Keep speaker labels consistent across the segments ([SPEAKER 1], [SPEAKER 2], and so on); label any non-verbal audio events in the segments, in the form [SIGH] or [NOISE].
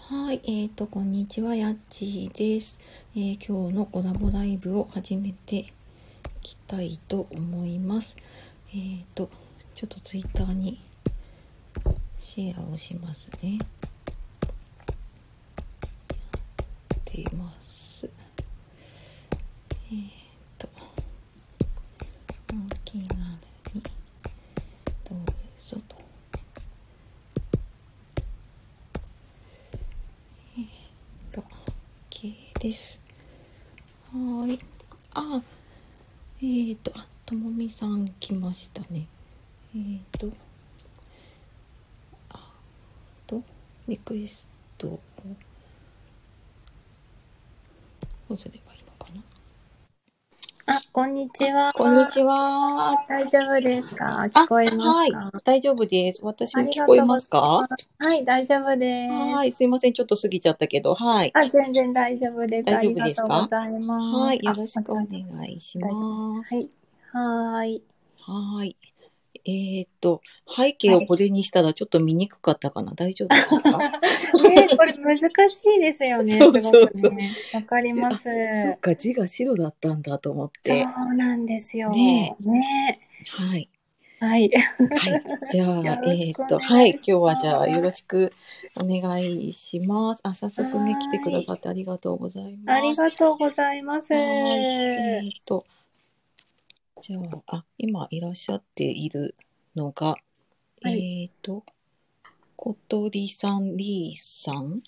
[SPEAKER 1] はい、えーと、こんにちは、やっちーです、えー、今日のコラボライブを始めていきたいと思います。えーと、ちょっとツイッターにシェアをしますね。やってます。えーと、お気軽にどうぞと。です。はい。あ、えっ、ー、と、あ、ともみさん来ましたね。えっ、ー、と、あと、リクエストを、どうすればいいのか
[SPEAKER 2] な。あ、こんにちは。
[SPEAKER 1] こんにちは。
[SPEAKER 2] 大丈夫ですか聞こえますはい、
[SPEAKER 1] 大丈夫です。私も聞こえますか
[SPEAKER 2] はい、大丈夫です。
[SPEAKER 1] はい、すいません。ちょっと過ぎちゃったけど、はい。
[SPEAKER 2] あ、全然大丈夫です。
[SPEAKER 1] 大丈夫ですか、
[SPEAKER 2] はい
[SPEAKER 1] よろしくお願いします。
[SPEAKER 2] はい。
[SPEAKER 1] [LAUGHS] はい。えっと、背景をこれにしたらちょっと見にくかったかな、はい、大丈夫です
[SPEAKER 2] [LAUGHS]
[SPEAKER 1] か
[SPEAKER 2] ねこれ難しいですよね。そうそうそう。わ、ね、かります。
[SPEAKER 1] そっか、字が白だったんだと思って。
[SPEAKER 2] そうなんですよ。ねね
[SPEAKER 1] はい。
[SPEAKER 2] はい。
[SPEAKER 1] はい。じゃあ、
[SPEAKER 2] [LAUGHS]
[SPEAKER 1] えっと、はい。今日はじゃあ、よろしくお願いします。あ、早速ね、来てくださってありがとうございます。
[SPEAKER 2] ありがとうございます。
[SPEAKER 1] えっと、じゃあ、あ、今いらっしゃっているのが、はい、えっ、と、小鳥さん、リーさん、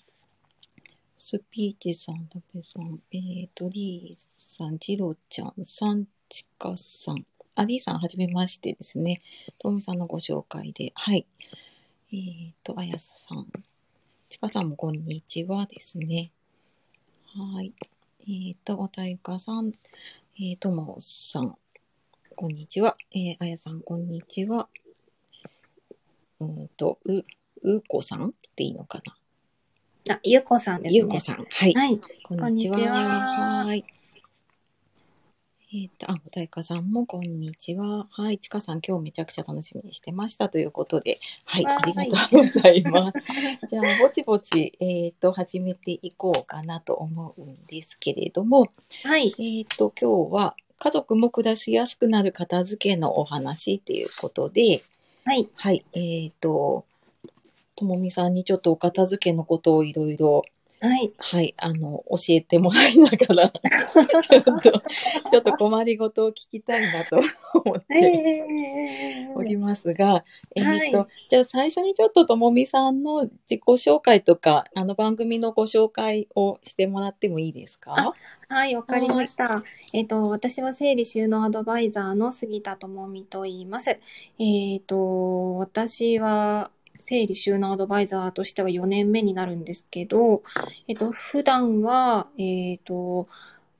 [SPEAKER 1] スピーチさん、タペさん、えっ、ー、と、リーさん、ジロちゃん、サンチカさん、あ、リーさん、はじめましてですね。とみさんのご紹介で、はい。えっ、ー、と、あやさん、ちかさんもこんにちはですね。はい。えっ、ー、と、おたゆかさん、えっ、ともさん、こんにちは。えー、あやさん、こんにちは。うんと、う、うこさんっていいのか
[SPEAKER 2] な。あ、ゆこさんです、ね、
[SPEAKER 1] ゆこさん。はい。はい、こんにちは。はい。えっ、ー、と、あ、おたいかさんもこんにちは。はい。ちかさん、今日めちゃくちゃ楽しみにしてましたということで、はい。ありがとうございます。 [LAUGHS] じゃあ、ぼちぼち、えっ、ー、と、始めていこうかなと思うんですけれども、
[SPEAKER 2] はい。
[SPEAKER 1] えっ、と、今日は、家族も暮らしやすくなる片付けのお話っていうことで、
[SPEAKER 2] はい。
[SPEAKER 1] はい。えっ、ー、と、ともみさんにちょっとお片付けのことをいろいろ、
[SPEAKER 2] はい。
[SPEAKER 1] はい。あの、教えてもらいながら [LAUGHS] ちょっと、ちょっと困りごとを聞きたいなと思っておりますが、えっ、ー、えー、と、はい、じゃあ最初にちょっとともみさんの自己紹介とか、あの番組のご紹介をしてもらってもいいですか、
[SPEAKER 2] はい、わかりました。はい、えっ、と、私は整理収納アドバイザーの杉田智美と言います。えっ、ー、と、私は整理収納アドバイザーとしては4年目になるんですけど、えっ、ー、と、普段は、えっ、ー、と、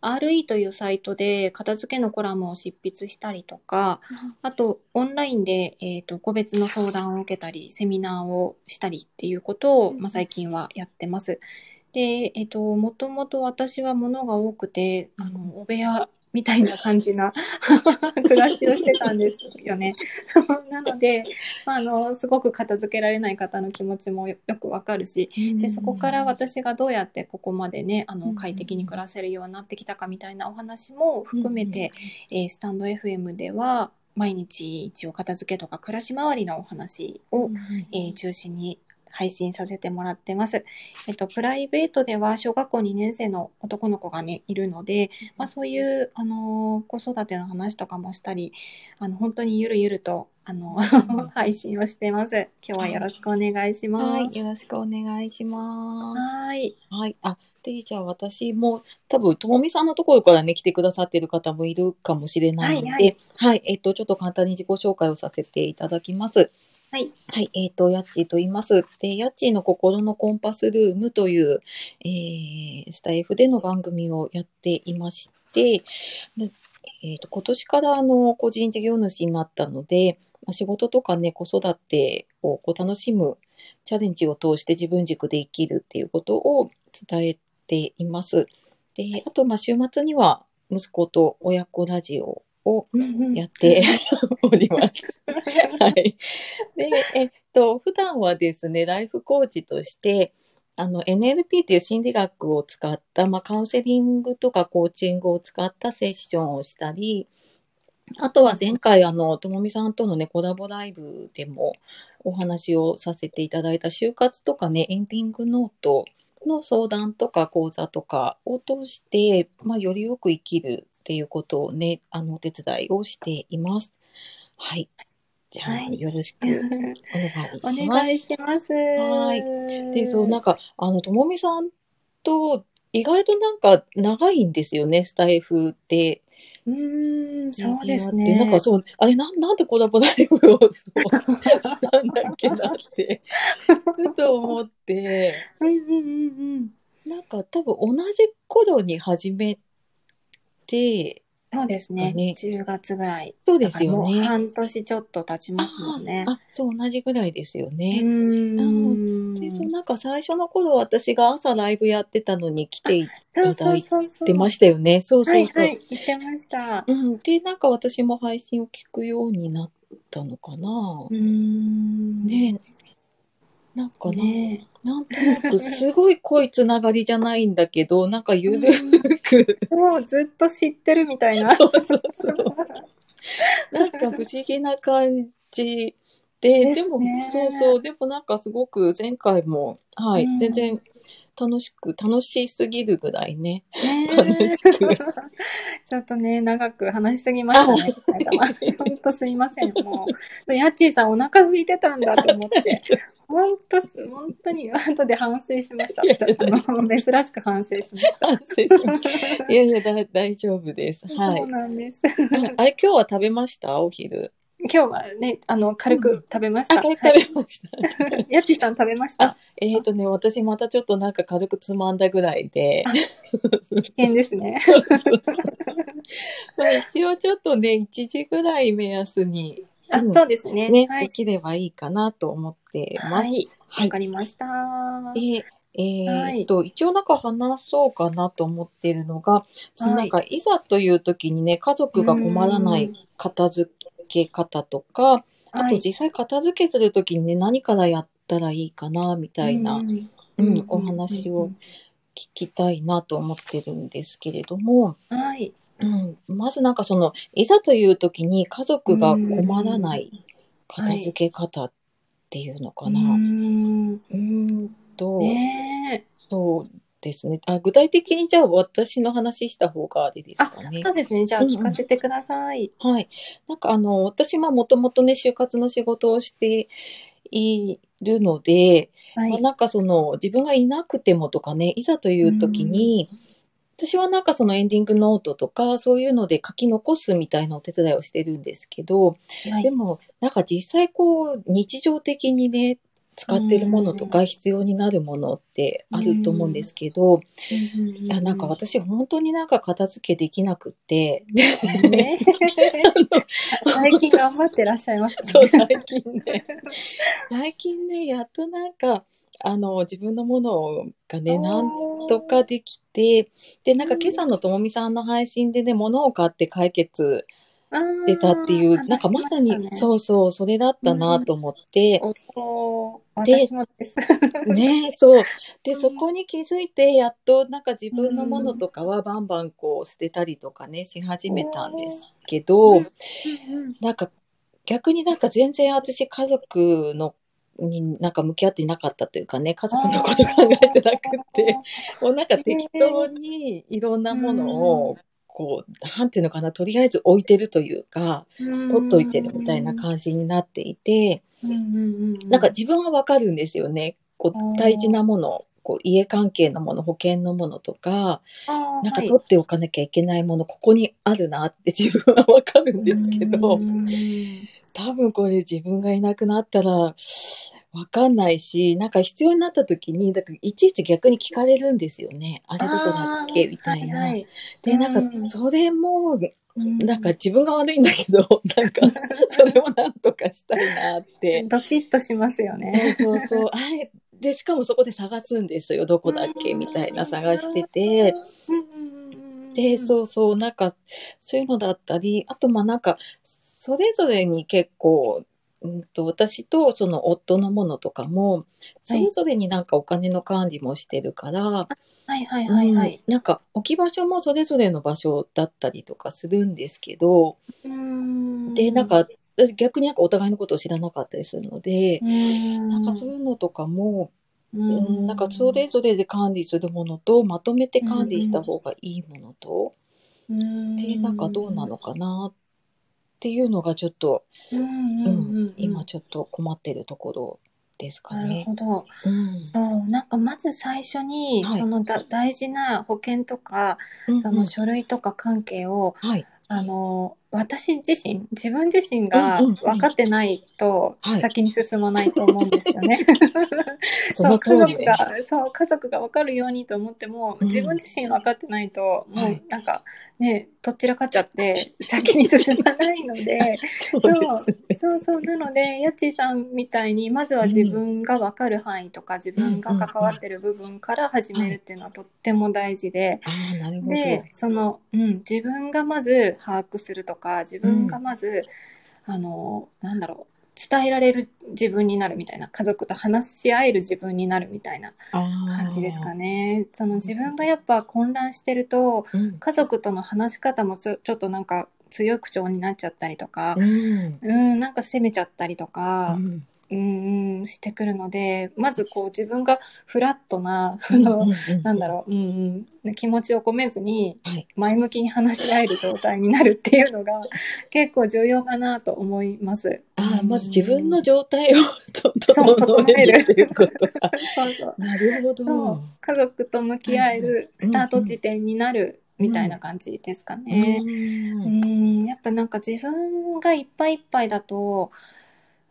[SPEAKER 2] RE というサイトで片付けのコラムを執筆したりとか、あとオンラインで、えーと、と個別の相談を受けたり、セミナーをしたりっていうことを、まあ、最近はやってます。で、えっと、もともと私は物が多くて、あの、お部屋みたいな感じな [LAUGHS] 暮らしをしてたんですよね。 [LAUGHS] なので、まあ、あの、すごく片付けられない方の気持ちもよくわかるし、で、そこから私がどうやってここまでね、あの、快適に暮らせるようになってきたかみたいなお話も含めて、えー、スタンド FM では、毎日一応片付けとか暮らし回りのお話を、えー、中心に配信させてもらってます。えっと、プライベートでは小学校2年生の男の子がね、いるので、まあそういう、あのー、子育ての話とかもしたり、あの、本当にゆるゆると、あの、 [LAUGHS] 配信をしてます。今日はよろしくお願いします。はい
[SPEAKER 1] よろしくお願いします。
[SPEAKER 2] はい。
[SPEAKER 1] はい。あ、で、じゃあ私も、多分、ともみさんのところからね、来てくださってる方もいるかもしれないので、はい、はい、はい、えっと、ちょっと簡単に自己紹介をさせていただきます。
[SPEAKER 2] はい。
[SPEAKER 1] はい。えっ、ー、と、やっちーと言います。で、やっちーの心のコンパスルームという、えー、スタイフでの番組をやっていまして、えっ、ー、と、今年から、あの、個人事業主になったので、仕事とかね、子育てをこう楽しむチャレンジを通して自分軸で生きるっていうことを伝えています。で、あと、まあ、週末には息子と親子ラジオをや
[SPEAKER 2] [LAUGHS]
[SPEAKER 1] って [LAUGHS] おります。はい。で、えっと、普段はですね、ライフコーチとして、あの NLP っていう心理学を使った、まあ、カウンセリングとかコーチングを使ったセッションをしたり、あとは前回、あの、ともみさんとのね、コラボライブでもお話をさせていただいた就活とかね、エンディングノートの相談とか講座とかを通して、まあ、よりよく生きるっていうことをね、あの、お手伝いをしています。はい。じゃあ、
[SPEAKER 2] はい
[SPEAKER 1] よろしくお願いし
[SPEAKER 2] お
[SPEAKER 1] ます
[SPEAKER 2] 願い。します。
[SPEAKER 1] は
[SPEAKER 2] ー
[SPEAKER 1] で、そう、なんか、あの、ともみさんと、意外となんか長いんですよね、スタイフって。
[SPEAKER 2] うーん、そうですね。
[SPEAKER 1] なんかそう、あれ、なんなんでコラボライブをそうしたんだっけなって、ふと思って、
[SPEAKER 2] [LAUGHS] うんうんうんうん。
[SPEAKER 1] なんか多分同じ頃に始めて、
[SPEAKER 2] そうですね。
[SPEAKER 1] ね
[SPEAKER 2] 10月ぐらい。
[SPEAKER 1] そうですよ
[SPEAKER 2] だからもう
[SPEAKER 1] ね。あ
[SPEAKER 2] 半年ちょっと経ちますもんね。
[SPEAKER 1] あ、そう、同じぐらいですよ
[SPEAKER 2] う
[SPEAKER 1] ね。
[SPEAKER 2] ーん。
[SPEAKER 1] で、そう、なんか最初の頃私が朝ライブやってたのに来てい
[SPEAKER 2] そうそうそうそう。
[SPEAKER 1] ってましたよね。そう
[SPEAKER 2] は
[SPEAKER 1] そ
[SPEAKER 2] いう
[SPEAKER 1] そう。
[SPEAKER 2] はい、言ってました。
[SPEAKER 1] うん、で、なんか私も配信を聞くようになったのかな
[SPEAKER 2] う。ーん。
[SPEAKER 1] ねえなんかな、
[SPEAKER 2] ね
[SPEAKER 1] なんとなく、すごい濃いつながりじゃないんだけど、なんかゆるく、
[SPEAKER 2] えもうずっと知ってるみたい
[SPEAKER 1] [LAUGHS]
[SPEAKER 2] な。
[SPEAKER 1] そうそうそう。なんか不思議な感じで、
[SPEAKER 2] ですね
[SPEAKER 1] でも、そうそう、でもなんかすごく前回も、はい、
[SPEAKER 2] うん
[SPEAKER 1] 全然楽しく、楽しすぎるぐらいね。
[SPEAKER 2] ねえ
[SPEAKER 1] 楽しく
[SPEAKER 2] ちょっとね、長く話しすぎましたね。本当すいません。もう、ヤッチーさんお腹空いてたんだと思って、本当す、本当に、後で反省しました。
[SPEAKER 1] いやいや
[SPEAKER 2] あの珍しく反省しました。
[SPEAKER 1] 反省し
[SPEAKER 2] [LAUGHS]
[SPEAKER 1] ますいやいや、だ大丈夫です。は
[SPEAKER 2] そ
[SPEAKER 1] い。
[SPEAKER 2] うなんです。
[SPEAKER 1] あれ、今日は食べましたお昼。
[SPEAKER 2] 今日はね、あの、軽く食べました。
[SPEAKER 1] あ、食べました。
[SPEAKER 2] はいヤッチーさん食べました
[SPEAKER 1] あ。えーとね、私またちょっとなんか軽くつまんだぐらいで、
[SPEAKER 2] 危険ですね。
[SPEAKER 1] まあ [LAUGHS] 一応ちょっとね、1時ぐらい目安に、
[SPEAKER 2] あ、
[SPEAKER 1] うん
[SPEAKER 2] そうですね。
[SPEAKER 1] ね、
[SPEAKER 2] は
[SPEAKER 1] で
[SPEAKER 2] い。
[SPEAKER 1] きればいいかなと思ってま
[SPEAKER 2] は
[SPEAKER 1] す。
[SPEAKER 2] い。
[SPEAKER 1] は
[SPEAKER 2] わ
[SPEAKER 1] い
[SPEAKER 2] かりました。は
[SPEAKER 1] で、えーっと、一応なんか話そうかなと思ってるのが、そのなんかいざという時にね、家族が困らな
[SPEAKER 2] う
[SPEAKER 1] い
[SPEAKER 2] ん
[SPEAKER 1] 片付け方とか、あと
[SPEAKER 2] い。
[SPEAKER 1] 実際片付けする時にね、何からやったらいいかな、みたいな。
[SPEAKER 2] うんうん
[SPEAKER 1] うん、お話を聞きたいなと思ってるんですけれども、
[SPEAKER 2] はい。
[SPEAKER 1] うん、まずなんかそのいざという時に家族が困らない片付け方っていうのかな。
[SPEAKER 2] う
[SPEAKER 1] うんーんと、
[SPEAKER 2] ね
[SPEAKER 1] そうですねあ。具体的にじゃあ私の話した方があれですか
[SPEAKER 2] え。
[SPEAKER 1] ね
[SPEAKER 2] そ。うですね。じゃあ
[SPEAKER 1] うんうん
[SPEAKER 2] 聞かせてください。
[SPEAKER 1] はい。なんかあの、私まあもともとね、就活の仕事をしているので、
[SPEAKER 2] は
[SPEAKER 1] まあ
[SPEAKER 2] い。
[SPEAKER 1] なんかその自分がいなくてもとかね、いざという時に、私はなんかそのエンディングノートとかそういうので書き残すみたいなお手伝いをしてるんですけど、
[SPEAKER 2] はい
[SPEAKER 1] でもなんか実際こう日常的にね、使ってるものとか必要になるものってあると思うんですけど、いやなんか私本当になんか片付けできなく [LAUGHS] って、で
[SPEAKER 2] ね最近頑張ってらっしゃいますね。
[SPEAKER 1] そう最近ね、最近ね、やっとなんか、あの、自分のものがね、なんとかできて、で、なんか今朝のともみさんの配信でね、物を買って解決してたっていう、なんかまさに、
[SPEAKER 2] う。
[SPEAKER 1] そうそう、それだったなと思って、
[SPEAKER 2] おー
[SPEAKER 1] で
[SPEAKER 2] 私もです。
[SPEAKER 1] ね、そう。で、
[SPEAKER 2] うん
[SPEAKER 1] そこに気づいて、やっとなんか自分のものとかはバンバンこう捨てたりとかね、し始めたんですけ
[SPEAKER 2] おー
[SPEAKER 1] ど
[SPEAKER 2] うん、うん
[SPEAKER 1] なんか逆になんか全然私家族のになんか向き合ってなかったというかね、家族のこと考えてなくって、 [LAUGHS] もうなんか適当にいろんなものを、こう、なんていうのかな、とりあえず置いてるというか、
[SPEAKER 2] うん
[SPEAKER 1] 取っといてるみたいな感じになっていて、
[SPEAKER 2] うんうんう
[SPEAKER 1] なんか自分はわかるんですよね。こ
[SPEAKER 2] あー
[SPEAKER 1] う、大事なもの、こう、家関係のもの、保険のものとか、
[SPEAKER 2] あー
[SPEAKER 1] なんか
[SPEAKER 2] はい
[SPEAKER 1] 取っておかなきゃいけないもの、ここにあるなって自分はわかるんですけど、
[SPEAKER 2] うん
[SPEAKER 1] 多分これ自分がいなくなったらわかんないし、なんか必要になった時に、だからいちいち逆に聞かれるんですよね。あれどこだっけ
[SPEAKER 2] あー
[SPEAKER 1] みたいな。
[SPEAKER 2] はは
[SPEAKER 1] で、なんか
[SPEAKER 2] うん
[SPEAKER 1] それも、
[SPEAKER 2] うん
[SPEAKER 1] なんか自分が悪いんだけど、なんかそれをなんとかしたいなって。
[SPEAKER 2] ドキッとしますよね。
[SPEAKER 1] そうそうそう。あれで、しかもそこで探すんですよ。どこだっけみたいな探してて。で、
[SPEAKER 2] う
[SPEAKER 1] そうそう、なんか、そういうのだったり、あと、まあなんか、それぞれに結構、うんと私とその夫のものとかもそれぞれになんかお金の管理もしてるから、
[SPEAKER 2] はいはいはいはい。
[SPEAKER 1] うんなんか置き場所もそれぞれの場所だったりとかするんですけど、
[SPEAKER 2] うーん
[SPEAKER 1] でなん、か私逆になんかお互いのことを知らなかったりするので、
[SPEAKER 2] な
[SPEAKER 1] なんかそういうのとかも、
[SPEAKER 2] う
[SPEAKER 1] うんなんかそれぞれで管理するものとまとめて管理した方がいいものと、でなんかどうなのかなっていうのがちょっと、
[SPEAKER 2] うん
[SPEAKER 1] う
[SPEAKER 2] うんんうんうん、
[SPEAKER 1] 今ちょっと困ってるところですか
[SPEAKER 2] なる
[SPEAKER 1] ね。
[SPEAKER 2] ほど。
[SPEAKER 1] うん
[SPEAKER 2] そう、なんかまず最初に、
[SPEAKER 1] はい
[SPEAKER 2] そのだ大事な保険とか、
[SPEAKER 1] うん
[SPEAKER 2] その書類とか関係を、
[SPEAKER 1] はい、
[SPEAKER 2] あの、私自身、自分自身が
[SPEAKER 1] うんうんうん
[SPEAKER 2] 分かってないと
[SPEAKER 1] はい
[SPEAKER 2] 先に進まないと思うんです
[SPEAKER 1] [LAUGHS]
[SPEAKER 2] よね。
[SPEAKER 1] その通
[SPEAKER 2] そう、
[SPEAKER 1] り
[SPEAKER 2] 家族
[SPEAKER 1] で
[SPEAKER 2] が
[SPEAKER 1] す。、
[SPEAKER 2] そう、家族が分かるようにと思っても、
[SPEAKER 1] うん
[SPEAKER 2] 自分自身分かってないと、も
[SPEAKER 1] は
[SPEAKER 2] う
[SPEAKER 1] い
[SPEAKER 2] なんかね、どちらかっちゃ
[SPEAKER 1] [LAUGHS]
[SPEAKER 2] って先に進まないので、
[SPEAKER 1] そうですね
[SPEAKER 2] そうそうなのでやっちーさんみたいにまずは自分が分かる範囲とか自分が関わってる部分から始めるっていうのはとっても大事で。
[SPEAKER 1] ああ、なるほど。
[SPEAKER 2] でその、うん、自分がまず把握するとか自分がまず、あのなんだろう伝えられる自分になるみたいな家族と話し合える自分になるみたいな
[SPEAKER 1] 感
[SPEAKER 2] 感じですかね。その自分がやっぱ混乱してると
[SPEAKER 1] うん
[SPEAKER 2] 家族との話し方もちょちょっとなんか強い口調になっちゃったりとか、
[SPEAKER 1] うん
[SPEAKER 2] うん、なんか責めちゃったりとか、うん、うんしてくるので、まずこう自分がフラットな、 [LAUGHS] あの、なんだろう、うんうん、気持ちを込めずに
[SPEAKER 1] はい
[SPEAKER 2] 前向きに話し合える状態になるっていう
[SPEAKER 1] [LAUGHS]
[SPEAKER 2] のが結構重要かなと思います。
[SPEAKER 1] ああ、まず自分の
[SPEAKER 2] 状
[SPEAKER 1] 状態を
[SPEAKER 2] そう
[SPEAKER 1] 整えるっていうことが。
[SPEAKER 2] 態。そうそう
[SPEAKER 1] なるほ
[SPEAKER 2] そう
[SPEAKER 1] ど。
[SPEAKER 2] 家族と向き合える
[SPEAKER 1] うん
[SPEAKER 2] スタート地点になるみたいな感じですかね。
[SPEAKER 1] うん
[SPEAKER 2] うん、やっぱなんか自分がいっぱいいっぱいだと、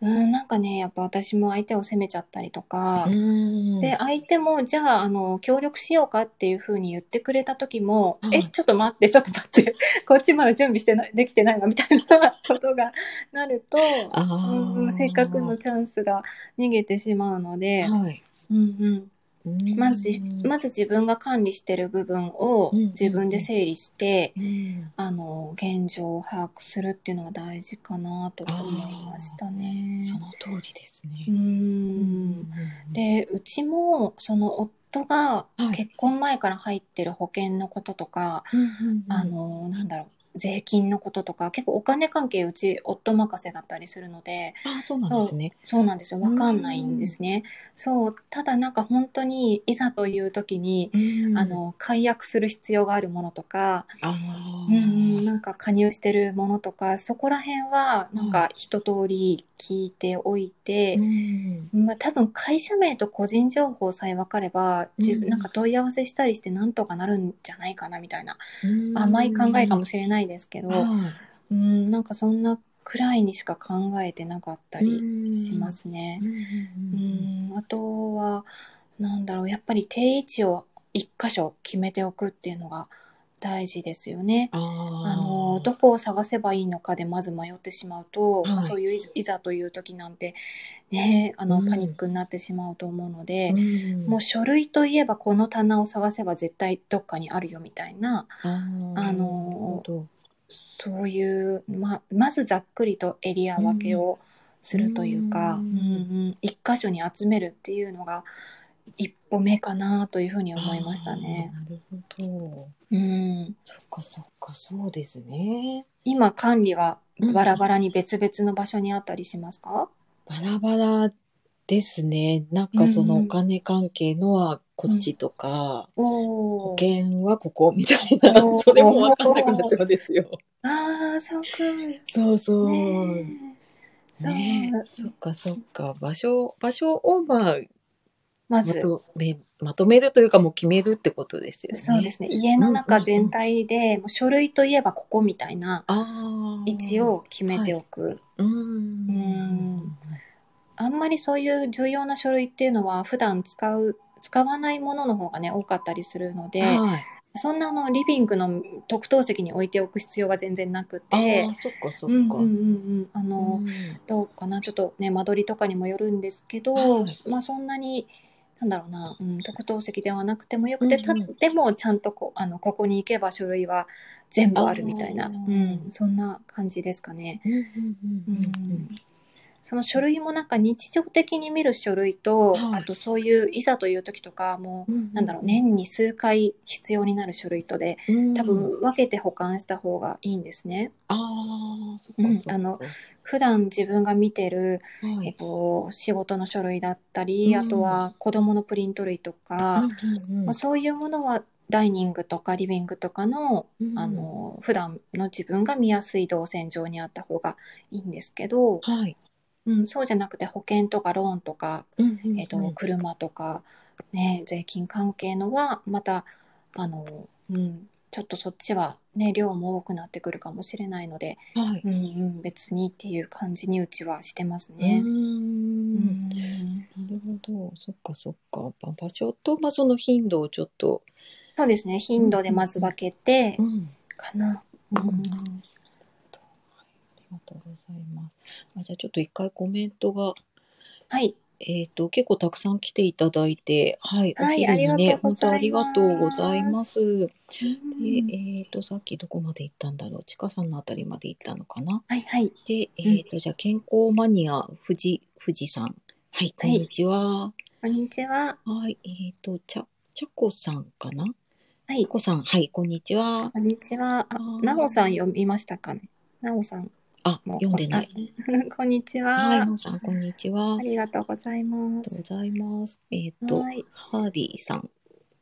[SPEAKER 2] うん、なんかね、やっぱ私も相手を責めちゃったりとか、
[SPEAKER 1] うん
[SPEAKER 2] で、相手も、じゃあ、あの、協力しようかっていうふうに言ってくれた時も、
[SPEAKER 1] はい
[SPEAKER 2] え、ちょっと待って、ちょっと待って、 [LAUGHS] こっちまだ準備してない、できてないわ、みたいなことがなると、
[SPEAKER 1] あー
[SPEAKER 2] うんうん、せっかくのチャンスが逃げてしまうので、
[SPEAKER 1] はい
[SPEAKER 2] うんうん、
[SPEAKER 1] うん
[SPEAKER 2] まず、まず自分が管理してる部分を
[SPEAKER 1] うん
[SPEAKER 2] 自分で整理して、
[SPEAKER 1] うん
[SPEAKER 2] あの現状を把握するっていうのは大事かなと思いましたね。
[SPEAKER 1] その通りです
[SPEAKER 2] う
[SPEAKER 1] ね。
[SPEAKER 2] んでうちもその夫が
[SPEAKER 1] はい
[SPEAKER 2] 結婚前から入ってる保険のこととか、
[SPEAKER 1] うんうんうん
[SPEAKER 2] あのなんだろう税金のこととか結構お金関係うち夫任せだったりするので
[SPEAKER 1] ああ、そうなんですね。
[SPEAKER 2] そうなんですよわかんないんですね。そうただなんか本当にいざという時に、
[SPEAKER 1] うん
[SPEAKER 2] あ、の解約する必要があるものとか、
[SPEAKER 1] あ
[SPEAKER 2] うんうん、
[SPEAKER 1] ー
[SPEAKER 2] なんか加入してるものとかそこら辺はなんか一通り聞いておいて、
[SPEAKER 1] うん
[SPEAKER 2] まあ、多分会社名と個人情報さえ分かれば自
[SPEAKER 1] うん
[SPEAKER 2] 分なんか問い合わせしたりしてなんとかなるんじゃないかなみたいな甘い考えかもしれないですけど、うん
[SPEAKER 1] はい
[SPEAKER 2] なんかそんなくらいにしか考えてなかったりしますね。
[SPEAKER 1] うん
[SPEAKER 2] う
[SPEAKER 1] うんうん
[SPEAKER 2] んあとはなんだろうやっぱり定位置を一箇所決めておくっていうのが大事ですよね。
[SPEAKER 1] あ
[SPEAKER 2] あの
[SPEAKER 1] ー
[SPEAKER 2] どこを探せばいいのかでまず迷ってしまうと、
[SPEAKER 1] はい
[SPEAKER 2] そういういいざという時なんて、ね、あの
[SPEAKER 1] うん
[SPEAKER 2] パニックになってしまうと思うので、
[SPEAKER 1] うん
[SPEAKER 2] もう書類といえばこの棚を探せば絶対どっかにあるよみたいな
[SPEAKER 1] あー
[SPEAKER 2] あのー
[SPEAKER 1] なるほど
[SPEAKER 2] そういうままずざっくりとエリア分けをするというか、
[SPEAKER 1] う
[SPEAKER 2] うんんうん一箇所に集めるっていうのが一歩目かなというふうに思いましたね。
[SPEAKER 1] あーなるほど
[SPEAKER 2] うん
[SPEAKER 1] そっかそっかそうですね
[SPEAKER 2] 今管理はバラバラに別々の場所にあったりしますか、
[SPEAKER 1] バラバラですねなんかその
[SPEAKER 2] うんう
[SPEAKER 1] お
[SPEAKER 2] ん
[SPEAKER 1] 金関係のはこっちとか、
[SPEAKER 2] お
[SPEAKER 1] 保
[SPEAKER 2] お。
[SPEAKER 1] 険はここみたいな
[SPEAKER 2] お
[SPEAKER 1] [LAUGHS]
[SPEAKER 2] ー
[SPEAKER 1] それも分かんなくなっちゃうんですよ
[SPEAKER 2] ああ、そうか。ね
[SPEAKER 1] そうそう
[SPEAKER 2] え
[SPEAKER 1] ねえ
[SPEAKER 2] そ
[SPEAKER 1] そうっかそっか場所場所をまあ
[SPEAKER 2] ま
[SPEAKER 1] ま
[SPEAKER 2] ず、
[SPEAKER 1] とめまとめるというかもう決めるってことですよね
[SPEAKER 2] そうですね。家の中全体で、もう書類といえばここみたいな
[SPEAKER 1] ああ
[SPEAKER 2] 位置を決めておく。
[SPEAKER 1] うー
[SPEAKER 2] うんんあんまりそういう重要な書類っていうのは普段使う使わないものの方がね多かったりするので、
[SPEAKER 1] はい
[SPEAKER 2] そんなあのリビングの特等席に置いておく必要は全然なく
[SPEAKER 1] あ
[SPEAKER 2] て
[SPEAKER 1] ー、そっかそっ
[SPEAKER 2] うんうん
[SPEAKER 1] か、
[SPEAKER 2] うんうんあの。
[SPEAKER 1] うん
[SPEAKER 2] どうかなちょっとね間取りとかにもよるんですけど、
[SPEAKER 1] はい
[SPEAKER 2] まあそんなになんだろうな、うん、特等席ではなくてもよくて、
[SPEAKER 1] うんうん
[SPEAKER 2] たでもちゃんとこうあのここに行けば書類は全部あるみたいな、
[SPEAKER 1] あ
[SPEAKER 2] う
[SPEAKER 1] ー
[SPEAKER 2] ん、そんな感じですかね。
[SPEAKER 1] うんうんうん
[SPEAKER 2] う
[SPEAKER 1] うんん
[SPEAKER 2] その書類もなんか日常的に見る書類と、
[SPEAKER 1] はい
[SPEAKER 2] あとそういういざという時とかもう、なんだろう、年に数回必要になる書類とで、
[SPEAKER 1] うん
[SPEAKER 2] 多分分けて保管した方がいいんですね。
[SPEAKER 1] ああそっかそっか、
[SPEAKER 2] うんあの普段自分が見てる、
[SPEAKER 1] は
[SPEAKER 2] え
[SPEAKER 1] い、
[SPEAKER 2] っと、仕事の書類だったり、
[SPEAKER 1] うん
[SPEAKER 2] あとは子供のプリント類とか、
[SPEAKER 1] うんうんうん
[SPEAKER 2] まあ、そういうものはダイニングとかリビングとかの,、
[SPEAKER 1] うん
[SPEAKER 2] あの普段の自分が見やすい動線上にあった方がいいんですけど、
[SPEAKER 1] はい、
[SPEAKER 2] うん、そうじゃなくて保険とかローンとか、
[SPEAKER 1] うんうんうん
[SPEAKER 2] えっと車とか、ね、税金関係のはまたあの、うん、ちょっとそっちは、ね、量も多くなってくるかもしれないので、
[SPEAKER 1] はい、
[SPEAKER 2] うんうん、別にっていう感じにうちはしてます
[SPEAKER 1] う
[SPEAKER 2] ね
[SPEAKER 1] ー。
[SPEAKER 2] うんん
[SPEAKER 1] なるほど、そっかそっか。ば場所と、まあ、その頻度をちょっと。
[SPEAKER 2] そうですね頻度でまず分けて
[SPEAKER 1] うん。
[SPEAKER 2] かな。
[SPEAKER 1] うん。
[SPEAKER 2] う
[SPEAKER 1] あ
[SPEAKER 2] ん
[SPEAKER 1] りがとうございます。あじゃあちょっと一回コメントが、
[SPEAKER 2] はい
[SPEAKER 1] えっ、と、結構たくさん来ていただいて、はい、お
[SPEAKER 2] はい
[SPEAKER 1] 昼にね、
[SPEAKER 2] ありがとうござ
[SPEAKER 1] 本当
[SPEAKER 2] います
[SPEAKER 1] ありがとうございます。で、
[SPEAKER 2] うん
[SPEAKER 1] えっ、と、さっきどこまで行ったんだろう。ちかさんのあたりまで行ったのかな。
[SPEAKER 2] はいはい。
[SPEAKER 1] で、えっ、と、じゃあ健康マニア、藤、藤さん。はい、こんにちは。
[SPEAKER 2] こんにちは。
[SPEAKER 1] はい、えっ、と、ちゃ、ちゃこさんかな。
[SPEAKER 2] は
[SPEAKER 1] ちゃ
[SPEAKER 2] い。
[SPEAKER 1] こさん、はい、こんにちは。
[SPEAKER 2] こんにちは。あ
[SPEAKER 1] あー
[SPEAKER 2] なおさん読みましたかね。なおさん [LAUGHS]
[SPEAKER 1] あ、
[SPEAKER 2] も。
[SPEAKER 1] 読んでない。
[SPEAKER 2] あ。こんにちは。
[SPEAKER 1] はい、のんさん、こんにちは。あ
[SPEAKER 2] あ
[SPEAKER 1] り
[SPEAKER 2] りがとうございま
[SPEAKER 1] がとう
[SPEAKER 2] す
[SPEAKER 1] ご。ざいます。えっ、と
[SPEAKER 2] はい、
[SPEAKER 1] ハーディさん、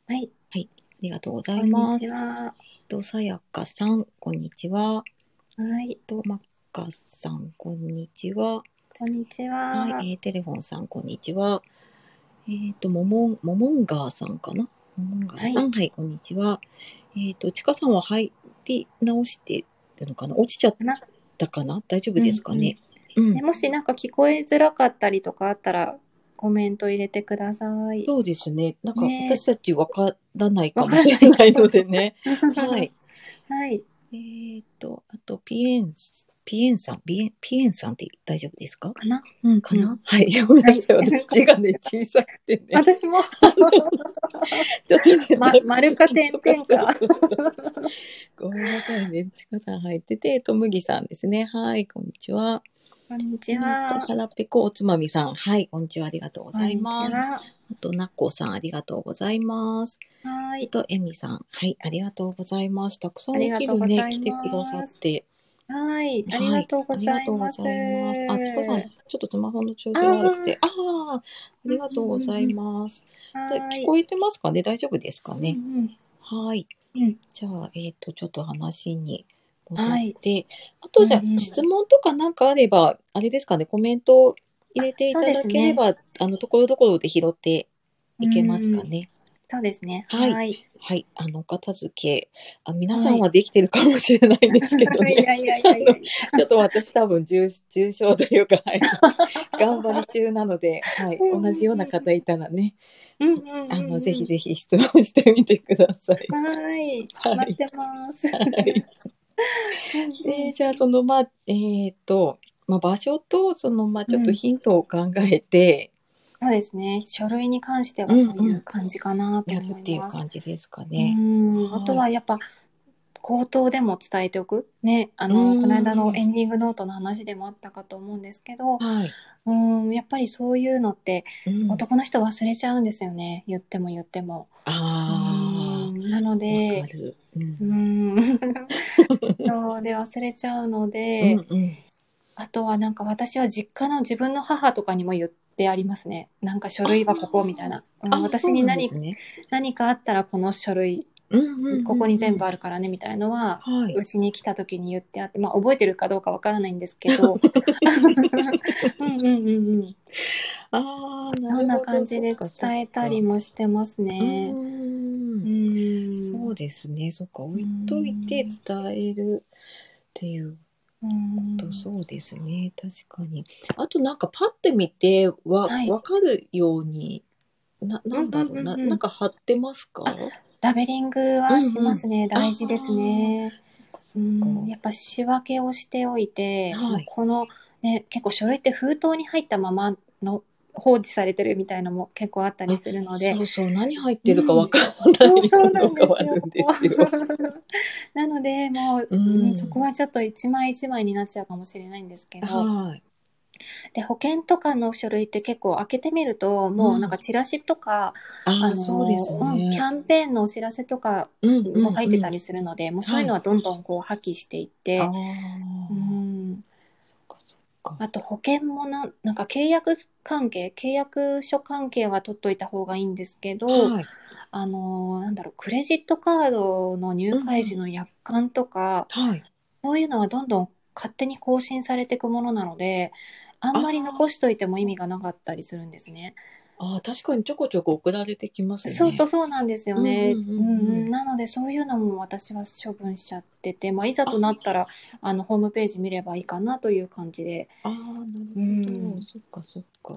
[SPEAKER 1] あ
[SPEAKER 2] はい。
[SPEAKER 1] りがとうござ
[SPEAKER 2] こ
[SPEAKER 1] い
[SPEAKER 2] ん
[SPEAKER 1] ます。
[SPEAKER 2] にち
[SPEAKER 1] えっ
[SPEAKER 2] は。
[SPEAKER 1] と、さやかさん、こんにちは。えっ
[SPEAKER 2] はい。
[SPEAKER 1] と、まっかさん、こんにちは。
[SPEAKER 2] こんにちは。
[SPEAKER 1] はい、えー、テレフォンさん、こんにちは。えっ、と、ももん、ももんがーさんかな。ももんがーさん、はい、こんにちは。えっ、と、ちかさんは入り直してるのかな落ちちゃったかな大丈夫ですかね、うん
[SPEAKER 2] ねもしなんか聞こえづらかったりとかあったら、コメント入れてください。
[SPEAKER 1] そうですね。なんか
[SPEAKER 2] ね
[SPEAKER 1] 私たちわからないかもしれないので [LAUGHS] ね。は。。
[SPEAKER 2] はい [LAUGHS] はい。
[SPEAKER 1] えっ、と、あと、ピエン、ピエンさん、ピエン、ピエンさんって大丈夫ですか
[SPEAKER 2] かなうん。
[SPEAKER 1] かな、
[SPEAKER 2] うん
[SPEAKER 1] はい。ごめんなさい。
[SPEAKER 2] はい
[SPEAKER 1] 私、字がね、小さくてね。
[SPEAKER 2] 私
[SPEAKER 1] [LAUGHS]
[SPEAKER 2] も。
[SPEAKER 1] ちょっとね、
[SPEAKER 2] ま丸か点々か
[SPEAKER 1] そうそうそうそう。 [LAUGHS] ごめんなさいね。ちかさん入ってて、とむぎさんですね。はい、こんにちは。
[SPEAKER 2] こんに
[SPEAKER 1] え
[SPEAKER 2] ち
[SPEAKER 1] っと、
[SPEAKER 2] は。
[SPEAKER 1] はらぺこおつまみさん。はい、こんにちは。ありがとうございます。あ
[SPEAKER 2] は。
[SPEAKER 1] と、なっこさん、ありがとうございます。
[SPEAKER 2] は
[SPEAKER 1] えっ
[SPEAKER 2] い。
[SPEAKER 1] と、えみさん。はい、ありがとうございます。たくさんお
[SPEAKER 2] ありが
[SPEAKER 1] 昼
[SPEAKER 2] とうござい
[SPEAKER 1] ね
[SPEAKER 2] ま、す
[SPEAKER 1] 来てくださって。
[SPEAKER 2] はい。ありがとうご
[SPEAKER 1] あり
[SPEAKER 2] ざ
[SPEAKER 1] が
[SPEAKER 2] い
[SPEAKER 1] とうご
[SPEAKER 2] ます。
[SPEAKER 1] ざいます。あ、ちかさん、ちょっとスマホの調子が悪くて。ああー、ありがとうございます。で
[SPEAKER 2] はい
[SPEAKER 1] 聞こえてますかね大丈夫ですかね、
[SPEAKER 2] うんうん
[SPEAKER 1] はい。
[SPEAKER 2] うん
[SPEAKER 1] じゃあ、えっ、と、ちょっと話に戻って、
[SPEAKER 2] はい
[SPEAKER 1] あとじゃあ、
[SPEAKER 2] うんうん
[SPEAKER 1] 質問とかなんかあれば、あれですかね、コメントを入れていただければ、あ,、の、ところどころで拾っていけますかね。
[SPEAKER 2] そうですね。
[SPEAKER 1] はい
[SPEAKER 2] い。
[SPEAKER 1] はい、あの、お片付けあ、皆さんはできてるかもしれないんですけどね。
[SPEAKER 2] [LAUGHS] いやいやいやいや。
[SPEAKER 1] ちょっと私多分重重症というか、
[SPEAKER 2] [LAUGHS]
[SPEAKER 1] はい、頑張り中なので、はい、同じような方いたらね、
[SPEAKER 2] うんうんうん。
[SPEAKER 1] あの、ぜひ。ぜひ質問してみてください。
[SPEAKER 2] はい。
[SPEAKER 1] はい
[SPEAKER 2] 待ってます。
[SPEAKER 1] はいで、じゃあ、その、まあ、えっ、と、まあ、場所と、その、まあ、ちょっとヒントを考えて、
[SPEAKER 2] そうですね。書類に関してはそういう感じかなと
[SPEAKER 1] やる
[SPEAKER 2] 思
[SPEAKER 1] ってい
[SPEAKER 2] いうます。
[SPEAKER 1] 感じですか
[SPEAKER 2] う
[SPEAKER 1] ね。
[SPEAKER 2] ん
[SPEAKER 1] はい
[SPEAKER 2] あとはやっぱ口頭でも伝えておく。ね、あの、
[SPEAKER 1] うん
[SPEAKER 2] この間のエンディングノートの話でもあったかと思うんですけど、
[SPEAKER 1] はい。
[SPEAKER 2] うん、やっぱりそういうのって
[SPEAKER 1] うん、
[SPEAKER 2] 男の人忘れちゃうんですよね。言っても言っても。う
[SPEAKER 1] あ
[SPEAKER 2] んな
[SPEAKER 1] あ、
[SPEAKER 2] の
[SPEAKER 1] わ
[SPEAKER 2] で
[SPEAKER 1] か、る。うん
[SPEAKER 2] う。ん。 [LAUGHS] そうで忘れちゃうので、
[SPEAKER 1] うんうん
[SPEAKER 2] あとはなんか私は実家の自分の母とかにも言ってありますね。なんか書類はここみたいな。うん
[SPEAKER 1] あ
[SPEAKER 2] 私に何,、
[SPEAKER 1] そうなんですね
[SPEAKER 2] 何かあったらこの書類、
[SPEAKER 1] うんうんうんうん
[SPEAKER 2] ここに全部あるからねみたいのは、
[SPEAKER 1] はいう
[SPEAKER 2] ちに来た時に言ってあって、まあ覚えてるかどうかわからないんですけど。
[SPEAKER 1] [LAUGHS]
[SPEAKER 2] うんうんうんうん。
[SPEAKER 1] ああ、なるほど
[SPEAKER 2] そんな感じで伝えたりもしてます
[SPEAKER 1] そっか
[SPEAKER 2] ね。
[SPEAKER 1] うん
[SPEAKER 2] うん。
[SPEAKER 1] そうですね。そっか、置いといて伝えるっていう
[SPEAKER 2] うん
[SPEAKER 1] と、そうですね。確かに。あとなんかパッて見てわ、
[SPEAKER 2] はい
[SPEAKER 1] わかるように、な、なんだろうな、
[SPEAKER 2] うんうんうんうん
[SPEAKER 1] なんか貼ってますか
[SPEAKER 2] あラベリングはしますね。大事ですね。
[SPEAKER 1] そっか
[SPEAKER 2] う
[SPEAKER 1] そっか。
[SPEAKER 2] ん、やっぱ仕分けをしておいて、
[SPEAKER 1] はい
[SPEAKER 2] この、ね、結構書類って封筒に入ったままの放置されてるみたいのも結構あったりするので
[SPEAKER 1] そ。うそう、何入ってるかわから
[SPEAKER 2] そ
[SPEAKER 1] な
[SPEAKER 2] う
[SPEAKER 1] い
[SPEAKER 2] そう
[SPEAKER 1] も
[SPEAKER 2] なん
[SPEAKER 1] の
[SPEAKER 2] で
[SPEAKER 1] が
[SPEAKER 2] す
[SPEAKER 1] あるんで
[SPEAKER 2] よ
[SPEAKER 1] すよ。。
[SPEAKER 2] なので、もう、
[SPEAKER 1] うん
[SPEAKER 2] そこはちょっと一枚一枚になっちゃうかもしれないんですけど、
[SPEAKER 1] はい。
[SPEAKER 2] で、保険とかの書類って結構開けてみると、もうなんかチラシとか、
[SPEAKER 1] あ
[SPEAKER 2] の
[SPEAKER 1] あ、そうですね。
[SPEAKER 2] うんキャンペーンのお知らせとか
[SPEAKER 1] うんうんうん
[SPEAKER 2] も入ってたりするので、もうそういうのはどんどんこう破棄していって、
[SPEAKER 1] ああ、
[SPEAKER 2] うん、
[SPEAKER 1] そっかそっか。
[SPEAKER 2] あと保険もな、なんか契約関係、契約書関係は取っといた方がいいんですけど、
[SPEAKER 1] はい。
[SPEAKER 2] あのーなんだろう、クレジットカードの入会時の約款とか、
[SPEAKER 1] はい。
[SPEAKER 2] そういうのはどんどん勝手に更新されていくものなので、あんまり残しといても意味がなかったりするんですね。
[SPEAKER 1] ああ、確かにちょこちょこ送られてきますね。
[SPEAKER 2] そうそう
[SPEAKER 1] う。
[SPEAKER 2] そうなんですよね。
[SPEAKER 1] う
[SPEAKER 2] うんん
[SPEAKER 1] うんうんうん
[SPEAKER 2] うんなのでそういうのも私は処分しちゃってて、まあ、いざとなったらあのホームページ見ればいいかなという感じで、
[SPEAKER 1] ああ、なるほど。
[SPEAKER 2] うん
[SPEAKER 1] そっかそっか。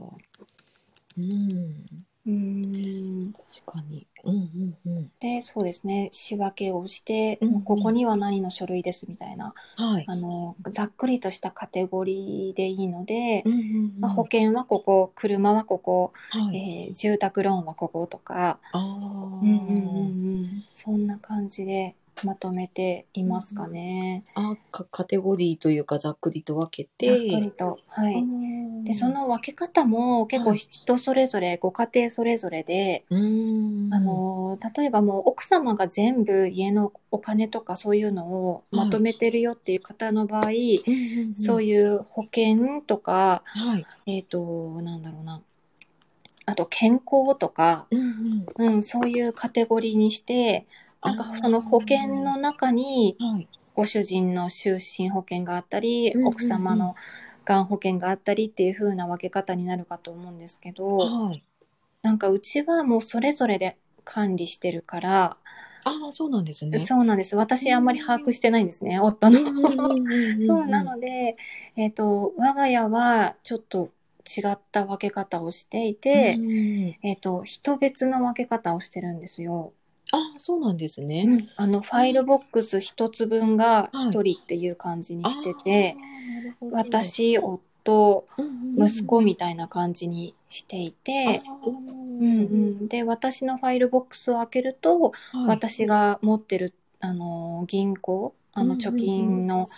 [SPEAKER 1] うん。
[SPEAKER 2] うん、
[SPEAKER 1] 確かに。うんうんうん。
[SPEAKER 2] でそうですね仕分けをして、
[SPEAKER 1] うんうん
[SPEAKER 2] ここには何の書類ですみたいな
[SPEAKER 1] はい。
[SPEAKER 2] あのざっくりとしたカテゴリーでいいので、
[SPEAKER 1] うんうんうん。
[SPEAKER 2] まあ、保険はここ車はここ、
[SPEAKER 1] はい。
[SPEAKER 2] えー住宅ローンはこことか、
[SPEAKER 1] ああ。
[SPEAKER 2] うんうんうんうん、そんな感じでまとめていますかね。
[SPEAKER 1] あかカテゴリーというかざっくりと分けて。
[SPEAKER 2] ざっくりと、は
[SPEAKER 1] あ
[SPEAKER 2] い、
[SPEAKER 1] ー
[SPEAKER 2] でそ、の分け方も結構
[SPEAKER 1] はい
[SPEAKER 2] 人それぞれ、ご家庭それぞれで、
[SPEAKER 1] うん。
[SPEAKER 2] あ、の例えばもう奥様が全部家のお金とかそういうのをまとめてるよっていう方の場合、
[SPEAKER 1] うんうんうん、
[SPEAKER 2] そういう保険とか、
[SPEAKER 1] はい。
[SPEAKER 2] えっ、となんだろうなあと健康とか、
[SPEAKER 1] うんうん。
[SPEAKER 2] うん、そういうカテゴリーにしてなん
[SPEAKER 1] あ
[SPEAKER 2] か
[SPEAKER 1] ー
[SPEAKER 2] その保険の中に
[SPEAKER 1] はい。
[SPEAKER 2] ご主人の就寝保険があったり
[SPEAKER 1] うんうんうん
[SPEAKER 2] 奥様のがん保険があったりっていう風な分け方になるかと思うんですけど
[SPEAKER 1] はい。
[SPEAKER 2] なんかうちはもうそれぞれで管理してるから、
[SPEAKER 1] ああ、そうなんですね。
[SPEAKER 2] そうなんです私あんまり把握してないんですね夫の。
[SPEAKER 1] うんうんうんうんうん
[SPEAKER 2] そうなので、えっと我が家はちょっと違った分け方をしていて、
[SPEAKER 1] うん
[SPEAKER 2] えっと人別の分け方をしてるんですよ。
[SPEAKER 1] ああ、そうなんですね。
[SPEAKER 2] あのファイルボックス一つ分が一人っていう感じにしてて、私、夫、息子みたいな感じにしていて、
[SPEAKER 1] うん
[SPEAKER 2] ううんん、で私のファイルボックスを開けると、
[SPEAKER 1] うん、
[SPEAKER 2] 私が持ってるあの銀行あの
[SPEAKER 1] うんうんうん
[SPEAKER 2] 貯金の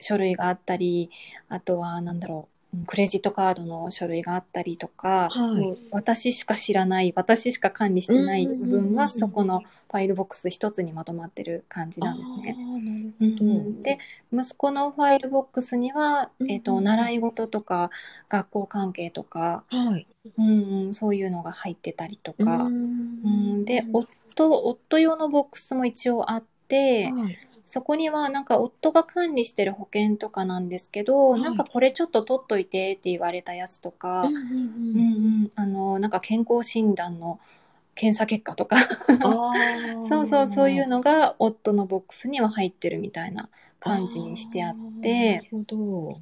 [SPEAKER 2] 書類があったり、あとはなんだろうクレジットカードの書類があったりとか、
[SPEAKER 1] はい
[SPEAKER 2] もう私しか知らない私しか管理してない部分はそこのファイルボックス一つにまとまってる感じなんですね。
[SPEAKER 1] あーなる
[SPEAKER 2] う
[SPEAKER 1] ほど
[SPEAKER 2] ん、で息子のファイルボックスには、
[SPEAKER 1] うんうん
[SPEAKER 2] えっと習い事とか学校関係とか、
[SPEAKER 1] はい。
[SPEAKER 2] うんうん、そういうのが入ってたりとか、
[SPEAKER 1] う
[SPEAKER 2] うん
[SPEAKER 1] ん
[SPEAKER 2] で夫夫用のボックスも一応あって
[SPEAKER 1] はい
[SPEAKER 2] そこにはなんか夫が管理してる保険とかなんですけど、
[SPEAKER 1] はい
[SPEAKER 2] なんかこれちょっと取っといてって言われたやつとか、
[SPEAKER 1] うんう
[SPEAKER 2] うん
[SPEAKER 1] ん
[SPEAKER 2] うん、あのなんか健康診断の検査結果とか
[SPEAKER 1] うん、あー
[SPEAKER 2] [LAUGHS] そうそうそういうのが夫のボックスには入ってるみたいな感じにしてあって
[SPEAKER 1] あーなるほ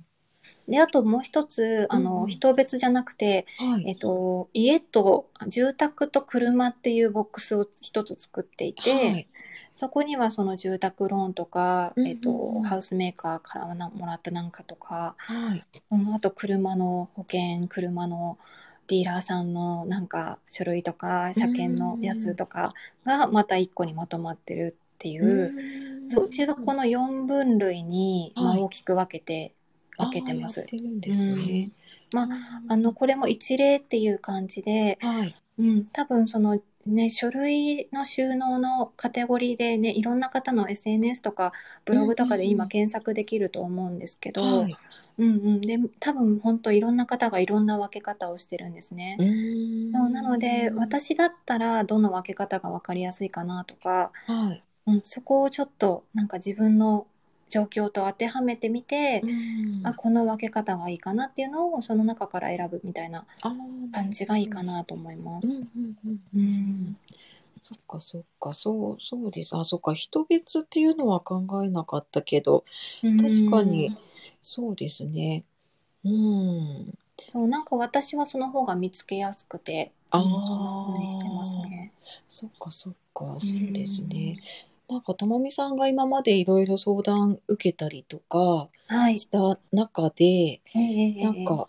[SPEAKER 2] であともう一つあの、
[SPEAKER 1] うんうん
[SPEAKER 2] 人別じゃなくて、
[SPEAKER 1] ど。はい。
[SPEAKER 2] えっと、家と住宅と車っていうボックスを一つ作っていて、
[SPEAKER 1] はい、
[SPEAKER 2] そこにはその住宅ローンとか、
[SPEAKER 1] うんうんうん
[SPEAKER 2] えっと、ハウスメーカーからなもらったなんかとか、
[SPEAKER 1] はい。
[SPEAKER 2] うん、あと車の保険車のディーラーさんのなんか書類とか車検のやつとかがまた一個にまとまってるっていう。そううちはこの4分類に、まあ、
[SPEAKER 1] はい
[SPEAKER 2] 大きく分けて、
[SPEAKER 1] あー
[SPEAKER 2] 分けてます
[SPEAKER 1] やってるんですね。
[SPEAKER 2] うんあの、これも一例っていう感じで、
[SPEAKER 1] はい。
[SPEAKER 2] うん、多分そのね書類の収納のカテゴリーでねいろんな方の SNS とかブログとかで
[SPEAKER 1] うんうんう
[SPEAKER 2] 今
[SPEAKER 1] ん
[SPEAKER 2] 検索できると思うんですけど、
[SPEAKER 1] はい。
[SPEAKER 2] うんうん、で多分本当いろんな方がいろんな分け方をしてるんですね。
[SPEAKER 1] うん
[SPEAKER 2] そうなので、私だったらどの分け方が分かりやすいかなとか、
[SPEAKER 1] はい。
[SPEAKER 2] うん、そこをちょっとなんか自分の状況と当てはめてみて、あこの分け方がいいかなっていうのをその中から選ぶみたいな
[SPEAKER 1] あ
[SPEAKER 2] 感じがいいかなと思いま
[SPEAKER 1] うん
[SPEAKER 2] す。
[SPEAKER 1] うんうんう
[SPEAKER 2] う
[SPEAKER 1] ん
[SPEAKER 2] ん、
[SPEAKER 1] そっかそっかそうそうですあそっか人別っていうのは考えなかったけど確かに
[SPEAKER 2] うん
[SPEAKER 1] そうですねうん
[SPEAKER 2] そうなんか私はその方が見つけやすくて、
[SPEAKER 1] あ
[SPEAKER 2] う
[SPEAKER 1] ー
[SPEAKER 2] んそんな風にしてますね。
[SPEAKER 1] そっかそっかそうですねなんかともみさんが今までいろいろ相談受けたりとか
[SPEAKER 2] うん。はい。
[SPEAKER 1] した中で
[SPEAKER 2] ええ
[SPEAKER 1] なんか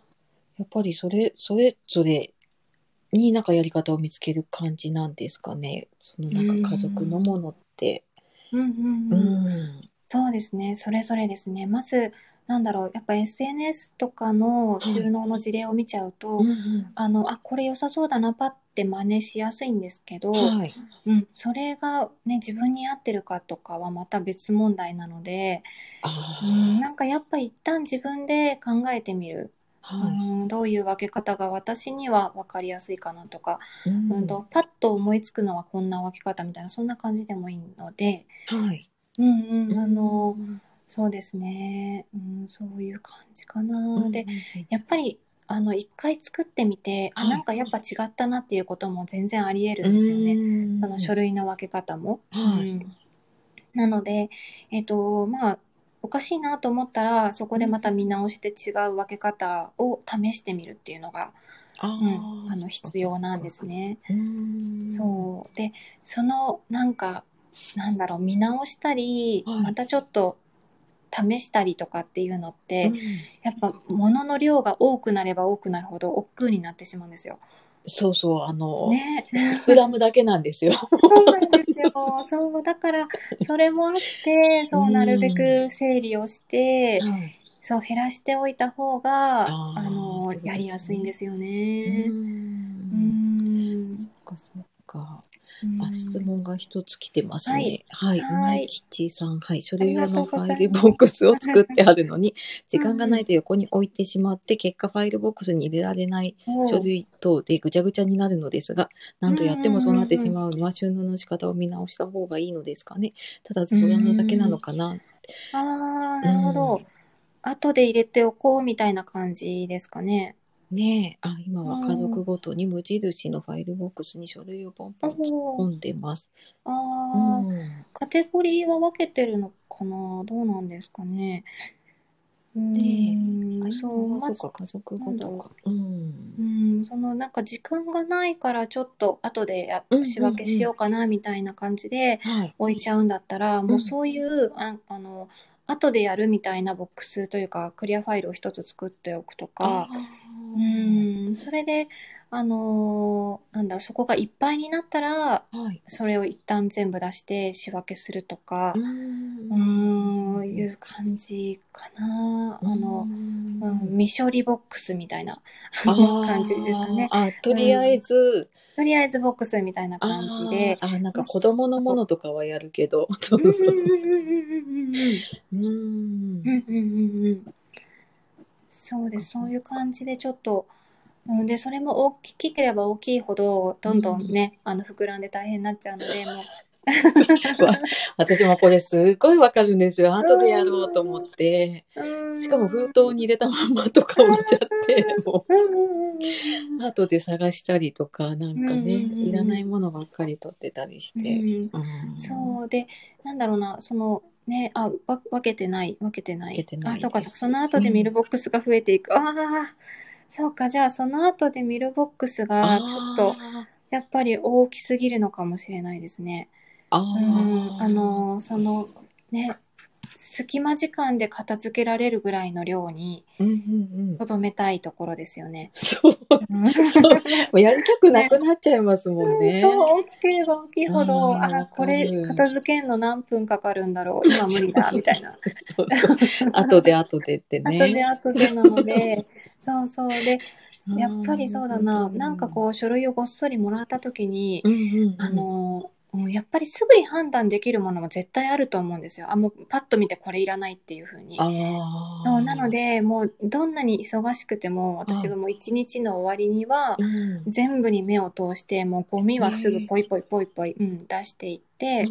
[SPEAKER 1] やっぱりそれそれぞれになんかやり方を見つける感じなんですかねそのなんか家族のものって。
[SPEAKER 2] うんうん
[SPEAKER 1] う
[SPEAKER 2] うん。
[SPEAKER 1] ん
[SPEAKER 2] そうですね。それぞれですね。まずなんだろう、やっぱ SNS とかの収納の事例を見ちゃうと、
[SPEAKER 1] うんうん
[SPEAKER 2] あの、あ、これ良さそうだな、パって真似しやすいんですけど、
[SPEAKER 1] はい。
[SPEAKER 2] うん、それがね、自分に合ってるかとかはまた別問題なので、
[SPEAKER 1] あ
[SPEAKER 2] うん、
[SPEAKER 1] ー
[SPEAKER 2] なんかやっぱ一旦自分で考えてみる。
[SPEAKER 1] は
[SPEAKER 2] うん、どういう分け方が私には分かりやすいかなとか、
[SPEAKER 1] い。うん
[SPEAKER 2] うんと、パッと思いつくのはこんな分け方みたいな、そんな感じでもいいので、
[SPEAKER 1] はい。
[SPEAKER 2] うんうん、あの
[SPEAKER 1] う、ん
[SPEAKER 2] そうですね、うん、そういう感じか
[SPEAKER 1] うんう
[SPEAKER 2] な。
[SPEAKER 1] ん、
[SPEAKER 2] で、やっぱり、あの、一回作ってみて、あ、
[SPEAKER 1] はい
[SPEAKER 2] なんかやっぱ違ったなっていうことも全然あり得
[SPEAKER 1] う
[SPEAKER 2] るんですよね。
[SPEAKER 1] ん
[SPEAKER 2] その書類の分け方も。
[SPEAKER 1] はい
[SPEAKER 2] うんなので、えっと、まあ、おかしいなと思ったら、そこでまた見直して違う分け方を試してみるっていうのが、
[SPEAKER 1] あ
[SPEAKER 2] うん、
[SPEAKER 1] ー
[SPEAKER 2] あの、必要なんです。ね。
[SPEAKER 1] うん
[SPEAKER 2] そう。で、その、なんか、なんだろう、見直したり、
[SPEAKER 1] はい
[SPEAKER 2] またちょっと試したりとかっていうのって、
[SPEAKER 1] うん
[SPEAKER 2] やっぱ物の量が多くなれば多くなるほど億劫になってしまうんですよ。
[SPEAKER 1] そうそう、あの、
[SPEAKER 2] ね。
[SPEAKER 1] 膨らむだけなん
[SPEAKER 2] [LAUGHS]
[SPEAKER 1] ですよ。
[SPEAKER 2] そうなんですよ。そう、
[SPEAKER 1] [LAUGHS]
[SPEAKER 2] だから、それもあって、そうう、
[SPEAKER 1] ん
[SPEAKER 2] なるべく整理をして、
[SPEAKER 1] はい
[SPEAKER 2] そう、減らしておいた方が、
[SPEAKER 1] あ
[SPEAKER 2] あ
[SPEAKER 1] ーそう
[SPEAKER 2] の
[SPEAKER 1] です、ね
[SPEAKER 2] やりやすいんですよ
[SPEAKER 1] う
[SPEAKER 2] ね。うんん。
[SPEAKER 1] そっかそっか。
[SPEAKER 2] う
[SPEAKER 1] あ、
[SPEAKER 2] ん
[SPEAKER 1] 質。問が一つ来てますね。はい。
[SPEAKER 2] はいう
[SPEAKER 1] まい吉さん。はい。書類用のフ
[SPEAKER 2] ありがとうございます
[SPEAKER 1] ァイルボックスを作ってあるのに、時
[SPEAKER 2] うん
[SPEAKER 1] 間がないと横に置いてしまって、結果ファイルボックスに入れられない
[SPEAKER 2] おう
[SPEAKER 1] 書類等でぐちゃぐちゃになるのですが、なんとやってもそうなってしまうのは収納の仕方を見直した方がいいのですかね。ただ、ズボラなだけなのかな。
[SPEAKER 2] ああ、なるほ
[SPEAKER 1] う
[SPEAKER 2] ど。後で入れておこうみたいな感じですかね。
[SPEAKER 1] ねえ、あ、今は家
[SPEAKER 2] う
[SPEAKER 1] 族
[SPEAKER 2] ん
[SPEAKER 1] ごとに無印のファイルボックスに書類をポンポン突っ
[SPEAKER 2] お
[SPEAKER 1] 込
[SPEAKER 2] お、
[SPEAKER 1] んでます。
[SPEAKER 2] あ
[SPEAKER 1] う
[SPEAKER 2] あ、
[SPEAKER 1] ん。
[SPEAKER 2] カテゴリーは分けてるのかな。どうなんですかね。う
[SPEAKER 1] あ
[SPEAKER 2] ん、
[SPEAKER 1] 今
[SPEAKER 2] そう、
[SPEAKER 1] は
[SPEAKER 2] ま
[SPEAKER 1] そう
[SPEAKER 2] ず
[SPEAKER 1] か、家族
[SPEAKER 2] な
[SPEAKER 1] ご
[SPEAKER 2] んだ
[SPEAKER 1] と
[SPEAKER 2] ろ
[SPEAKER 1] か。うん
[SPEAKER 2] う。ん、そのなんか時間がないからちょっと後でや
[SPEAKER 1] うんうんうん
[SPEAKER 2] 仕分けしようかなみたいな感じで
[SPEAKER 1] はい。
[SPEAKER 2] 置いちゃうんだったら、
[SPEAKER 1] う
[SPEAKER 2] も
[SPEAKER 1] ん
[SPEAKER 2] うそういう、あ、あの、後でやるみたいなボックスというか、クリアファイルを一つ作っておくとか、う
[SPEAKER 1] ー
[SPEAKER 2] ん、それで、あのーなんだろう、そこがいっぱいになったら、
[SPEAKER 1] はい。
[SPEAKER 2] それを一旦全部出して仕分けするとか
[SPEAKER 1] う、
[SPEAKER 2] うー
[SPEAKER 1] ん
[SPEAKER 2] ん、いう感じかな。あの、
[SPEAKER 1] う
[SPEAKER 2] う
[SPEAKER 1] ん
[SPEAKER 2] ん、未処理ボックスみたいな
[SPEAKER 1] あー
[SPEAKER 2] [LAUGHS] 感じですかね。
[SPEAKER 1] あ、とりあえず、
[SPEAKER 2] とりあえずボックスみたいな
[SPEAKER 1] あ
[SPEAKER 2] 感じ
[SPEAKER 1] ー
[SPEAKER 2] で、
[SPEAKER 1] あ、なんか子供のものとかはやるけど、そう
[SPEAKER 2] うん
[SPEAKER 1] そう。
[SPEAKER 2] うん
[SPEAKER 1] うん
[SPEAKER 2] うんうんうんうんうんうんうんうんそうです。そういう感じでちょっと、うん、で、それも大きければ大きいほど、どんどんね、あの、膨らんで大変になっちゃうので、もう、
[SPEAKER 1] わ私もこれすごいわかるんですよ。後でやろうと思って。
[SPEAKER 2] うん
[SPEAKER 1] しかも封筒に入れたままとか置いちゃって、も
[SPEAKER 2] うんうんうんうん
[SPEAKER 1] う後で探したりとか、なんかね、
[SPEAKER 2] うんうんうん
[SPEAKER 1] いらないものばっかり取ってたりし
[SPEAKER 2] う
[SPEAKER 1] て。
[SPEAKER 2] ん
[SPEAKER 1] うん
[SPEAKER 2] そうで、なんだろうな、その、ね、あ、わ、分けてない、分けてない。
[SPEAKER 1] 分けてない
[SPEAKER 2] あ、そうか、
[SPEAKER 1] です
[SPEAKER 2] その後でミルボックスが増えていく。ああ、そうか、じゃあその後でミルボックスがちょっと、
[SPEAKER 1] あ
[SPEAKER 2] やっぱり大きすぎるのかもしれないですね。
[SPEAKER 1] あ
[SPEAKER 2] うん、
[SPEAKER 1] ー
[SPEAKER 2] あの、その、ね、隙間時間で片付けられるぐらいの量に
[SPEAKER 1] うんうんうん
[SPEAKER 2] 留めたいところですよね。 [LAUGHS]
[SPEAKER 1] そうも
[SPEAKER 2] うん
[SPEAKER 1] そううやりたくなくなっちゃいますもんね。
[SPEAKER 2] そう、大きければ大きいほ
[SPEAKER 1] う
[SPEAKER 2] ど、
[SPEAKER 1] んわ
[SPEAKER 2] あ、
[SPEAKER 1] か
[SPEAKER 2] こ
[SPEAKER 1] る
[SPEAKER 2] れ片付けんの何分かかるんだろう、今無理だ、みたいな。
[SPEAKER 1] [LAUGHS] そうそう。後で後でって
[SPEAKER 2] 後
[SPEAKER 1] ね。
[SPEAKER 2] で後でな
[SPEAKER 1] [LAUGHS]
[SPEAKER 2] ので、そうそう。で、
[SPEAKER 1] うん
[SPEAKER 2] やっぱりそうだな、なんかこう、書類をごっそりもらった時に、
[SPEAKER 1] うんうんうん、
[SPEAKER 2] あの、うんやっぱりすぐに判断できるものも絶対あると思うんですよ。あ、もうパッと見てこれいらないっていうふうに。
[SPEAKER 1] ああ。
[SPEAKER 2] そうなの、で、もうどんなに忙しくても、私はもう一日の終わりには、
[SPEAKER 1] うん、
[SPEAKER 2] 全部に目を通して、もうゴミはすぐポイポイポイポイ、うん、出していって、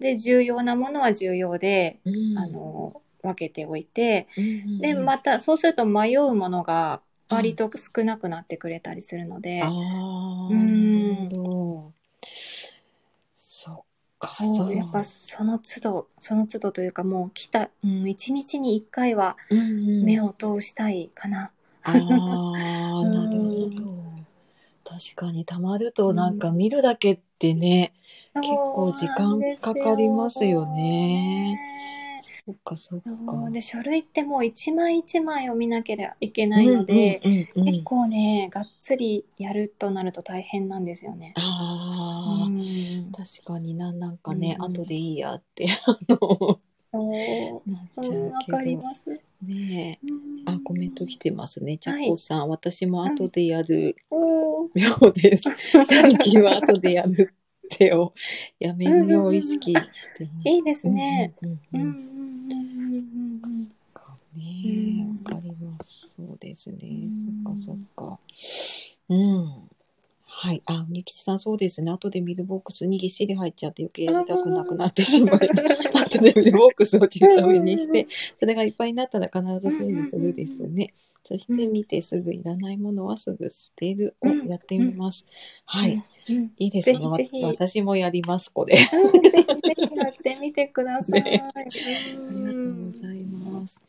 [SPEAKER 2] で、重要なものは重要で、
[SPEAKER 1] うん
[SPEAKER 2] あ、の、分けておいて、
[SPEAKER 1] うんうん
[SPEAKER 2] で、
[SPEAKER 1] うん
[SPEAKER 2] また、そうすると迷うものが割と少なくなってくれたりするので、
[SPEAKER 1] ああ、
[SPEAKER 2] うん
[SPEAKER 1] なるほど。そっか、
[SPEAKER 2] も
[SPEAKER 1] そうう。
[SPEAKER 2] やっぱその都度、その都度というかもう来た、うん、一日に一回は
[SPEAKER 1] うんうん
[SPEAKER 2] 目を通したいかな。
[SPEAKER 1] あ
[SPEAKER 2] [LAUGHS]
[SPEAKER 1] あ、なるほど。確かに、たまると、なんか見るだけってね、結構時間かかりますよねそっか、そっか。
[SPEAKER 2] そうで書類ってもう一枚一枚を見なければいけないので、
[SPEAKER 1] うんうんうんうん
[SPEAKER 2] 結構ね、がっつりやるとなると大変なんですよね。
[SPEAKER 1] ああ、
[SPEAKER 2] うん
[SPEAKER 1] 確かにな、なんかね、
[SPEAKER 2] うんうん
[SPEAKER 1] 後でいいやって、あの、
[SPEAKER 2] そう
[SPEAKER 1] なっ
[SPEAKER 2] う
[SPEAKER 1] ちゃ
[SPEAKER 2] ん、
[SPEAKER 1] う
[SPEAKER 2] わ
[SPEAKER 1] け
[SPEAKER 2] かり
[SPEAKER 1] ど。
[SPEAKER 2] ます。
[SPEAKER 1] ねえ。
[SPEAKER 2] うん
[SPEAKER 1] あ、コメント来てますね。ちゃ
[SPEAKER 2] はい
[SPEAKER 1] こさん、私も後でやる。 [LAUGHS]
[SPEAKER 2] おー
[SPEAKER 1] 妙です。 [LAUGHS] 最近は後でやるってをやめるよう意識してます。
[SPEAKER 2] いいですね。
[SPEAKER 1] うんう
[SPEAKER 2] うん
[SPEAKER 1] う
[SPEAKER 2] んうん
[SPEAKER 1] う
[SPEAKER 2] んうん
[SPEAKER 1] ん
[SPEAKER 2] うん
[SPEAKER 1] [LAUGHS]
[SPEAKER 2] うん
[SPEAKER 1] ね
[SPEAKER 2] うん
[SPEAKER 1] え、わかります。そうですね
[SPEAKER 2] う。ん
[SPEAKER 1] そっかそっか。うん。はい。あ、ゆきちさん、そうですね。後でミルボックスにぎっしり入っちゃって余計やりたくなくなってしまい、 [LAUGHS] 後でミルボックスを小さめにして、それがいっぱいになったら必ず整理するですね。そして見てすぐいらないものはすぐ捨てるをやってみます。は
[SPEAKER 2] うん
[SPEAKER 1] い。
[SPEAKER 2] うん
[SPEAKER 1] いいですね。
[SPEAKER 2] ぜひ
[SPEAKER 1] わ
[SPEAKER 2] ぜひ
[SPEAKER 1] 私もやります、これ。
[SPEAKER 2] うんぜひぜひやってみてください。
[SPEAKER 1] ねあ
[SPEAKER 2] う
[SPEAKER 1] りがとうんございます。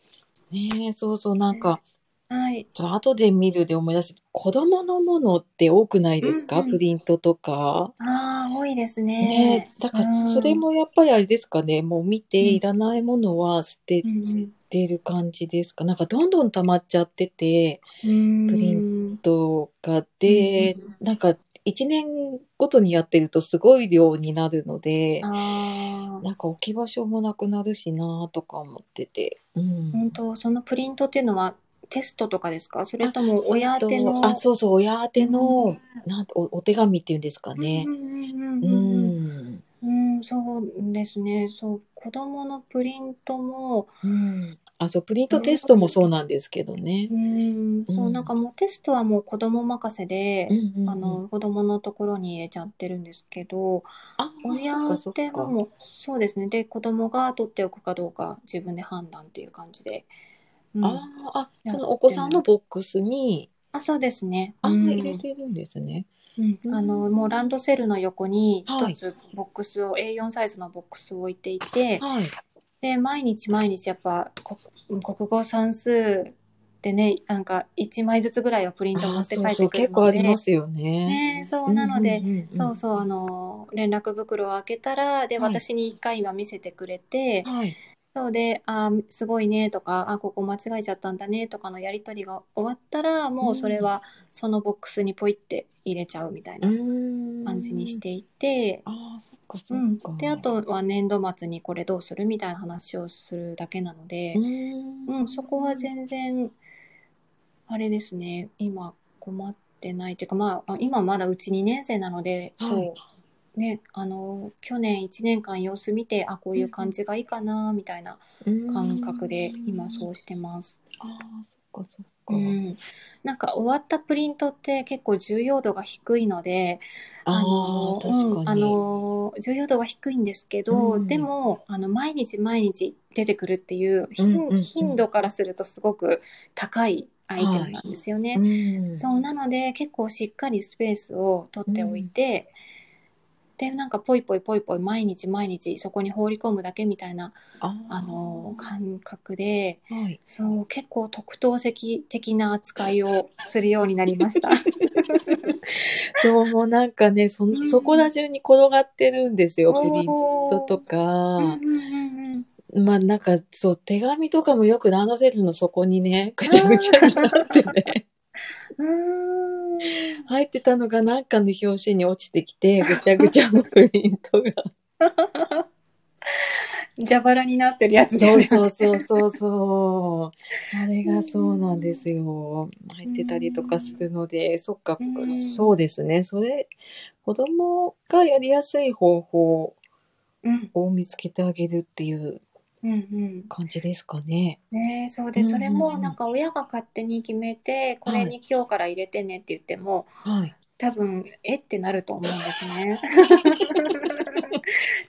[SPEAKER 1] ねえ、そうそう、なんか、
[SPEAKER 2] はい。
[SPEAKER 1] ちょ後で見るで思い出す子供のものって多くないですか、
[SPEAKER 2] うんうん
[SPEAKER 1] プリントとか。
[SPEAKER 2] ああ、多いです
[SPEAKER 1] ね
[SPEAKER 2] ね。
[SPEAKER 1] えだから
[SPEAKER 2] うん
[SPEAKER 1] それ。もやっぱりあれですかね、もう見て
[SPEAKER 2] うん
[SPEAKER 1] いらないものは捨て
[SPEAKER 2] うん
[SPEAKER 1] てる感じですか、なんかどんどん溜まっちゃってて
[SPEAKER 2] うん
[SPEAKER 1] プリ
[SPEAKER 2] ン
[SPEAKER 1] とかで、なんか1年ごとにやってるとすごい量になるので、
[SPEAKER 2] ああ、
[SPEAKER 1] なんか置き場所もなくなるしなとか思ってて。うん
[SPEAKER 2] 本当そのプリントっていうのはテストとかですかそれとも親宛て
[SPEAKER 1] えっ
[SPEAKER 2] の。
[SPEAKER 1] とあそうそう親宛て
[SPEAKER 2] う
[SPEAKER 1] の
[SPEAKER 2] ん、
[SPEAKER 1] なんておお手紙っていうんですかね
[SPEAKER 2] う、んうん
[SPEAKER 1] う
[SPEAKER 2] うんうんうん
[SPEAKER 1] ん
[SPEAKER 2] うん、そうですね。そう、子供のプリントも、
[SPEAKER 1] うんあ、そう、プリントテストもそうなんですけどね
[SPEAKER 2] う。ん、そうう、
[SPEAKER 1] ん
[SPEAKER 2] なんかもうテストはもう子供任せで
[SPEAKER 1] う、んうんうん
[SPEAKER 2] あの、子供のところに入れちゃってるんですけど、
[SPEAKER 1] あ、
[SPEAKER 2] 親
[SPEAKER 1] そっかそっ
[SPEAKER 2] っ
[SPEAKER 1] て
[SPEAKER 2] の
[SPEAKER 1] か。
[SPEAKER 2] も、そうですね。で、子供が取っておくかどうか自分で判断っていう感じで。うん。
[SPEAKER 1] あー
[SPEAKER 2] あ、
[SPEAKER 1] あ、そのお子さんのボックスに、
[SPEAKER 2] そうですね。
[SPEAKER 1] あー
[SPEAKER 2] うん
[SPEAKER 1] 入れてるんですね。
[SPEAKER 2] う
[SPEAKER 1] う
[SPEAKER 2] ん
[SPEAKER 1] ん
[SPEAKER 2] あの、もうランドセルの横に
[SPEAKER 1] は
[SPEAKER 2] 一
[SPEAKER 1] い
[SPEAKER 2] つボックスを、A4 サイズのボックスを置いていて、
[SPEAKER 1] はい。
[SPEAKER 2] で、毎日毎日やっぱこ国語算数でね、なんか1枚ずつぐらいはプリント
[SPEAKER 1] あ
[SPEAKER 2] 持
[SPEAKER 1] ー、
[SPEAKER 2] って
[SPEAKER 1] そ
[SPEAKER 2] 帰
[SPEAKER 1] う
[SPEAKER 2] っ
[SPEAKER 1] そ
[SPEAKER 2] て
[SPEAKER 1] う、
[SPEAKER 2] くる
[SPEAKER 1] 結構あ
[SPEAKER 2] の
[SPEAKER 1] り
[SPEAKER 2] で、
[SPEAKER 1] ますよね。
[SPEAKER 2] ね、そうなので、
[SPEAKER 1] うんうんうんうん
[SPEAKER 2] そうそう、あの、連絡袋を開けたら、で、
[SPEAKER 1] はい
[SPEAKER 2] 私に1回今見せてくれて、
[SPEAKER 1] はい。
[SPEAKER 2] そうで、あー、すごいねとか、あー、ここ間違えちゃったんだねとかのやりとりが終わったら、もうそれはそのボックスにポイって入れちゃうみたいうな
[SPEAKER 1] ーん。
[SPEAKER 2] 感じにし。ていて、
[SPEAKER 1] あー、そっかそっ
[SPEAKER 2] うん、
[SPEAKER 1] か。
[SPEAKER 2] であとは年度末にこれどうするみたいな話をするだけなので
[SPEAKER 1] う、ん。
[SPEAKER 2] うん、そこは全然あれですね今困ってないっていうか、まあ、あ今まだうち2年生なので、
[SPEAKER 1] はい
[SPEAKER 2] そうねあの去年1年間様子見てあこういう感じがいいかなみたいな感覚で今そううしてます。
[SPEAKER 1] ん。あー、そっかそっか。
[SPEAKER 2] うん、なんか終わったプリントって結構重要度が低いので、あ
[SPEAKER 1] あ
[SPEAKER 2] の
[SPEAKER 1] あ、確
[SPEAKER 2] うん、
[SPEAKER 1] か
[SPEAKER 2] あ
[SPEAKER 1] に。
[SPEAKER 2] の重要度は低いんですけど、
[SPEAKER 1] うん
[SPEAKER 2] でもあの毎日毎日出てくるっていう頻,、
[SPEAKER 1] うんうんうん
[SPEAKER 2] 頻度からするとすごく高いアイテムなんですよね。
[SPEAKER 1] うん
[SPEAKER 2] そうなので結構しっかりスペースを取っておいて、でなんかポイポイポイポイ毎日毎日そこに放り込むだけみたいな
[SPEAKER 1] あー
[SPEAKER 2] あの感覚で
[SPEAKER 1] はい。
[SPEAKER 2] そう結構特等席的な扱いをするようになりま
[SPEAKER 1] [LAUGHS]
[SPEAKER 2] した。
[SPEAKER 1] そう、もうなんかね、その
[SPEAKER 2] うん
[SPEAKER 1] そこら中に転がってるんですよ、プリントと
[SPEAKER 2] うんう
[SPEAKER 1] か
[SPEAKER 2] ん。うんうん
[SPEAKER 1] まあなんか、そう、手紙とかもよくランドセルの底にね、ぐちゃぐちゃになってね、
[SPEAKER 2] うーん
[SPEAKER 1] 入ってたのがなんかの表紙に落ちてきて、ぐちゃぐちゃ [LAUGHS] のプリントが。
[SPEAKER 2] 蛇腹になってるやつです
[SPEAKER 1] そうそう
[SPEAKER 2] ね。 [LAUGHS]
[SPEAKER 1] そうそうそう。 [LAUGHS] あれがそうなんですよ。入ってたりとかするので、そっか
[SPEAKER 2] う、ん
[SPEAKER 1] そうですね。それ、子供がやりやすい方法
[SPEAKER 2] うん
[SPEAKER 1] を見つけてあげるっていう
[SPEAKER 2] うんうん。
[SPEAKER 1] 感じですかね。
[SPEAKER 2] ねえそう
[SPEAKER 1] う
[SPEAKER 2] で
[SPEAKER 1] んうん
[SPEAKER 2] それもなんか親が勝手に決めてこれに今日から入れてねって言っても
[SPEAKER 1] はい。
[SPEAKER 2] 多分えってなると思うんです
[SPEAKER 1] [LAUGHS]
[SPEAKER 2] ね。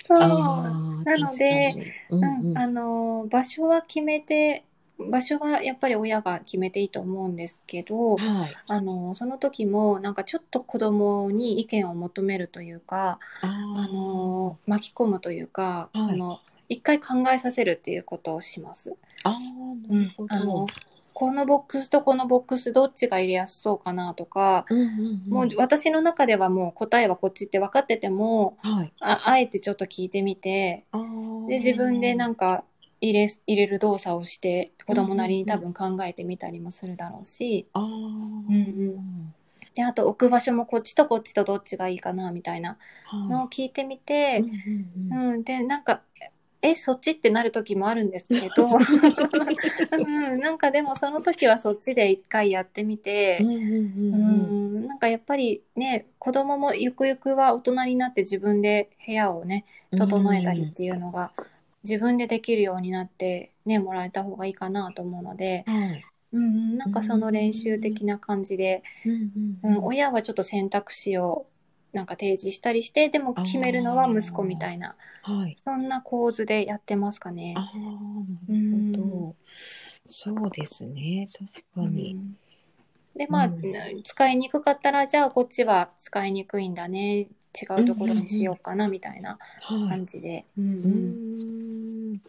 [SPEAKER 2] そうな
[SPEAKER 1] ああ、
[SPEAKER 2] なので
[SPEAKER 1] 確かに。うんうん。
[SPEAKER 2] あの場所は決めて場所はやっぱり親が決めていいと思うんですけど
[SPEAKER 1] はい。
[SPEAKER 2] あのその時もなんかちょっと子供に意見を求めるというか
[SPEAKER 1] あ
[SPEAKER 2] あの巻き込むというか、
[SPEAKER 1] はい
[SPEAKER 2] その一回考えさせるっていうことをします。
[SPEAKER 1] ああー、なるほど。
[SPEAKER 2] あのこのボックスとこのボックスどっちが入れやすそうかなとか、
[SPEAKER 1] うんうんうん、
[SPEAKER 2] もう私の中ではもう答えはこっちって分かってても
[SPEAKER 1] はい。
[SPEAKER 2] ああえてちょっと聞いてみて
[SPEAKER 1] あ
[SPEAKER 2] で自分でなん
[SPEAKER 1] か、
[SPEAKER 2] んか入れ入れる動作をして子供なりに多
[SPEAKER 1] うん
[SPEAKER 2] 分考えてみたりもするだろうし、
[SPEAKER 1] あー
[SPEAKER 2] うんうんであと置く場所もこっちとこっちとどっちがいいかなみたいな
[SPEAKER 1] はい
[SPEAKER 2] のを聞いてみて、
[SPEAKER 1] うんうんうん
[SPEAKER 2] うん、で、なんか、え、そっちってなる時もあるんですけ
[SPEAKER 1] [LAUGHS]
[SPEAKER 2] ど、うん、なんかでもその時はそっちで一回やってみて、
[SPEAKER 1] うんうんう
[SPEAKER 2] う
[SPEAKER 1] んうん
[SPEAKER 2] んなんかやっぱりね、子供もゆくゆくは大人になって自分で部屋をね、整えたりっていうのが、自分でできるようになってね、もらえた方がいいかなと思うので、
[SPEAKER 1] はい
[SPEAKER 2] うん、なんかその練習的な感じで、
[SPEAKER 1] うん
[SPEAKER 2] うん、親はちょっと選択肢をなんか提示したりして、でも決めるのは息子みたいな、
[SPEAKER 1] はい
[SPEAKER 2] そんな構図でやってますかね。
[SPEAKER 1] ああなるほどそうですね確かに
[SPEAKER 2] でまあ、
[SPEAKER 1] うん
[SPEAKER 2] 使いにくかったらじゃあこっちは使いにくいんだね違うところにしようかなみたいな
[SPEAKER 1] はい
[SPEAKER 2] 感じで、
[SPEAKER 1] うーん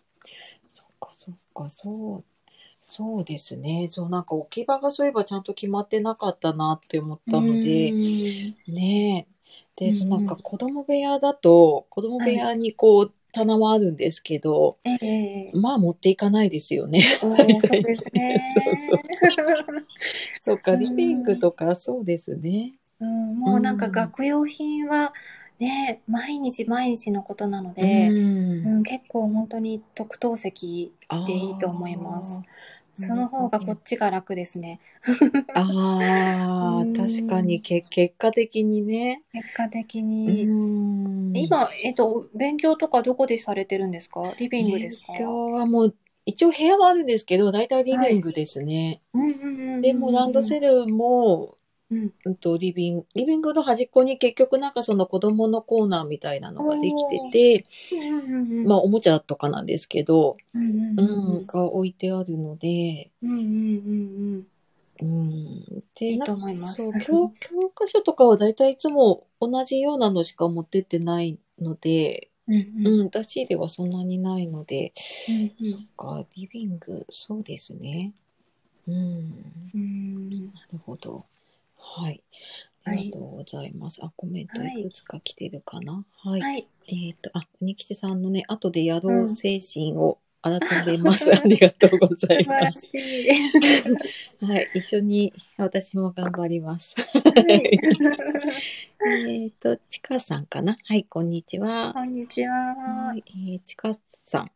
[SPEAKER 1] そっかそっかそうそうですねそうなんか置き場がそういえばちゃんと決まってなかったなって思ったので、ねえ
[SPEAKER 2] う
[SPEAKER 1] で
[SPEAKER 2] んうん
[SPEAKER 1] そのなんか子供部屋だと子供部屋にこう棚はあるんですけど、
[SPEAKER 2] ええ
[SPEAKER 1] まあ持っていかないですよね。 [LAUGHS]
[SPEAKER 2] おーそうですね
[SPEAKER 1] そうそっか
[SPEAKER 2] うん
[SPEAKER 1] リビングとかそうですね。
[SPEAKER 2] うんもうなんか学用品はね毎日毎日のことなので、
[SPEAKER 1] うん
[SPEAKER 2] うん結構本当に特等席でいいと思います。その方がこっちが楽ですね
[SPEAKER 1] あ
[SPEAKER 2] うん
[SPEAKER 1] ー確かにけ結果的にね。
[SPEAKER 2] 結果的
[SPEAKER 1] う
[SPEAKER 2] に、
[SPEAKER 1] ん
[SPEAKER 2] 今、えっと、勉強とかどこでされてるんですかリビングですか
[SPEAKER 1] 勉強はもう一応部屋はあるんですけど大体リビングですね、
[SPEAKER 2] うんうんうんうん
[SPEAKER 1] でもランドセルも、
[SPEAKER 2] うん
[SPEAKER 1] うん、とリビングリビングの端っこに結局なんかその子供のコーナーみたいなのができてて、
[SPEAKER 2] うんうんうん
[SPEAKER 1] まあおもちゃとかなんですけど、
[SPEAKER 2] うんうん
[SPEAKER 1] う
[SPEAKER 2] うん
[SPEAKER 1] んが置いてあるので、
[SPEAKER 2] うんうんうん
[SPEAKER 1] う
[SPEAKER 2] うん
[SPEAKER 1] ん、で
[SPEAKER 2] いい
[SPEAKER 1] なん
[SPEAKER 2] と
[SPEAKER 1] か
[SPEAKER 2] 思います。
[SPEAKER 1] そう [LAUGHS] 教教科書とかは大体いつも同じようなのしか持ってってないので、
[SPEAKER 2] うんうん
[SPEAKER 1] うん、出し入れはそんなにないので、
[SPEAKER 2] うんうん
[SPEAKER 1] そっか、リビング、そうですね。うん、な
[SPEAKER 2] うん
[SPEAKER 1] るほど。はい。あ
[SPEAKER 2] はい
[SPEAKER 1] りがとうございます。あ、コメント
[SPEAKER 2] はい
[SPEAKER 1] いくつか来てるかな。はい。
[SPEAKER 2] はい。
[SPEAKER 1] えっ、と、あ、鬼吉さんのね、後でやろ
[SPEAKER 2] うん
[SPEAKER 1] う精神を改めます。ありがとうござ
[SPEAKER 2] 素
[SPEAKER 1] い
[SPEAKER 2] 晴
[SPEAKER 1] ま [LAUGHS]
[SPEAKER 2] ら
[SPEAKER 1] す。
[SPEAKER 2] しい。は
[SPEAKER 1] はい。一緒に私も頑張ります。
[SPEAKER 2] い
[SPEAKER 1] えっと、ちかさんかな。はい、こんにちは。
[SPEAKER 2] こんにちは
[SPEAKER 1] は。い。えー、ちかさん。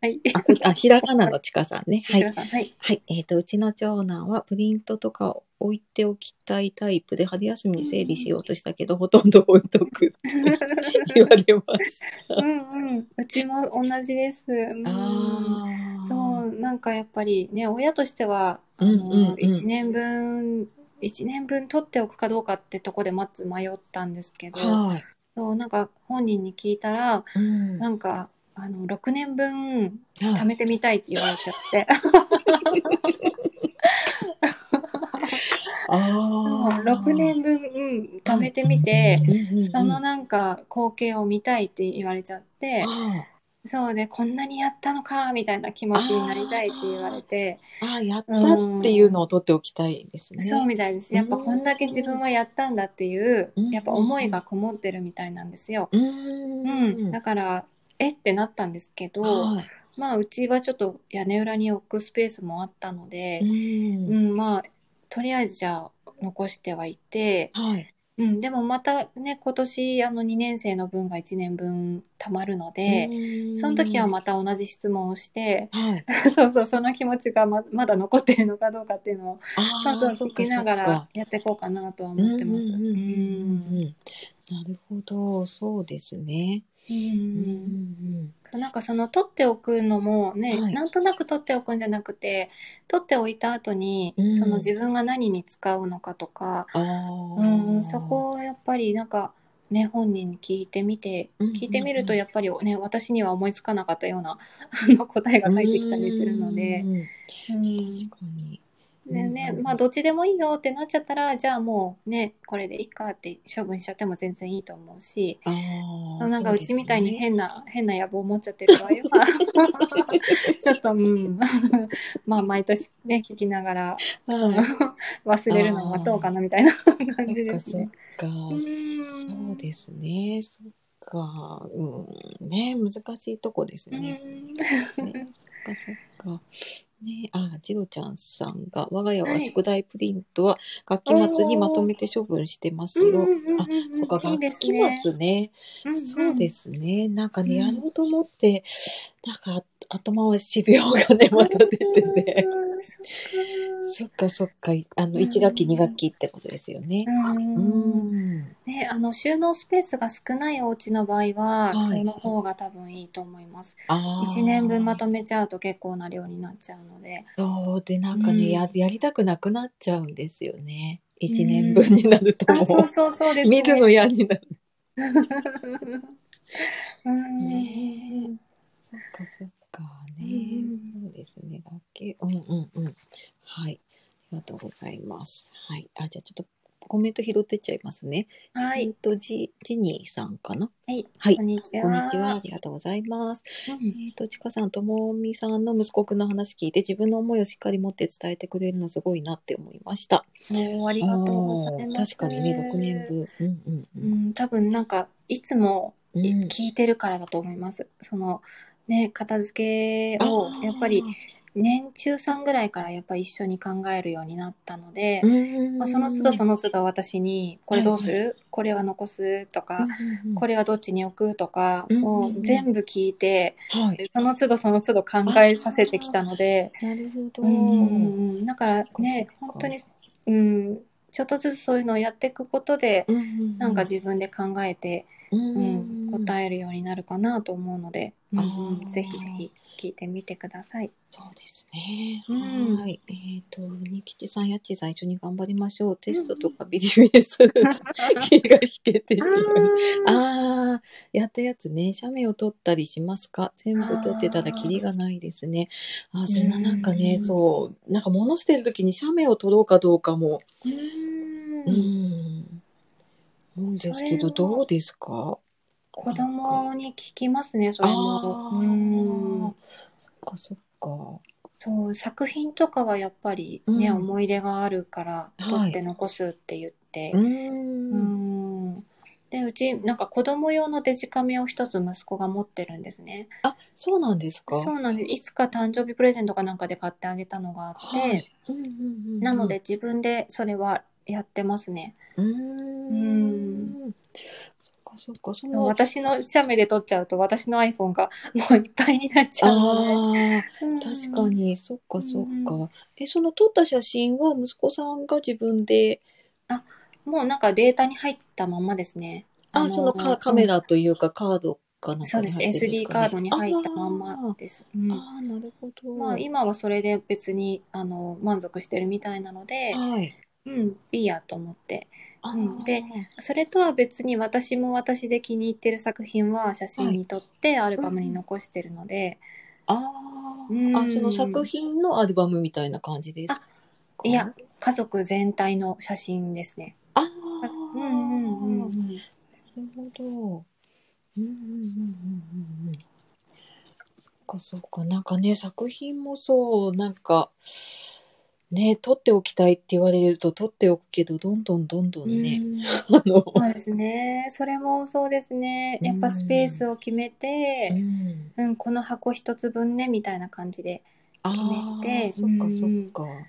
[SPEAKER 2] はい。
[SPEAKER 1] あ、こあ、ひらがなのちかさんね。は
[SPEAKER 2] はいい。。はい。
[SPEAKER 1] はい、えー、とうちの長男はプリントとか置いておきたいタイプで春休みに整理しようとしたけど、ほとんど置いとく [LAUGHS] 言われました。
[SPEAKER 2] うんうん。うちも同じです。 [LAUGHS] うん
[SPEAKER 1] あ
[SPEAKER 2] そうう、なんかやっぱりね、親としては、あ
[SPEAKER 1] うんうんうん
[SPEAKER 2] の、一年分、一年分取っておくかどうかってとこでまず迷ったんですけど、
[SPEAKER 1] はい、
[SPEAKER 2] そう、なんか本人に聞いたら、
[SPEAKER 1] うん
[SPEAKER 2] なんか、あの、6年分
[SPEAKER 1] はい
[SPEAKER 2] 貯めてみたいって言われちゃって、
[SPEAKER 1] あ
[SPEAKER 2] [LAUGHS]
[SPEAKER 1] ー
[SPEAKER 2] 6年分、うん、貯めてみて、そのなんか光景を見たいって言われちゃって、
[SPEAKER 1] あ
[SPEAKER 2] そうで、こんなにやったのか、みたいな気持ちになりたいって言われて、
[SPEAKER 1] あーやったっていうのを取っておきたいですね。
[SPEAKER 2] そうみたいです。やっぱこんだけ自分はやったんだっていう
[SPEAKER 1] うん、
[SPEAKER 2] やっぱ思いがこもってるみたいなんですよ。
[SPEAKER 1] う
[SPEAKER 2] うんん。だから、えってなったんですけど、
[SPEAKER 1] は
[SPEAKER 2] まあうちはちょっと屋根裏に置くスペースもあったの
[SPEAKER 1] い、
[SPEAKER 2] で、
[SPEAKER 1] ん
[SPEAKER 2] うん、まあ、とりあえずじゃあ残してはいて、
[SPEAKER 1] はい、
[SPEAKER 2] うん、でもまたね、今年あの2年生の分が1年分貯まるので、その時はま [LAUGHS] た同じ質問をして、 [LAUGHS]
[SPEAKER 1] うん、はい、
[SPEAKER 2] そうそう、その気持ちがま、まだ残ってるのかどうかっていうのを、ちゃんと
[SPEAKER 1] ああ、そっ
[SPEAKER 2] 聞
[SPEAKER 1] か
[SPEAKER 2] き
[SPEAKER 1] そ
[SPEAKER 2] な
[SPEAKER 1] っ
[SPEAKER 2] が。
[SPEAKER 1] から
[SPEAKER 2] やっていこうかなとは
[SPEAKER 1] うん
[SPEAKER 2] 思ってます。
[SPEAKER 1] う
[SPEAKER 2] うん
[SPEAKER 1] うんうんうん
[SPEAKER 2] ん。
[SPEAKER 1] なるほど、そうですね。
[SPEAKER 2] う。
[SPEAKER 1] うんん
[SPEAKER 2] なんかその取っておくのもね、
[SPEAKER 1] はい
[SPEAKER 2] なんとなく取っておくんじゃなくて、取っておいた後に、
[SPEAKER 1] うん
[SPEAKER 2] その自分が何に使うのかとか、
[SPEAKER 1] うん
[SPEAKER 2] う
[SPEAKER 1] うん、あ
[SPEAKER 2] ん、
[SPEAKER 1] あ、
[SPEAKER 2] そこをやっぱりなんか、ね、本人に聞いてみて、
[SPEAKER 1] うんうんうん
[SPEAKER 2] 聞いてみるとやっぱりね、私には思いつかなかったような、 [LAUGHS] あの答えが返ってきたりするので
[SPEAKER 1] う、ん
[SPEAKER 2] うん。
[SPEAKER 1] 確かに。
[SPEAKER 2] でね
[SPEAKER 1] うん、うん
[SPEAKER 2] まあどっちでもいいよってなっちゃったら、じゃあもうね、これでいいかって処分しちゃっても全然いいと思うし、
[SPEAKER 1] ああ、
[SPEAKER 2] なんかうちみたいに
[SPEAKER 1] な。
[SPEAKER 2] 変な、変な野望を持っちゃってる場合は、
[SPEAKER 1] [LAUGHS]
[SPEAKER 2] ちょっと、うん、 [LAUGHS] まあ毎年ね、聞きながら
[SPEAKER 1] はい。
[SPEAKER 2] 忘れるのを待とうかなみたいな感
[SPEAKER 1] そ
[SPEAKER 2] じで
[SPEAKER 1] っか
[SPEAKER 2] す
[SPEAKER 1] そっ
[SPEAKER 2] ね。
[SPEAKER 1] か、
[SPEAKER 2] ん
[SPEAKER 1] そうですね。そっか、うん、ね、難しいとこです
[SPEAKER 2] う
[SPEAKER 1] ね。[LAUGHS]
[SPEAKER 2] ん
[SPEAKER 1] ねそっかそっか。ね、あ、ジロちゃんさんが、我が家は宿題プリントは学期末にまとめて処分してますよ。
[SPEAKER 2] うんうんうんうん
[SPEAKER 1] あ、そっか、
[SPEAKER 2] いい
[SPEAKER 1] 学
[SPEAKER 2] です
[SPEAKER 1] 期
[SPEAKER 2] ね
[SPEAKER 1] 末ね。
[SPEAKER 2] うんうん
[SPEAKER 1] そうですね。なんかね、
[SPEAKER 2] うん
[SPEAKER 1] やろうと思って、なんか後回し病がね、また出てね。
[SPEAKER 2] うんそ
[SPEAKER 1] そっかそっか、あの、
[SPEAKER 2] うん
[SPEAKER 1] 1学期、2学期ってことですよね。
[SPEAKER 2] っか
[SPEAKER 1] う
[SPEAKER 2] うん
[SPEAKER 1] ん。
[SPEAKER 2] ね、あの収納スペースが少ないお家の場合は、
[SPEAKER 1] はい
[SPEAKER 2] その方が多分いいと思います。
[SPEAKER 1] ああ。
[SPEAKER 2] 1年分まとめちゃうと結構な量になっちゃうの
[SPEAKER 1] [LAUGHS]
[SPEAKER 2] で。
[SPEAKER 1] そうで、なんか
[SPEAKER 2] うん
[SPEAKER 1] ね、や、やりたくなくなっちゃうんですよね。1年分になると
[SPEAKER 2] あ、そう
[SPEAKER 1] も
[SPEAKER 2] そう [LAUGHS] そうで
[SPEAKER 1] う、
[SPEAKER 2] す
[SPEAKER 1] 見
[SPEAKER 2] ね。
[SPEAKER 1] るの嫌になる。
[SPEAKER 2] うん
[SPEAKER 1] ねそっかそっかね、
[SPEAKER 2] う
[SPEAKER 1] そ
[SPEAKER 2] ん
[SPEAKER 1] うですね楽器うんうんうんはいありがとうございますはいあじゃあちょっとコメント拾ってっちゃいますね
[SPEAKER 2] は
[SPEAKER 1] え
[SPEAKER 2] い
[SPEAKER 1] っ。とジジニーさんかな
[SPEAKER 2] はい。
[SPEAKER 1] はい
[SPEAKER 2] こんにちは。
[SPEAKER 1] こんにちはありがとうございます
[SPEAKER 2] うん。
[SPEAKER 1] えっとちかさんともみさんの息子くんの話聞いて自分の思いをしっかり持って伝えてくれるのすごいなって思いました
[SPEAKER 2] おーありがとうございます。
[SPEAKER 1] あー確かにね6年。分うんうんう
[SPEAKER 2] うんん、多分なんか、いつも
[SPEAKER 1] うん
[SPEAKER 2] 聞いてるからだと思います。その、ね、片付けを
[SPEAKER 1] あ、ー
[SPEAKER 2] やっぱり、年中さんぐらいからやっぱ一緒に考えるようになったので、
[SPEAKER 1] うん
[SPEAKER 2] まあ、その都度その都度私に「これどうするこれは残す?」とか、こ
[SPEAKER 1] れ
[SPEAKER 2] れはどっちに置く?」とか
[SPEAKER 1] うん
[SPEAKER 2] を全部聞いて、
[SPEAKER 1] はい
[SPEAKER 2] その都度その都度考えさせてきたので、
[SPEAKER 1] なるほど。
[SPEAKER 2] うん、だからね
[SPEAKER 1] そっか
[SPEAKER 2] 本当に、うん、ちょっとずつそういうのをやっていくことで、なんか自分で考えて、
[SPEAKER 1] 分
[SPEAKER 2] うん
[SPEAKER 1] え。
[SPEAKER 2] 答えるようになるかなと思うので、うん
[SPEAKER 1] あー
[SPEAKER 2] ぜひぜひ聞いてみてください。
[SPEAKER 1] そうですね。
[SPEAKER 2] うん
[SPEAKER 1] はい。えっ、と、にきちさん、やっちーさん、一緒に頑張りましょう。テストとかビリビリすると気が引けてしまう。あ
[SPEAKER 2] [LAUGHS]
[SPEAKER 1] あ、やったやつね。写メを撮ったりしますか全部撮ってたらキリがないですね。ああ、そんななんかね、
[SPEAKER 2] うん
[SPEAKER 1] そう、なんか物捨てるときに写メを撮ろうかどうかも、
[SPEAKER 2] うん
[SPEAKER 1] うん、思うんですけど、
[SPEAKER 2] それは
[SPEAKER 1] どうですか
[SPEAKER 2] 子供に聞きますね、それも。
[SPEAKER 1] あー
[SPEAKER 2] うん
[SPEAKER 1] そっかそっか。
[SPEAKER 2] そう、作品とかはやっぱりね、
[SPEAKER 1] うん
[SPEAKER 2] 思い出があるから、
[SPEAKER 1] はい。
[SPEAKER 2] 取って残すって言って。うんん。で、うち、なんか子供用のデジカメを一つ息子が持ってるんですね。
[SPEAKER 1] あ、そうなんですか。
[SPEAKER 2] そうなんです。いつか誕生日プレゼントかなんかで買ってあげたのがあって、
[SPEAKER 1] はい。うんうんうんうん
[SPEAKER 2] なので。自分でそれはやってますね。
[SPEAKER 1] うーん。そっかそっか。その。
[SPEAKER 2] 私の写メで撮っちゃうと、私の iPhone がもういっぱいになっちゃうの
[SPEAKER 1] ああ、
[SPEAKER 2] で。うん
[SPEAKER 1] 確かに、そっかそっ
[SPEAKER 2] う
[SPEAKER 1] か。え、その撮った写真は息子さんが自分で、
[SPEAKER 2] もうなんかデータに入ったまんまですね。
[SPEAKER 1] あ、
[SPEAKER 2] の
[SPEAKER 1] そのカカメ、ラというかカードかなんか
[SPEAKER 2] そうで
[SPEAKER 1] に
[SPEAKER 2] す。
[SPEAKER 1] 入ってるんです
[SPEAKER 2] SD
[SPEAKER 1] かね。
[SPEAKER 2] カードに入ったまんまです。う
[SPEAKER 1] あ
[SPEAKER 2] ん
[SPEAKER 1] ー。あー、なるほど。
[SPEAKER 2] まあ今はそれで別にあの満足してるみたいなので、
[SPEAKER 1] はい。
[SPEAKER 2] うん、いいやと思って。
[SPEAKER 1] あ
[SPEAKER 2] うん
[SPEAKER 1] ー
[SPEAKER 2] でそれとは別に私も私で気に入ってる作品は写真に撮ってアルバムに残してるので、
[SPEAKER 1] あ
[SPEAKER 2] うん
[SPEAKER 1] あ、あ、その作品のアルバムみたいな感じですか。
[SPEAKER 2] いや、家族全体の写真ですね。
[SPEAKER 1] ああ、
[SPEAKER 2] うんうんうん
[SPEAKER 1] なん
[SPEAKER 2] う
[SPEAKER 1] る。ほど。うんうんうんうんうんうん。そっかそっか、なんかね、作品もそう、なんか。ね、取っておきたいって言われると、取っておくけど、どんどんどんどんね、
[SPEAKER 2] うん
[SPEAKER 1] あの。
[SPEAKER 2] そうですね。それもそうですね。やっぱスペースを決めて、
[SPEAKER 1] うん
[SPEAKER 2] うん、この箱一つ分ねみたいな感じで
[SPEAKER 1] あ
[SPEAKER 2] 決めて
[SPEAKER 1] ーそっかそっか。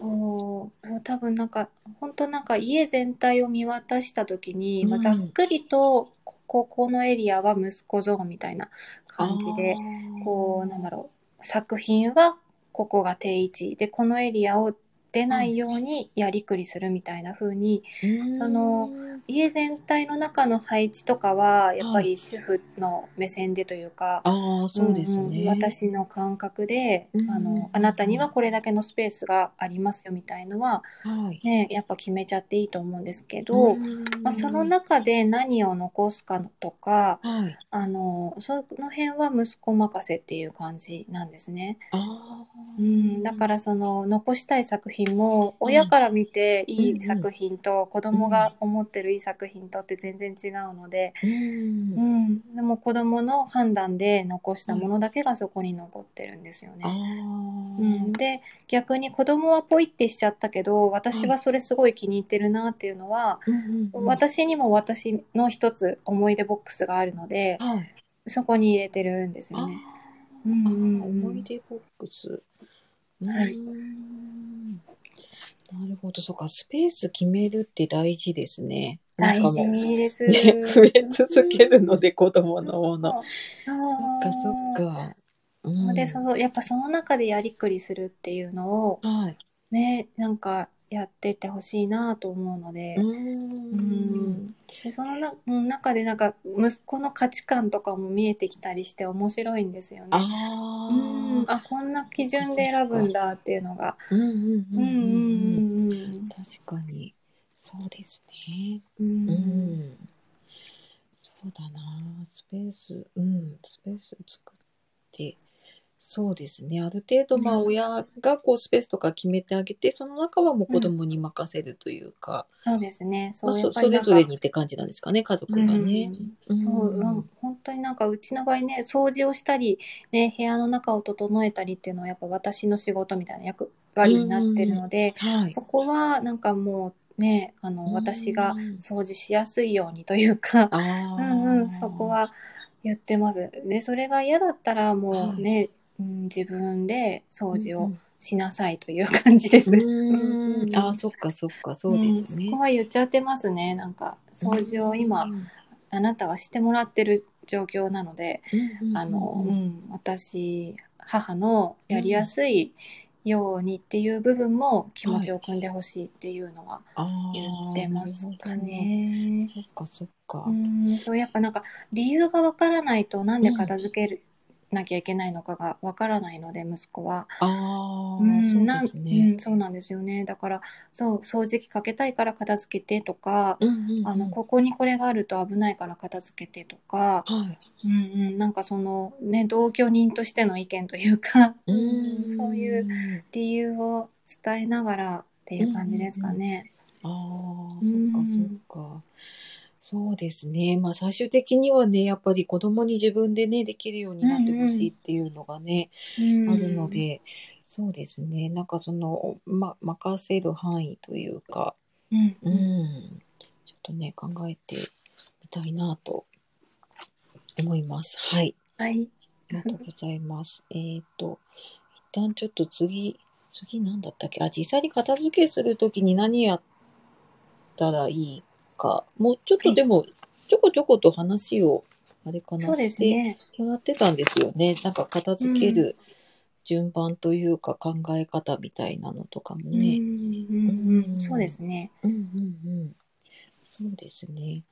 [SPEAKER 2] おー多分なんか本当なんか家全体を見渡した時に、まあ、
[SPEAKER 1] うん
[SPEAKER 2] ざっくりとこここのエリアは息子ゾーンみたいな感じで
[SPEAKER 1] あー
[SPEAKER 2] こうなんだろう作品はここが定位置でこのエリアを出ないようにやりくりするみたいな風に、
[SPEAKER 1] うん
[SPEAKER 2] その家全体の中の配置とかはやっぱり主婦の目線でというか、
[SPEAKER 1] ああ、そうです
[SPEAKER 2] んん
[SPEAKER 1] ね。
[SPEAKER 2] 私の感覚で、
[SPEAKER 1] うんうん
[SPEAKER 2] あのあなたにはこれだけのスペースがありますよみたいのは、
[SPEAKER 1] はい。
[SPEAKER 2] ね、やっぱ決めちゃっていいと思うんですけど、
[SPEAKER 1] ん
[SPEAKER 2] まあ、その中で何を残すかとか
[SPEAKER 1] はい。
[SPEAKER 2] あのその辺は息子任せっていう感じなんですね、
[SPEAKER 1] あー
[SPEAKER 2] うん、だからその残したい作品も親から見ていい作品と子供が思ってるいい作品とって全然違うので、
[SPEAKER 1] うん
[SPEAKER 2] うん、でも子供の判断で残したものだけがそこに残ってるんですよ
[SPEAKER 1] あ
[SPEAKER 2] ね。
[SPEAKER 1] ー
[SPEAKER 2] うん、で逆に子供はポイってしちゃったけど私はそれすごい気に入ってるなっていうのは、
[SPEAKER 1] うんうんうん
[SPEAKER 2] 私にも私の一つ思い出ボックスがあるので
[SPEAKER 1] はい。
[SPEAKER 2] そこに入れてるんです
[SPEAKER 1] あ
[SPEAKER 2] よ
[SPEAKER 1] ー
[SPEAKER 2] ね。うんうんうん
[SPEAKER 1] 思い出ボックス。
[SPEAKER 2] はいう
[SPEAKER 1] ーんなるほど、そうか、スペース決めるって大事ですね。なん
[SPEAKER 2] 大
[SPEAKER 1] かもう
[SPEAKER 2] 事です。
[SPEAKER 1] ね、 [LAUGHS] 増え続けるので、子供のも
[SPEAKER 2] そ
[SPEAKER 1] の
[SPEAKER 2] う。
[SPEAKER 1] そっか、そ
[SPEAKER 2] うん
[SPEAKER 1] っか。う
[SPEAKER 2] でそのやっぱその中でやりくりするっていうのを
[SPEAKER 1] はい。
[SPEAKER 2] ねなんかやってってほしいなと思うので,、
[SPEAKER 1] うー。
[SPEAKER 2] うんんでそのなうん中でなんか息子の価値観とかも見えてきたりして面白いんですよね。
[SPEAKER 1] あ
[SPEAKER 2] うん
[SPEAKER 1] あ。
[SPEAKER 2] あこんな基準で選ぶんだっていうのが。
[SPEAKER 1] うんうんう
[SPEAKER 2] う
[SPEAKER 1] んんうん
[SPEAKER 2] う
[SPEAKER 1] うん。
[SPEAKER 2] んうん
[SPEAKER 1] 確かに。そうですね。
[SPEAKER 2] うん
[SPEAKER 1] う
[SPEAKER 2] うん
[SPEAKER 1] ん。そうだな。スペース、うん、スペース作って。そうですね。ある程度、まあ、
[SPEAKER 2] うん
[SPEAKER 1] 親がこうスペースとか決めてあげて、その中はもう
[SPEAKER 2] う
[SPEAKER 1] 子
[SPEAKER 2] ん
[SPEAKER 1] 供に任せるというか。
[SPEAKER 2] そうですねそ
[SPEAKER 1] まあ、
[SPEAKER 2] うや
[SPEAKER 1] そ
[SPEAKER 2] っぱ
[SPEAKER 1] そ
[SPEAKER 2] りな
[SPEAKER 1] れ
[SPEAKER 2] ん
[SPEAKER 1] ぞ
[SPEAKER 2] か
[SPEAKER 1] れにって感じなんですかね、家族がね。
[SPEAKER 2] うん、そう、
[SPEAKER 1] うん
[SPEAKER 2] うん本当になんかうちの場合ね、掃除をしたり、ね、部屋の中を整えたりっていうのはやっぱ私の仕事みたいな役割になってるので、
[SPEAKER 1] はい。
[SPEAKER 2] そこはなんかもうね、あ
[SPEAKER 1] うん
[SPEAKER 2] の、私が掃除しやすいようにというか、
[SPEAKER 1] あ
[SPEAKER 2] う
[SPEAKER 1] ー
[SPEAKER 2] んうん、そこは言ってます。で、それが嫌だったらもうね、うん、自分で掃除をしなさいという感じです。
[SPEAKER 1] うん
[SPEAKER 2] うん
[SPEAKER 1] うんあー、そっかそっか、そうです
[SPEAKER 2] ん
[SPEAKER 1] ね
[SPEAKER 2] そこ。は言っちゃってますね。なんか掃除を今、
[SPEAKER 1] うん
[SPEAKER 2] あなたはしてもらってる状況なので、
[SPEAKER 1] うん
[SPEAKER 2] あの、う
[SPEAKER 1] うん
[SPEAKER 2] ん、私、母のやりやすいようにっていう部分も気持ちを汲んでほしいっていうのは
[SPEAKER 1] あ
[SPEAKER 2] 言
[SPEAKER 1] ー
[SPEAKER 2] ってますか
[SPEAKER 1] なるほど
[SPEAKER 2] ね。
[SPEAKER 1] そっかそっか。
[SPEAKER 2] うん、そう、やっぱなんか理由がわからないとなんで片付けるなきゃいけないのかがわからないので、息子は。
[SPEAKER 1] ああ、
[SPEAKER 2] うん
[SPEAKER 1] そう
[SPEAKER 2] な
[SPEAKER 1] で
[SPEAKER 2] ん
[SPEAKER 1] すね。
[SPEAKER 2] うん、そうなんですよね。だから、そう、掃除機かけたいから片付けてとか、
[SPEAKER 1] うんうんうん
[SPEAKER 2] あの、ここにこれがあると危ないから片付けてとか、
[SPEAKER 1] はい。
[SPEAKER 2] うんうん、なんかそのね同居人としての意見というか、
[SPEAKER 1] ん
[SPEAKER 2] そういう理由を伝えながらっていう感じですかね。
[SPEAKER 1] ああ、
[SPEAKER 2] う
[SPEAKER 1] そっ
[SPEAKER 2] ん
[SPEAKER 1] かそっか。そうですね。まあ最終的にはね、やっぱり子供に自分でね、できるようになってほしいっていうのがね、
[SPEAKER 2] うん
[SPEAKER 1] あるの、で、そうですね。なんかその、ま、任せる範囲というか、
[SPEAKER 2] うん
[SPEAKER 1] う
[SPEAKER 2] うん
[SPEAKER 1] ん、ちょっとね、考えてみたいなと思います。はい。
[SPEAKER 2] はい、
[SPEAKER 1] ありがとうございます。えっ、と、一旦ちょっと次、次何だったっけあ、実際に片付けするときに何やったらいいか。もうちょっとでも、ちょこちょこと話を、あれかな、
[SPEAKER 2] そうで
[SPEAKER 1] し
[SPEAKER 2] す
[SPEAKER 1] て
[SPEAKER 2] ね。
[SPEAKER 1] もらってたんですよね。なんか片付ける順番というか考え方みたいなのとかも
[SPEAKER 2] うん
[SPEAKER 1] ね。
[SPEAKER 2] うんうん
[SPEAKER 1] うん
[SPEAKER 2] そうですね。
[SPEAKER 1] うんうんうん。そうですね。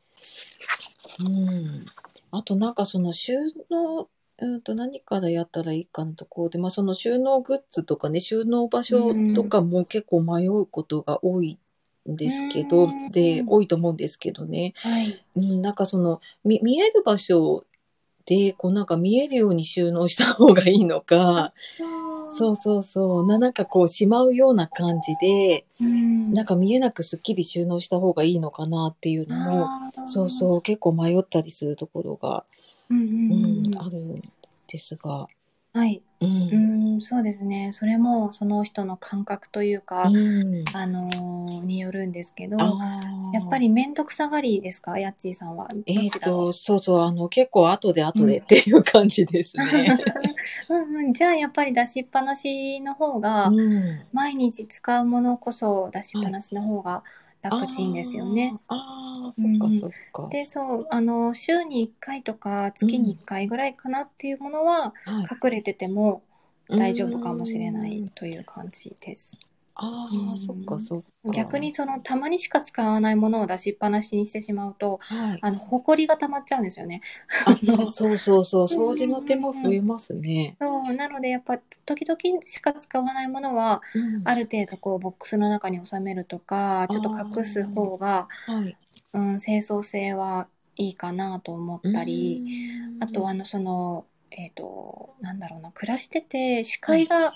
[SPEAKER 1] うん。あとなんかその収納、うんと何からやったらいいかのところで、まあその収納グッズとかね、収納場所とかも結構迷うことが多いんですけど、
[SPEAKER 2] うん
[SPEAKER 1] で、多いと思うんですけどね。
[SPEAKER 2] はい。
[SPEAKER 1] うん、なんかその、み見える場所で、こうなんか見えるように収納した方がいいのか、そうそうそう、な、なんかこうしまうような感じで、
[SPEAKER 2] うん。
[SPEAKER 1] なんか見えなくすっきり収納した方がいいのかなっていうのも、
[SPEAKER 2] あー
[SPEAKER 1] そうそう、結構迷ったりするところが、
[SPEAKER 2] うん
[SPEAKER 1] う
[SPEAKER 2] うん
[SPEAKER 1] ん
[SPEAKER 2] う、ん
[SPEAKER 1] あるんですが、
[SPEAKER 2] はい。
[SPEAKER 1] う、
[SPEAKER 2] うんん、そうですね。それもその人の感覚というか、
[SPEAKER 1] うん、
[SPEAKER 2] あのーによるんですけど、
[SPEAKER 1] あー
[SPEAKER 2] やっぱ、り面倒くさがりですか、やっちーさんは。
[SPEAKER 1] え
[SPEAKER 2] ど
[SPEAKER 1] ー
[SPEAKER 2] ちだろう
[SPEAKER 1] と、そうそう、あの、結構後で後でっていう感じです [LAUGHS]
[SPEAKER 2] [LAUGHS]
[SPEAKER 1] ね。
[SPEAKER 2] うんうん、じゃあやっぱり出しっぱなしの方が、
[SPEAKER 1] うん、
[SPEAKER 2] 毎日使うものこそ出しっぱなしの方が楽ちんですよね。
[SPEAKER 1] あー。あー、そっかそっか。
[SPEAKER 2] で、そう、あの、週に1回とか月に1回ぐらいかなっていうものは、
[SPEAKER 1] はい
[SPEAKER 2] 隠れてても大丈夫かもしれないという感じです。
[SPEAKER 1] あ
[SPEAKER 2] う
[SPEAKER 1] あ、
[SPEAKER 2] ん
[SPEAKER 1] そっかそっか。
[SPEAKER 2] 逆に、その、たまにしか使わないものを出しっぱなしにしてしまうと、
[SPEAKER 1] はい。
[SPEAKER 2] あの、埃が溜まっちゃうんですよね。
[SPEAKER 1] あそうそうそう、掃除の手も増えますね。
[SPEAKER 2] そう、なのでやっぱ時々しか使わないものは
[SPEAKER 1] うん
[SPEAKER 2] ある程度こうボックスの中に収めるとか、ちょっと隠す方が、
[SPEAKER 1] はい。
[SPEAKER 2] うん、清掃性はいいかなと思ったり、あと
[SPEAKER 1] は、
[SPEAKER 2] あのその、えっと、なんだろうな、暮らしてて視界が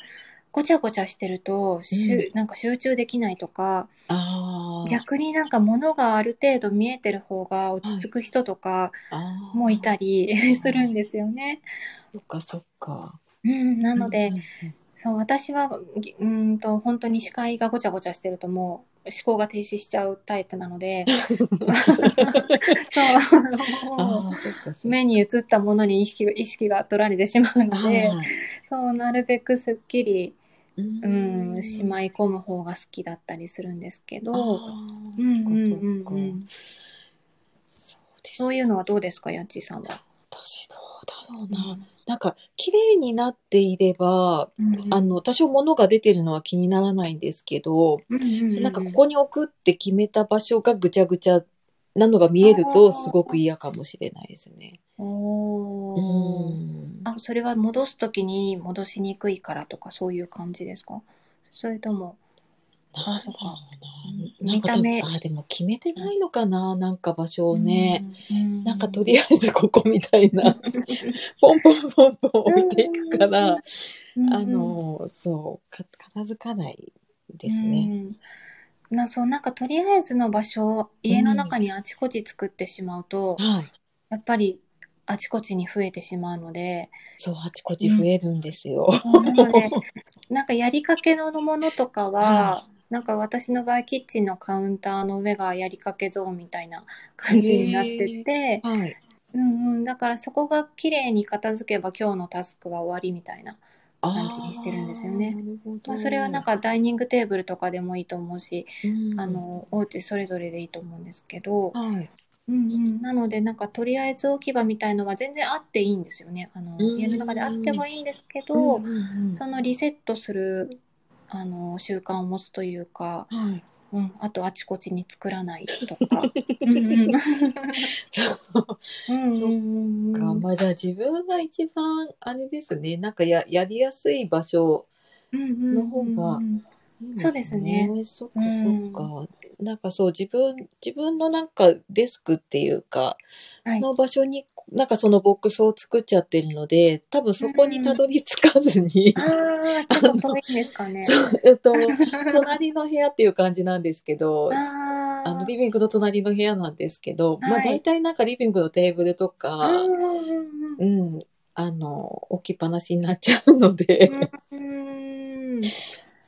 [SPEAKER 2] ごちゃごちゃしてると、しゅなんか集中できないとか、
[SPEAKER 1] あー
[SPEAKER 2] 逆になんか物がある程度見えてる方が落ち着く人とか
[SPEAKER 1] あー、
[SPEAKER 2] もいた
[SPEAKER 1] り。
[SPEAKER 2] り [LAUGHS] するんですよね。
[SPEAKER 1] そっかそっか。
[SPEAKER 2] うん、な
[SPEAKER 1] な
[SPEAKER 2] ので、、そう、私は、ぎうーんと、本当に視界がごちゃごちゃしてるともう思考が停止しちゃうタイプなの
[SPEAKER 1] [LAUGHS]
[SPEAKER 2] で、 [LAUGHS] そう、も
[SPEAKER 1] ああ、そっかそっか。
[SPEAKER 2] う目に映ったものに意識が、意識が取られてしまうので、
[SPEAKER 1] はい
[SPEAKER 2] そう、なるべくすっきりうん、しまい込む方が好きだったりするんですけ
[SPEAKER 1] あ
[SPEAKER 2] ど、
[SPEAKER 1] ー
[SPEAKER 2] うんうん
[SPEAKER 1] そっか
[SPEAKER 2] うんう
[SPEAKER 1] そっ
[SPEAKER 2] ん
[SPEAKER 1] か。そうですね
[SPEAKER 2] そういうのはどうですか、やっちーさんは。
[SPEAKER 1] 私どうだろうな、なんか綺麗になっていれば、
[SPEAKER 2] うん
[SPEAKER 1] あの多少物が出てるのは気にならないんですけど、
[SPEAKER 2] うんうんうん
[SPEAKER 1] そうなんかここに置くって決めた場所がぐちゃぐちゃなのが見えると
[SPEAKER 2] あー
[SPEAKER 1] すごく嫌かもしれないですね。う
[SPEAKER 2] おー
[SPEAKER 1] ん
[SPEAKER 2] あ、それは戻すときに戻しにくいからとかそういう感じですかそれとも、
[SPEAKER 1] なんだ
[SPEAKER 2] そう
[SPEAKER 1] ろ
[SPEAKER 2] か
[SPEAKER 1] うな。なんか多分
[SPEAKER 2] 見た目
[SPEAKER 1] あでも決めてないのかななんか場所をね。
[SPEAKER 2] うん、
[SPEAKER 1] なんかとりあえずここみたい
[SPEAKER 2] [LAUGHS]
[SPEAKER 1] な、ポンポンポンポン置いていくから、
[SPEAKER 2] うん
[SPEAKER 1] あ、の、そう、か片付かない
[SPEAKER 2] で
[SPEAKER 1] ですね。。
[SPEAKER 2] なそうなんかとりあえずの場所を家の中にあちこち作ってしまうと、
[SPEAKER 1] はい。
[SPEAKER 2] やっぱりあちこちに増えてしまう
[SPEAKER 1] [LAUGHS]
[SPEAKER 2] ので、
[SPEAKER 1] そう、あちこち増えるんですよ。
[SPEAKER 2] なのでなんかやりかけのものとかは、なんか私の場合キッチンのカウンターの上がやりかけゾーンみたいな感じになってて、
[SPEAKER 1] [LAUGHS] はい。
[SPEAKER 2] うんうん、だからそこが綺麗に片付けば今日のタスクが終わりみたいな、
[SPEAKER 1] あー
[SPEAKER 2] 感じにしてるんですよね
[SPEAKER 1] なるほど
[SPEAKER 2] まあ、それはなん、かダイニングテーブルとかでもいいと思うし、
[SPEAKER 1] うん
[SPEAKER 2] あ、のお家それぞれでいいと思うんですけど、
[SPEAKER 1] はい。
[SPEAKER 2] うんうん、なのでなんかとりあえず置き場みたいのは全然あっていいんですよねあの
[SPEAKER 1] うん
[SPEAKER 2] 家の中であってもいいんですけど、
[SPEAKER 1] うんうんうん
[SPEAKER 2] そのリセットするあの習慣を持つというか、
[SPEAKER 1] はい。
[SPEAKER 2] うん、あとあちこちに作らないと
[SPEAKER 1] [LAUGHS]
[SPEAKER 2] か。うんうん
[SPEAKER 1] そう [LAUGHS]
[SPEAKER 2] うんうん
[SPEAKER 1] か、
[SPEAKER 2] うん
[SPEAKER 1] まあじゃあ自分が一番あれですね、なんかややりやすい場所
[SPEAKER 2] うん
[SPEAKER 1] の方がいいん
[SPEAKER 2] そうですね。
[SPEAKER 1] そっかそっか。なんかそう自分自分のなんかデスクっていうか
[SPEAKER 2] はい
[SPEAKER 1] の場所になんかそのボックスを作っちゃってるので、多分そこにたどり着かずに、
[SPEAKER 2] ああ、ちょっと遠いんです
[SPEAKER 1] [LAUGHS]
[SPEAKER 2] かね。
[SPEAKER 1] そうえっと隣の部屋っていう感じなんですけど、
[SPEAKER 2] あ
[SPEAKER 1] あの
[SPEAKER 2] ー
[SPEAKER 1] リビングの隣の部屋なんですけど、ま
[SPEAKER 2] は
[SPEAKER 1] あ
[SPEAKER 2] い
[SPEAKER 1] 大体なんかリビングのテーブルと
[SPEAKER 2] あ
[SPEAKER 1] か
[SPEAKER 2] ー、うんうん
[SPEAKER 1] うん、あの置きっぱなしになっちゃうので、 [LAUGHS]
[SPEAKER 2] うん。うん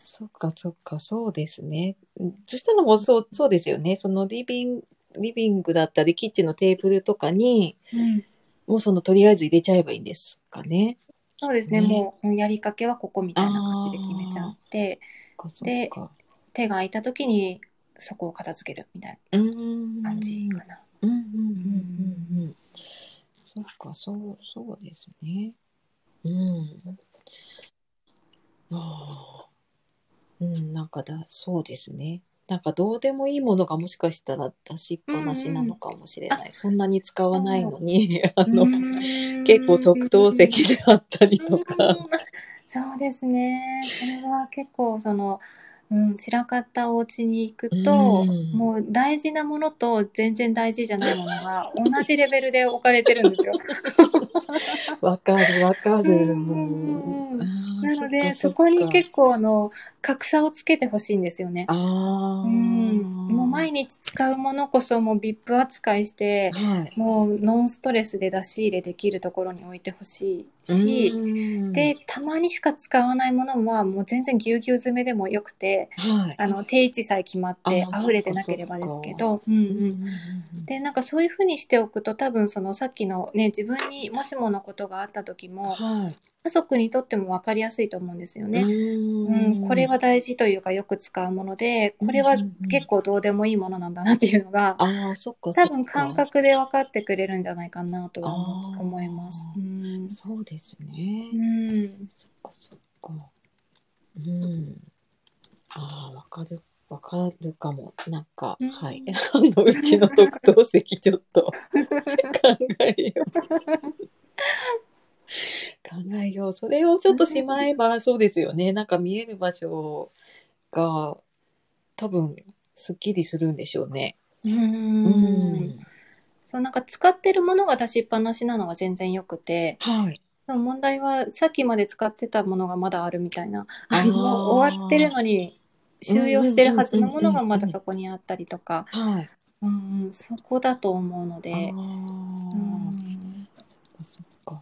[SPEAKER 1] そっかそっかそうですね。うんそしたらもうそうそうですよね。そのリビンリビングだったりキッチンのテーブルとかに
[SPEAKER 2] うん
[SPEAKER 1] もうそのとりあえず入れちゃえばいいんですかね。
[SPEAKER 2] そうですね、
[SPEAKER 1] ね
[SPEAKER 2] もうやりかけはここみたいな感じで決めちゃって、
[SPEAKER 1] そっかそっか。
[SPEAKER 2] 手が空いた時にそこを片付けるみたい
[SPEAKER 1] うん
[SPEAKER 2] な感じかな。
[SPEAKER 1] うんうんうんうんうん。そっか、そう、そうですね。うん。ああ。うん、なんかだ、そうですね。なんかどうでもいいものがもしかしたら出しっぱなしなのかもしれない。そんなに使わないのに、あの、結
[SPEAKER 2] 結
[SPEAKER 1] 構特等席であったりと
[SPEAKER 2] うん
[SPEAKER 1] か。
[SPEAKER 2] そうですね。それは結構その、うん、散らかったお家に行くと、
[SPEAKER 1] うん
[SPEAKER 2] もう大事なものと全然大事じゃないものが同じレベルで置かれてるんですよ。
[SPEAKER 1] わかるわかる。
[SPEAKER 2] うんうんうん
[SPEAKER 1] あー
[SPEAKER 2] なので、
[SPEAKER 1] そ
[SPEAKER 2] そ
[SPEAKER 1] っか
[SPEAKER 2] こ
[SPEAKER 1] っか
[SPEAKER 2] に結構あの格差をつけてほしいんですよね。
[SPEAKER 1] ああ。
[SPEAKER 2] うん、もう毎日使うものこそもう VIP 扱いして、
[SPEAKER 1] はい。
[SPEAKER 2] もうノンストレスで出し入れできるところに置いてほしいし、
[SPEAKER 1] うん
[SPEAKER 2] で、たまにしか使わないものはもう全然ぎゅうぎゅう詰めでもよくて、
[SPEAKER 1] はい。
[SPEAKER 2] あの、定位置さえ決まっ
[SPEAKER 1] あ
[SPEAKER 2] て
[SPEAKER 1] ー
[SPEAKER 2] 溢れてなければですけど、うんう
[SPEAKER 1] うんうん
[SPEAKER 2] ん。で、なんかそういうふうにしておくと多分そのさっきのね、自分にもしものことがあった時も、
[SPEAKER 1] はい。
[SPEAKER 2] 家族にとっても分かりやすいと思うんですよね。う、
[SPEAKER 1] うん
[SPEAKER 2] これは大事というかよく使うもので、これは結構どうでもいいものなんだなっていうのが、
[SPEAKER 1] ああ、そっか。
[SPEAKER 2] 多分感
[SPEAKER 1] 感
[SPEAKER 2] 覚で分かってくれるんじゃないかなとは思
[SPEAKER 1] あー
[SPEAKER 2] 思います。うん。
[SPEAKER 1] そうですね。
[SPEAKER 2] うん。
[SPEAKER 1] そっかそっか。うん。ああ、わかる。わかるかも。なんか、
[SPEAKER 2] うん
[SPEAKER 1] はい。 [LAUGHS] あの、うちの特等席、ちょっと [LAUGHS] 考えよう。考えよう。それをちょっとしまえば、そうですよね。なんか見える場所が、多分、すっきりするんでしょうね。
[SPEAKER 2] うん
[SPEAKER 1] う
[SPEAKER 2] そう、なんか使ってるものが出しっぱなしなのは全然よくて、
[SPEAKER 1] はい。
[SPEAKER 2] その問題はさっきまで使ってたものがまだあるみたいな、
[SPEAKER 1] あー
[SPEAKER 2] もう終わってるのに終了してるはずのものがまだそこにあったりとか、
[SPEAKER 1] はい。
[SPEAKER 2] うんうん、そこだと思うの
[SPEAKER 1] あ
[SPEAKER 2] で、
[SPEAKER 1] あ、
[SPEAKER 2] うん、
[SPEAKER 1] そっか。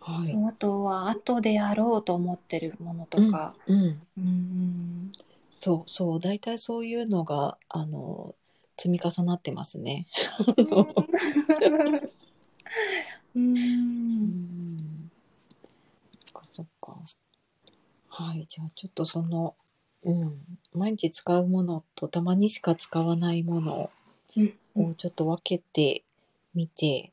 [SPEAKER 1] は
[SPEAKER 2] そ
[SPEAKER 1] い。
[SPEAKER 2] うあとは後でやろうと思ってるものとか、
[SPEAKER 1] うん。
[SPEAKER 2] うん
[SPEAKER 1] そうそう。大体そういうのが、あの、積み重なってますね。
[SPEAKER 2] うん、うん
[SPEAKER 1] そっかそっか。はい、じゃあちょっとその、うん、毎日使うものとたまにしか使わないもの
[SPEAKER 2] うん
[SPEAKER 1] をちょっと分けてみて、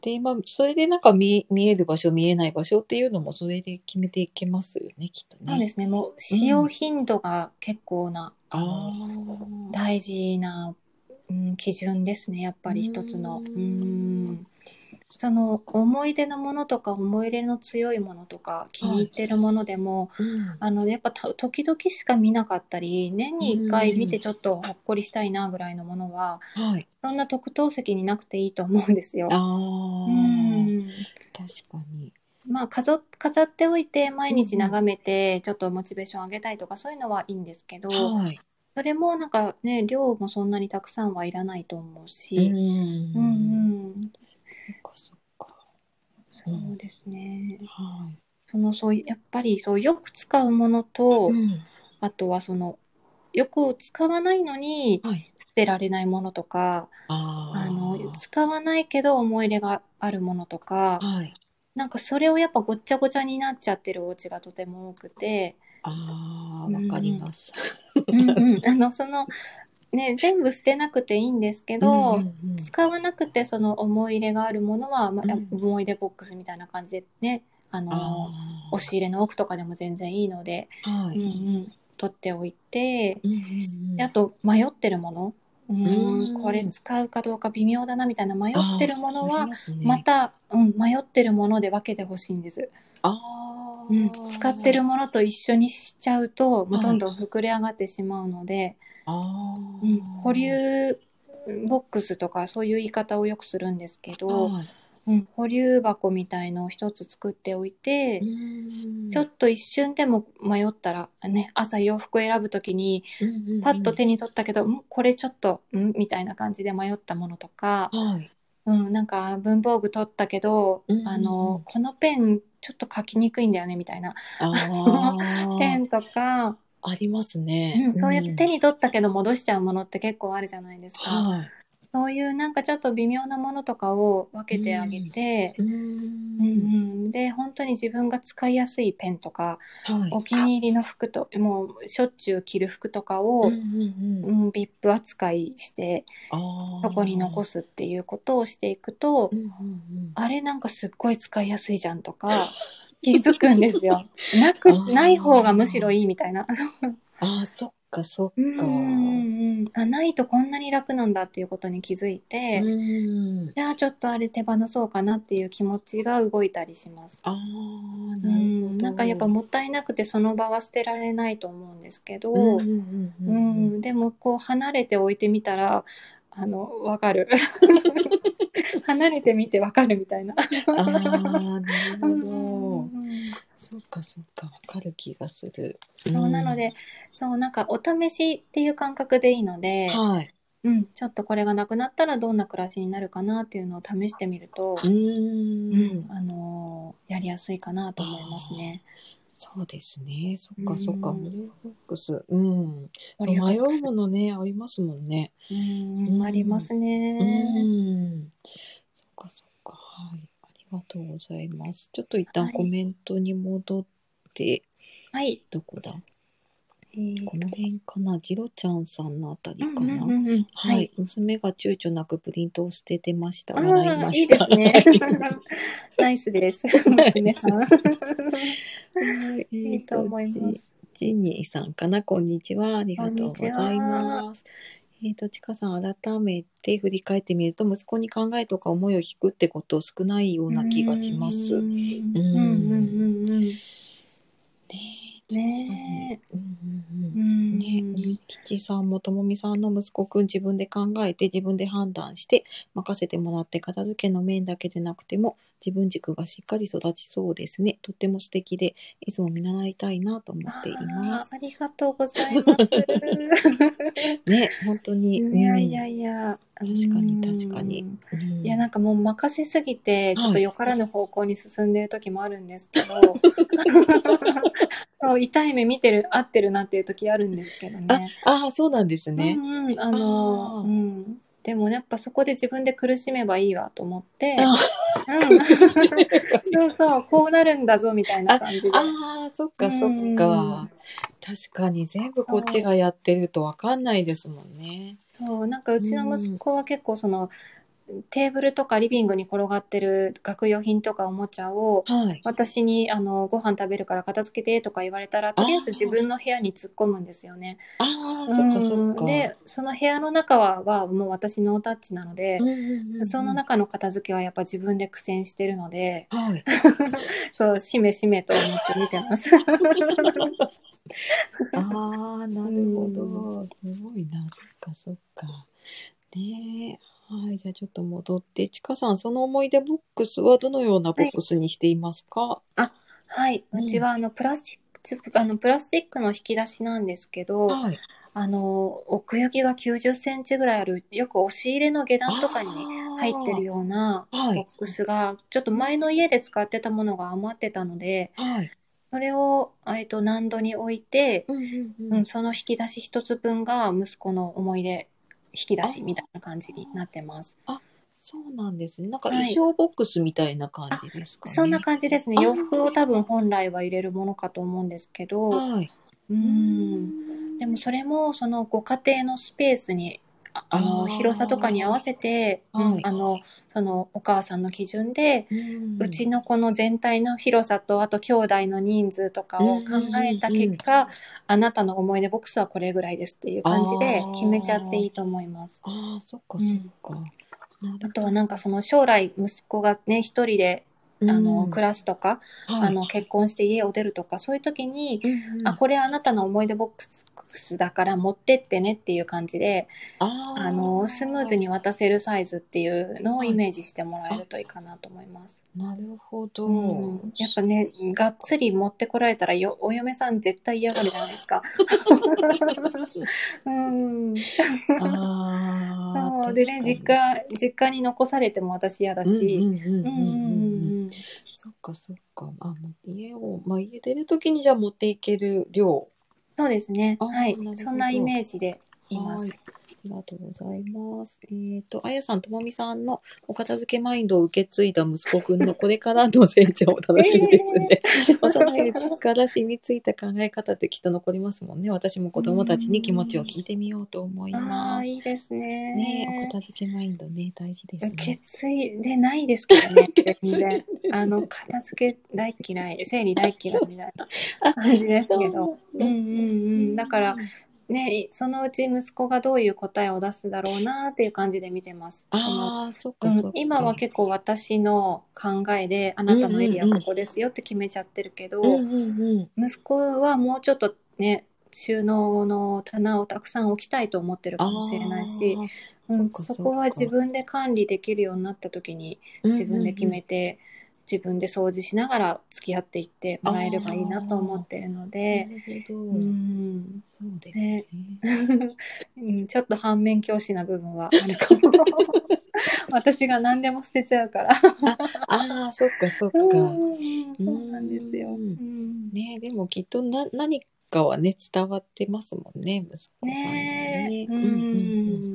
[SPEAKER 1] で、まあ、それでなんか見見える場所、見えない場所っていうのもそれで決めていけますよね、きっとね。。
[SPEAKER 2] そうですすね。もう使用頻度が結構な、
[SPEAKER 1] ああ。
[SPEAKER 2] 大事な、うん、基準ですね。やっぱり一つの。
[SPEAKER 1] う
[SPEAKER 2] うんん。その思い出のものとか思い入れの強いものとか気に入ってるものでも、
[SPEAKER 1] うん
[SPEAKER 2] あのやっぱた時々しか見なかったり年に1回見てちょっとほっこりしたいなぐらいのものは
[SPEAKER 1] はい。
[SPEAKER 2] そんな特等席になくていいと思うんですよ。
[SPEAKER 1] あ
[SPEAKER 2] う
[SPEAKER 1] あ。
[SPEAKER 2] ん
[SPEAKER 1] 確かに。
[SPEAKER 2] まあ飾飾っておいて毎日眺めてちょっとモチベーション上げたいとかそういうのはいいんですけど、
[SPEAKER 1] はい。
[SPEAKER 2] それもなんかね量もそんなにたくさんはいらないと思う
[SPEAKER 1] う
[SPEAKER 2] し、
[SPEAKER 1] ん。
[SPEAKER 2] うんうん、
[SPEAKER 1] そっかそっか。
[SPEAKER 2] そうですね
[SPEAKER 1] はい。
[SPEAKER 2] そのそうやっぱりそうよく使うものと、
[SPEAKER 1] ん。
[SPEAKER 2] あとはそのよく使わないのに
[SPEAKER 1] はい。
[SPEAKER 2] 捨てられないものとか
[SPEAKER 1] ああ。
[SPEAKER 2] あの使わないけど思い入れがあるものとか
[SPEAKER 1] はい。
[SPEAKER 2] なんかそれをやっぱごっちゃごちゃになっちゃってるお家がとても多くて、
[SPEAKER 1] ああ、わかります。
[SPEAKER 2] うんうん、 [LAUGHS] あのそのね全部捨てなくていいんですけど、
[SPEAKER 1] うんうんうん
[SPEAKER 2] 使わなくてその思い入れがあるものは、まあ
[SPEAKER 1] うん
[SPEAKER 2] 思い出ボックスみたいな感じでねあの
[SPEAKER 1] あー
[SPEAKER 2] 押し入れの奥とかでも全然いいので、
[SPEAKER 1] は
[SPEAKER 2] うんう
[SPEAKER 1] い。
[SPEAKER 2] ん、取っておいて。
[SPEAKER 1] うんうんうん
[SPEAKER 2] であと迷ってるものうーん
[SPEAKER 1] うん
[SPEAKER 2] これ使うかどうか微妙だなみたいな迷ってるもの
[SPEAKER 1] あり
[SPEAKER 2] は
[SPEAKER 1] ますね
[SPEAKER 2] また、うん、迷ってるもので分けてほしいんです、
[SPEAKER 1] あー
[SPEAKER 2] うん、使ってるものと一緒にしちゃうともうどんどん膨れ上がってしまうので、
[SPEAKER 1] あー
[SPEAKER 2] うん、保留ボックスとかそういう言い方をよくするんですけど、
[SPEAKER 1] はい
[SPEAKER 2] うん、保留箱みたいのを一つ作っておいて、
[SPEAKER 1] うん
[SPEAKER 2] ちょっと一瞬でも迷ったら、ね、朝洋服を選ぶときに
[SPEAKER 1] うんうんうん
[SPEAKER 2] パッと手に取ったけど、んこれちょっと、んみたいな感じで迷ったものとか、
[SPEAKER 1] はい
[SPEAKER 2] うん、なんか文房具取ったけど、
[SPEAKER 1] うんうんうん
[SPEAKER 2] あの、このペンちょっと書きにくいんだよね、みたいな。
[SPEAKER 1] あ [LAUGHS]
[SPEAKER 2] ペ
[SPEAKER 1] ー
[SPEAKER 2] ンとか、
[SPEAKER 1] あります
[SPEAKER 2] う
[SPEAKER 1] ね
[SPEAKER 2] ん、そうやって手に取ったけど戻しちゃうものって結構あるじゃないですか。
[SPEAKER 1] はい
[SPEAKER 2] そういうなんかちょっと微妙なものとかを分けてあげて、
[SPEAKER 1] う
[SPEAKER 2] うんうん
[SPEAKER 1] ん
[SPEAKER 2] で、本当に自分が使いやすいペンとか、
[SPEAKER 1] はい
[SPEAKER 2] お気に入りの服と、もうしょっちゅう着る服とかを、
[SPEAKER 1] うんうん
[SPEAKER 2] う
[SPEAKER 1] うん
[SPEAKER 2] ん、ビップ扱いして、
[SPEAKER 1] あー
[SPEAKER 2] そこに残すっていうことをしていくと、
[SPEAKER 1] うんうん
[SPEAKER 2] あれなんかすっごい使いやすいじゃんと
[SPEAKER 1] [LAUGHS]
[SPEAKER 2] か、気づくんですよ。なく
[SPEAKER 1] あ、ー
[SPEAKER 2] ない方がむしろいいみたいな。
[SPEAKER 1] うんあーそっかそっ
[SPEAKER 2] う
[SPEAKER 1] か
[SPEAKER 2] んあ、ないとこんなに楽なんだっていうことに気づいて、
[SPEAKER 1] うん
[SPEAKER 2] じゃあちょっとあれ手放そうかなっていう気持ちが動いたりします。
[SPEAKER 1] ああな
[SPEAKER 2] う
[SPEAKER 1] るほど
[SPEAKER 2] ん、なんかやっぱもったいなくてその場は捨てられないと思うんですけど、
[SPEAKER 1] うんうんうん
[SPEAKER 2] う
[SPEAKER 1] うんうん
[SPEAKER 2] ん、でもこう離れて置いてみたら、あの、
[SPEAKER 1] [LAUGHS]
[SPEAKER 2] わかる。離れてみてわかるみたいな。
[SPEAKER 1] ああ、なるほど。
[SPEAKER 2] うん [LAUGHS] うんうんうん
[SPEAKER 1] そっかそっか、わかる気がする。
[SPEAKER 2] そうなので、そうなんかお試しっていう感覚でいいの
[SPEAKER 1] うん、
[SPEAKER 2] で、
[SPEAKER 1] はい。
[SPEAKER 2] うん、ちょっとこれがなくなったらどんな暮らしになるかなっていうのを試してみると、
[SPEAKER 1] うー
[SPEAKER 2] うん
[SPEAKER 1] ん、、
[SPEAKER 2] あのーやりやすいかなと思いますね。
[SPEAKER 1] そうですね。そっかそっか、
[SPEAKER 2] う
[SPEAKER 1] ボ
[SPEAKER 2] ん
[SPEAKER 1] リュームボックス。うん。そ
[SPEAKER 2] ボ
[SPEAKER 1] う
[SPEAKER 2] リューム
[SPEAKER 1] 迷
[SPEAKER 2] ボックス
[SPEAKER 1] うものね、ありますもんね。
[SPEAKER 2] うん
[SPEAKER 1] うん
[SPEAKER 2] あります
[SPEAKER 1] う
[SPEAKER 2] ね。
[SPEAKER 1] ん。そっかそっか、はい。ありがとうございます。ちょっと一
[SPEAKER 2] は
[SPEAKER 1] 旦
[SPEAKER 2] い
[SPEAKER 1] コメントに戻って、
[SPEAKER 2] はい。
[SPEAKER 1] どこだ
[SPEAKER 2] えー
[SPEAKER 1] この辺かなジロちゃんさんのあたり
[SPEAKER 2] うん
[SPEAKER 1] か
[SPEAKER 2] う
[SPEAKER 1] な、
[SPEAKER 2] んうんうん
[SPEAKER 1] はい、
[SPEAKER 2] はい。
[SPEAKER 1] 娘が躊躇なくプリントを捨ててました。
[SPEAKER 2] あ
[SPEAKER 1] 笑い
[SPEAKER 2] あ、
[SPEAKER 1] ま
[SPEAKER 2] いい
[SPEAKER 1] し
[SPEAKER 2] で
[SPEAKER 1] た。
[SPEAKER 2] すね。 [LAUGHS] ナイスです。娘さん。 [LAUGHS]
[SPEAKER 1] はい、え
[SPEAKER 2] い
[SPEAKER 1] ー
[SPEAKER 2] いと思います。
[SPEAKER 1] ジジニーさんかな、こんにちは。ありがとうございます。えーと、ちかさん、改めて振り返ってみると、息子に考えとか思いを聞くってこと少ないような気がします。
[SPEAKER 2] うん
[SPEAKER 1] ね
[SPEAKER 2] うんうんうん。
[SPEAKER 1] え
[SPEAKER 2] ね
[SPEAKER 1] 確かにうんうんうん
[SPEAKER 2] え。うん
[SPEAKER 1] ね、新吉さんもともみさんの息子くん自分で考えて自分で判断して任せてもらって片付けの面だけでなくても自分軸がしっかり育ちそうですねとっても素敵でいつも見習いたいなと思っていま
[SPEAKER 2] あー
[SPEAKER 1] す
[SPEAKER 2] ありがとうございます。
[SPEAKER 1] ね本当に
[SPEAKER 2] いやいやいや、
[SPEAKER 1] 確かに確かに
[SPEAKER 2] うん。
[SPEAKER 1] うんうん
[SPEAKER 2] いや、なんかもう任せすぎて、ちょっとよからぬ方向に進んでる時もあるんですけど、
[SPEAKER 1] [LAUGHS]
[SPEAKER 2] そう痛い目見てる、合ってるなっていう時あるんですけどね。
[SPEAKER 1] [LAUGHS] ああそうなんです
[SPEAKER 2] う
[SPEAKER 1] ね、
[SPEAKER 2] んうん、あの
[SPEAKER 1] あー
[SPEAKER 2] うん。でもやっぱそこで自分で苦しめばいいわと思って、 [LAUGHS]
[SPEAKER 1] あ
[SPEAKER 2] そうそう、こうなるんだぞみたいな感じで。
[SPEAKER 1] ああ、そっかそっか。確かに全部こっちがやってるとわかんないですもんね。
[SPEAKER 2] そう、なんかうちの息子は結構その、テーブルとかリビングに転がってる学用品とかおもちゃを、
[SPEAKER 1] はい。
[SPEAKER 2] 私にあのご飯食べるから片付けてとか言われたら、とりあえず自分の部屋に突っ込むんですよね。
[SPEAKER 1] ああ、
[SPEAKER 2] う
[SPEAKER 1] そっ
[SPEAKER 2] ん
[SPEAKER 1] かそっか。
[SPEAKER 2] で、その部屋の中ははもう私ノータッチなので
[SPEAKER 1] う、んうんうん、
[SPEAKER 2] その中の片付けはやっぱ自分で苦戦してるので、
[SPEAKER 1] はい。
[SPEAKER 2] そう、しめしめと思って見て
[SPEAKER 1] [LAUGHS]
[SPEAKER 2] ます。
[SPEAKER 1] ああ、なるほど。すごいな。そっかそっか。ねえ。はい。じゃあちょっと戻って、ちかさん、その思い出ボックスはどのようなボックスにしていますか、
[SPEAKER 2] はい、
[SPEAKER 1] うん
[SPEAKER 2] うちはあのプラスチック。あのプラスチックの引き出しなんですけど、
[SPEAKER 1] はい。
[SPEAKER 2] あの奥行きが90センチぐらいある、よく押し入れの下段とかに入ってる
[SPEAKER 1] よ。
[SPEAKER 2] ようなボ
[SPEAKER 1] はい
[SPEAKER 2] ックスが、ちょっと前の家で使ってたものが余ってたので、
[SPEAKER 1] はい。
[SPEAKER 2] それを、えっと、納戸に置いて、
[SPEAKER 1] うんうん
[SPEAKER 2] う
[SPEAKER 1] うん
[SPEAKER 2] ん、。その引き出し一つ分が息子の思い出引き出しみたいな感じになってます。
[SPEAKER 1] そうなんですね。なんか
[SPEAKER 2] はい
[SPEAKER 1] 衣装ボックスみたいな感じですかね。
[SPEAKER 2] そんな感じですね。
[SPEAKER 1] あー
[SPEAKER 2] 洋服を多分本来は入れるものかと思うんですけど、
[SPEAKER 1] はい。
[SPEAKER 2] う。
[SPEAKER 1] うん
[SPEAKER 2] でもそれもそのご家庭のスペースにああ
[SPEAKER 1] あー
[SPEAKER 2] の広さとかに合わせて、
[SPEAKER 1] はい
[SPEAKER 2] うんあのそのお母さんの基準で、
[SPEAKER 1] ん
[SPEAKER 2] うちの子の全体の広さとあと兄弟の人数とかを考えた結果、
[SPEAKER 1] うん
[SPEAKER 2] あなたの思い出ボックスはこれぐらいですっていう感じで
[SPEAKER 1] あー
[SPEAKER 2] 決めちゃっていいと思います。
[SPEAKER 1] ああ、そっかそっか。なるほど
[SPEAKER 2] あとはなんかその将来息子がね一人であの
[SPEAKER 1] うん
[SPEAKER 2] 暮らすとか、
[SPEAKER 1] はい
[SPEAKER 2] あの結婚して家を出るとかそういう時に
[SPEAKER 1] うんうん
[SPEAKER 2] あこれあなたの思い出ボックスだから持ってってねっていう感じで
[SPEAKER 1] あー
[SPEAKER 2] あのスムーズに渡せるサイズっていうのをイメージしてもらえるといいかなと思います。
[SPEAKER 1] なるほど、
[SPEAKER 2] うん、や
[SPEAKER 1] [LAUGHS]
[SPEAKER 2] っぱねがっつり持ってこられたらよお嫁さん絶対嫌がるじゃないで
[SPEAKER 1] [LAUGHS]
[SPEAKER 2] すか。うん、
[SPEAKER 1] あ
[SPEAKER 2] そ
[SPEAKER 1] あ
[SPEAKER 2] うでね実家実家に残されても私嫌だし。
[SPEAKER 1] うんうんうんう
[SPEAKER 2] う
[SPEAKER 1] んん
[SPEAKER 2] う
[SPEAKER 1] うんうん
[SPEAKER 2] んうん
[SPEAKER 1] そっかそっかあもう家をまあ家出るときにじゃあ持っていける量
[SPEAKER 2] そうですね。
[SPEAKER 1] あ
[SPEAKER 2] はい
[SPEAKER 1] なるほ。ど
[SPEAKER 2] そんなイメージでいま
[SPEAKER 1] は
[SPEAKER 2] す
[SPEAKER 1] い。ありがとうございます。えっ、と、あやさん、ともみさんのお片付けマインドを受け継いだ息子くんのこれからの成長を楽しみですね。幼いう [LAUGHS] ちから染みついた考え方ってきっと残りますもんね。私も子供たちに気持ちを聞いてみようと思い
[SPEAKER 2] あ
[SPEAKER 1] ま
[SPEAKER 2] あー
[SPEAKER 1] す。
[SPEAKER 2] いいですね。
[SPEAKER 1] ねお片付けマインドね、大事 [LAUGHS] です
[SPEAKER 2] 受け
[SPEAKER 1] ね。
[SPEAKER 2] 継いでないですけどね
[SPEAKER 1] 受け継い
[SPEAKER 2] 全
[SPEAKER 1] で
[SPEAKER 2] 然あの片付け大嫌い整理大嫌いみたいな感じですけどうんうんうんだからねそのうち息子がどういう答えを出すだろうなっていう感じで見てます
[SPEAKER 1] ああ、そっ
[SPEAKER 2] う
[SPEAKER 1] か
[SPEAKER 2] ん
[SPEAKER 1] そっか。
[SPEAKER 2] 今は結構私の考えであなたのエリアここですよって決めちゃってるけど、
[SPEAKER 1] うんうんうん。
[SPEAKER 2] 息子はもうちょっとね収納の棚をたくさん置きたいと思ってるかもしれないし、う
[SPEAKER 1] そっ
[SPEAKER 2] ん、
[SPEAKER 1] か
[SPEAKER 2] そ
[SPEAKER 1] そっ
[SPEAKER 2] こは
[SPEAKER 1] か
[SPEAKER 2] 自分で管理できるようになった時に
[SPEAKER 1] あー
[SPEAKER 2] 自分で決めて、自分で掃除しながら付き合っていってもらえればいいなと思ってるので、
[SPEAKER 1] なるほど、
[SPEAKER 2] うん、
[SPEAKER 1] そうですね。
[SPEAKER 2] うんちょっと反面教師な部分はあるかも
[SPEAKER 1] [LAUGHS]
[SPEAKER 2] 私が何でも捨てちゃうから
[SPEAKER 1] ああ、そっかそっか。
[SPEAKER 2] うんそうなんですよ、
[SPEAKER 1] うん
[SPEAKER 2] うん
[SPEAKER 1] ねでもきっとな何かはね伝わってますもんね息子さんにも
[SPEAKER 2] ね
[SPEAKER 1] ね。
[SPEAKER 2] え、う
[SPEAKER 1] うんうん
[SPEAKER 2] ん
[SPEAKER 1] う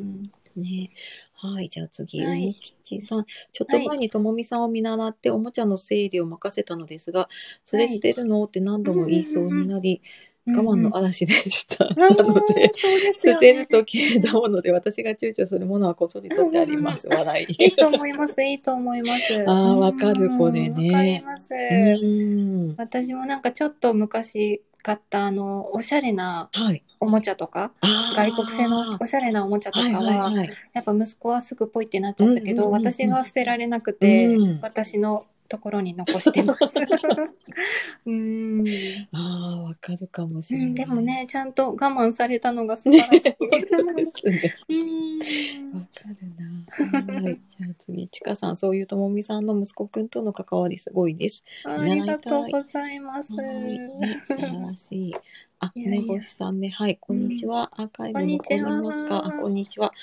[SPEAKER 1] んねはいじゃあ次
[SPEAKER 2] は
[SPEAKER 1] う
[SPEAKER 2] い
[SPEAKER 1] にきちさんちょっと前にともみさんを見習っておもちゃの整理を任せたのですがそれ捨てるのって何度も言いそうになり我慢の嵐でした。
[SPEAKER 2] うんう
[SPEAKER 1] なんので
[SPEAKER 2] あーそうですよ
[SPEAKER 1] 捨
[SPEAKER 2] ね
[SPEAKER 1] てると消えたもので私が躊躇するものはこっそり取ってあります笑
[SPEAKER 2] い
[SPEAKER 1] い
[SPEAKER 2] [LAUGHS] い。と思います、いいと思います。
[SPEAKER 1] あーわかる
[SPEAKER 2] うん
[SPEAKER 1] これね
[SPEAKER 2] わかります。
[SPEAKER 1] うん
[SPEAKER 2] 私もなんかちょっと昔買ったあの、おしゃれな
[SPEAKER 1] はい、
[SPEAKER 2] おもちゃとか、外
[SPEAKER 1] 外
[SPEAKER 2] 国製のおしゃれなおもちゃとかは、
[SPEAKER 1] はいはいはい、
[SPEAKER 2] やっぱ息子はすぐポイってなっちゃったけど、
[SPEAKER 1] うんうんうんうん
[SPEAKER 2] 私が捨てられなくて、
[SPEAKER 1] うん
[SPEAKER 2] 私のところに残して
[SPEAKER 1] [LAUGHS]
[SPEAKER 2] ます。うん、
[SPEAKER 1] ああわかるかもし
[SPEAKER 2] う
[SPEAKER 1] れない。
[SPEAKER 2] ん、でもね、ちゃんと我慢されたのが素晴らしい。
[SPEAKER 1] です
[SPEAKER 2] [LAUGHS]
[SPEAKER 1] ね。 [LAUGHS]
[SPEAKER 2] うん
[SPEAKER 1] わかるな。はい。じゃあ次、ちかさん、そういうともみさんの息子くんとの関わりすごいです。
[SPEAKER 2] あありがとうございます。
[SPEAKER 1] はい。ね、素晴らしい。あ、
[SPEAKER 2] いやいや
[SPEAKER 1] 梅干しさんね。はい。こんにちは。アーカイブ残りますか
[SPEAKER 2] こんにちは
[SPEAKER 1] あ、こんにちは。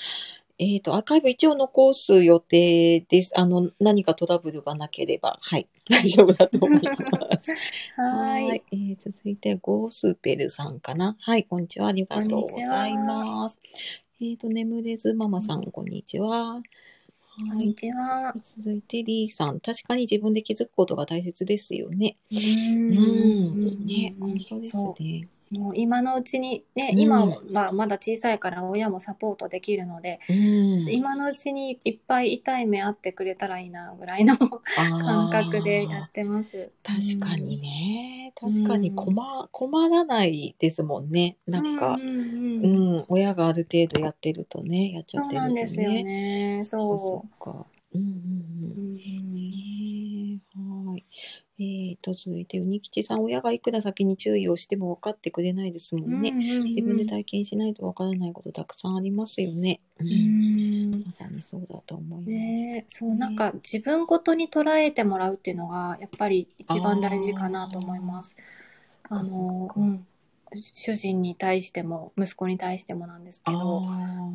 [SPEAKER 1] えっ、と、アーカイブ一応残す予定です。あの、何かトラブルがなければ、はい。大丈夫だと思います。
[SPEAKER 2] はい。
[SPEAKER 1] はい、えー続いてゴースペルさんかな。はい、こんにちは。ありがとうございます。えっ、と、眠れずママさん、こんにちは。
[SPEAKER 2] こんにちは。
[SPEAKER 1] 続いて D さん、確かに自分で気づくことが大切ですよね。
[SPEAKER 2] う
[SPEAKER 1] うんね、本当です
[SPEAKER 2] そ
[SPEAKER 1] ね。
[SPEAKER 2] うもう今のうちにね、
[SPEAKER 1] うん
[SPEAKER 2] 今はまだ小さいから親もサポートできるので、
[SPEAKER 1] うん
[SPEAKER 2] 今のうちにいっぱい痛い目あってくれたらいいなぐらいの感覚でやってます。
[SPEAKER 1] あー確かにね、確かに
[SPEAKER 2] うん
[SPEAKER 1] 困困らないですもんね。
[SPEAKER 2] う。
[SPEAKER 1] なんんか
[SPEAKER 2] う、ん
[SPEAKER 1] う、
[SPEAKER 2] うんんうん
[SPEAKER 1] 親がある程度やってるとね、やっちゃ
[SPEAKER 2] そ
[SPEAKER 1] っ
[SPEAKER 2] う
[SPEAKER 1] てる
[SPEAKER 2] な
[SPEAKER 1] と
[SPEAKER 2] ん
[SPEAKER 1] ね。
[SPEAKER 2] ですよね。
[SPEAKER 1] そ
[SPEAKER 2] そうう。
[SPEAKER 1] そうか。うんうんうん。
[SPEAKER 2] うん
[SPEAKER 1] ねえはい。えー、と続いて、うにきちさん、親がいくら先に注意をしても分かってくれないですもんね。自分で体験しないと分からないことたくさんありますよね。う、
[SPEAKER 2] うんん
[SPEAKER 1] まさにそうだと思います。
[SPEAKER 2] ねえ、そうなんか自分ごとに捉えてもらうっていうのがやっぱり一番大事かなと思います。
[SPEAKER 1] そっ
[SPEAKER 2] あ
[SPEAKER 1] かそっ
[SPEAKER 2] の、
[SPEAKER 1] か
[SPEAKER 2] うん、主人に対しても息子に対してもなんですけど、
[SPEAKER 1] あ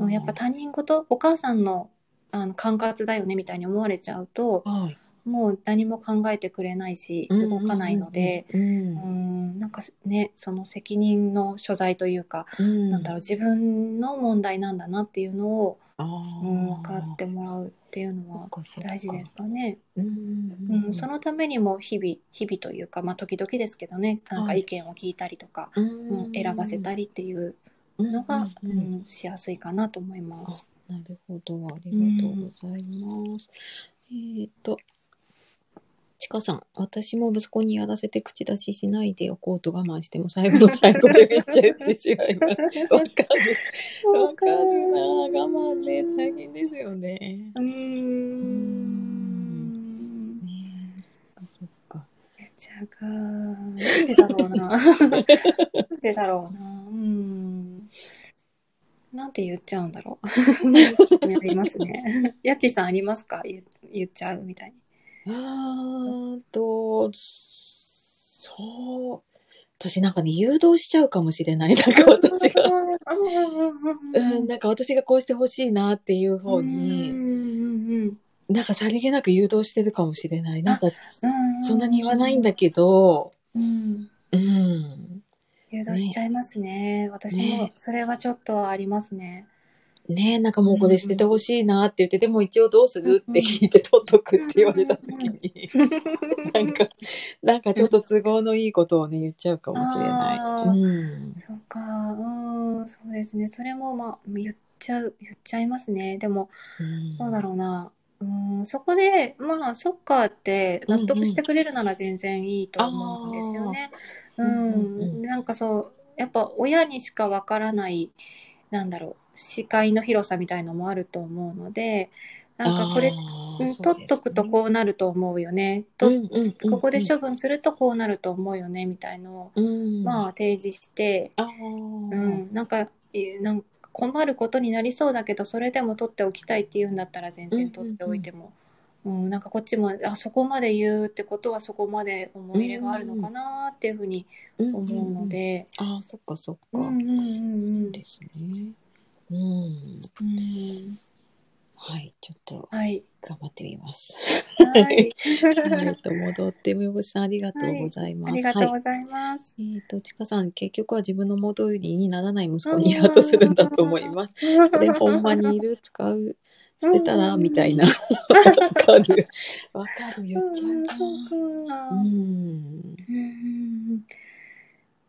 [SPEAKER 1] ー
[SPEAKER 2] うんやっぱ他人事お母さんのあの管轄だよねみたいに思われちゃうと、
[SPEAKER 1] はい、
[SPEAKER 2] もう何も考えてくれないし動かないので、
[SPEAKER 1] うんうん
[SPEAKER 2] うんなんかねその責任の所在というか、
[SPEAKER 1] うん、
[SPEAKER 2] なんだろう自分の問題なんだなっていうのを、
[SPEAKER 1] あ
[SPEAKER 2] う
[SPEAKER 1] ー
[SPEAKER 2] ん、分かってもらうっていうの
[SPEAKER 1] そ
[SPEAKER 2] は
[SPEAKER 1] っかそっか
[SPEAKER 2] 大事ですかね。
[SPEAKER 1] うんう
[SPEAKER 2] うん
[SPEAKER 1] うん
[SPEAKER 2] ん、そのためにも日々日々というか、まあ、時々ですけどねなんか
[SPEAKER 1] はい
[SPEAKER 2] 意見を聞いたりとか、
[SPEAKER 1] うん
[SPEAKER 2] うん、選ばせたりっていうのが、
[SPEAKER 1] う
[SPEAKER 2] うん
[SPEAKER 1] う
[SPEAKER 2] ん
[SPEAKER 1] んうん
[SPEAKER 2] しやすいかなと思います。
[SPEAKER 1] なるほど、ありがとうございます。えっと、ちかさん、私も息子にやらせて口出ししないでおこうと我慢しても最後の最後でめっちゃ言ってしまいます。 [LAUGHS] わかる。わかるな。我慢ね、大変ですよね。
[SPEAKER 2] うーん
[SPEAKER 1] ねえそっか
[SPEAKER 2] めちゃかなんでだろうななんでだろうなうんなんて言っちゃうんだろうやりますねやっちさんありますか言言っちゃうみたいに
[SPEAKER 1] そっか。あーと、そう。私なんかね、誘導しちゃうかもしれない。なんか私が。 [LAUGHS] うん、なんか私がこうしてほしいなっていう方に。
[SPEAKER 2] うんうんうんうん
[SPEAKER 1] なんかさりげなく誘導してるかもしれない。なんか、
[SPEAKER 2] うん
[SPEAKER 1] そんなに言わないんだけど、
[SPEAKER 2] うん
[SPEAKER 1] うん。
[SPEAKER 2] 誘導しちゃいますね私も
[SPEAKER 1] ね
[SPEAKER 2] それはちょっとはありますね
[SPEAKER 1] ねえ、なんかもうこれ捨ててほしいなって言って、でも一応どうするって聞いて取っとくって言われた時に、なんか、なんかちょっと都合のいいことをね、言っちゃうかもしれない。
[SPEAKER 2] あー
[SPEAKER 1] うん。
[SPEAKER 2] そうかうんそうですねそれもまあ言っちゃう言っちゃいますねでもどうだ
[SPEAKER 1] う。
[SPEAKER 2] ろうなうんそこでまあそっかって納
[SPEAKER 1] うんう
[SPEAKER 2] 得
[SPEAKER 1] ん
[SPEAKER 2] してくれるなら全然いいと思うんですよね
[SPEAKER 1] あー
[SPEAKER 2] うん
[SPEAKER 1] うんうんうん
[SPEAKER 2] なんかそうやっぱ親にしかわからないなんだろう視界の広さみたいのもあると思うのでなんかこれ
[SPEAKER 1] あー
[SPEAKER 2] うん、取っとくとこうなると思うよね。
[SPEAKER 1] う
[SPEAKER 2] と
[SPEAKER 1] んうんうん
[SPEAKER 2] ここで処分するとこうなると思うよねみたいのを、
[SPEAKER 1] うですね、うん。
[SPEAKER 2] ま
[SPEAKER 1] あ、
[SPEAKER 2] あ提示して、
[SPEAKER 1] ああ、
[SPEAKER 2] う、ん、なんかいなんか困ることになりそうだけどそれでも取っておきたいっていうんだったら全然取っておいても、うんなんかこっちもあそこまで言うってことはそこまで思い入れがあるのかなっていうふうに思うの。で、
[SPEAKER 1] ああ、そっかそっか。
[SPEAKER 2] うんうんうんう
[SPEAKER 1] そうんですね。うん。
[SPEAKER 2] うん
[SPEAKER 1] はい、ちょっと
[SPEAKER 2] はい
[SPEAKER 1] 頑張ってみます。
[SPEAKER 2] [LAUGHS] はい [LAUGHS]
[SPEAKER 1] えっと、戻って、梅干しさん、ありがとうございま
[SPEAKER 2] あ
[SPEAKER 1] す。
[SPEAKER 2] りがとう
[SPEAKER 1] はい
[SPEAKER 2] ございます。
[SPEAKER 1] えっ、と、ちかさん、結局は自分の戻りにならない息子にだとするんだと思い
[SPEAKER 2] [LAUGHS]
[SPEAKER 1] ます。これ、ほんまにいる、使う、捨てたら、みたいな。わかる。わかる、言っちゃうな。
[SPEAKER 2] うんそうか
[SPEAKER 1] うん。
[SPEAKER 2] うん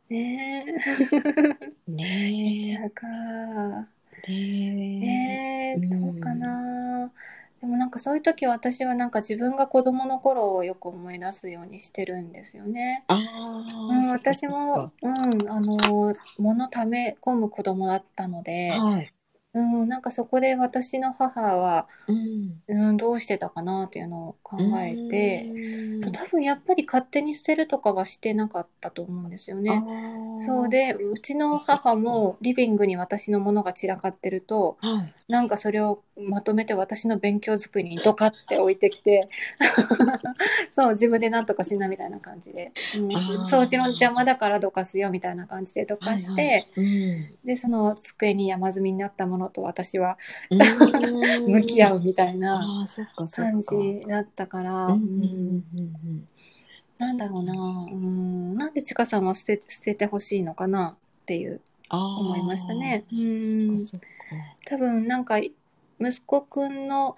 [SPEAKER 2] ねえ、じ
[SPEAKER 1] ね
[SPEAKER 2] ゃあか。
[SPEAKER 1] え。ね
[SPEAKER 2] ね
[SPEAKER 1] う
[SPEAKER 2] え、
[SPEAKER 1] ん
[SPEAKER 2] どうかな。でもなんかそういう時私はなんか自分が子供の頃をよく思い出すようにしてるんですよね。
[SPEAKER 1] ああ、
[SPEAKER 2] うん、
[SPEAKER 1] そっかそ
[SPEAKER 2] 私
[SPEAKER 1] っ
[SPEAKER 2] も、うん、あの、物ため込む子供だったので
[SPEAKER 1] か、はい。
[SPEAKER 2] うん、なんかそこで私の母は、
[SPEAKER 1] うん。
[SPEAKER 2] うん、どうしてたかなっていうのを考えて、
[SPEAKER 1] うん、
[SPEAKER 2] 多分やっぱり勝手に捨てるとかはしてなかったと思うんですよね。
[SPEAKER 1] ね
[SPEAKER 2] そう、で、うちの母もリビングに私のものが散らかってると、
[SPEAKER 1] はい。
[SPEAKER 2] なんかそれをまとめて私の勉強机にドカって置いてき [LAUGHS] て、そう、自分でなんとかしなみたいな感じで、うん
[SPEAKER 1] あー
[SPEAKER 2] 掃除の邪魔だからどかすよみたいな感じでどかして、
[SPEAKER 1] はい
[SPEAKER 2] で、その机に山積みになったものと私は
[SPEAKER 1] はい、
[SPEAKER 2] [LAUGHS] 向き合
[SPEAKER 1] う。
[SPEAKER 2] うんみたいな
[SPEAKER 1] ああ、そっか、そっか。
[SPEAKER 2] 感じだったから、
[SPEAKER 1] うんう
[SPEAKER 2] うん
[SPEAKER 1] んうん
[SPEAKER 2] なんだろうな、うん、なんでちかさんは捨て捨ててほしいのかなっていう思いましたね。。
[SPEAKER 1] うんあーそっかそっか
[SPEAKER 2] 多分なんか息子くんの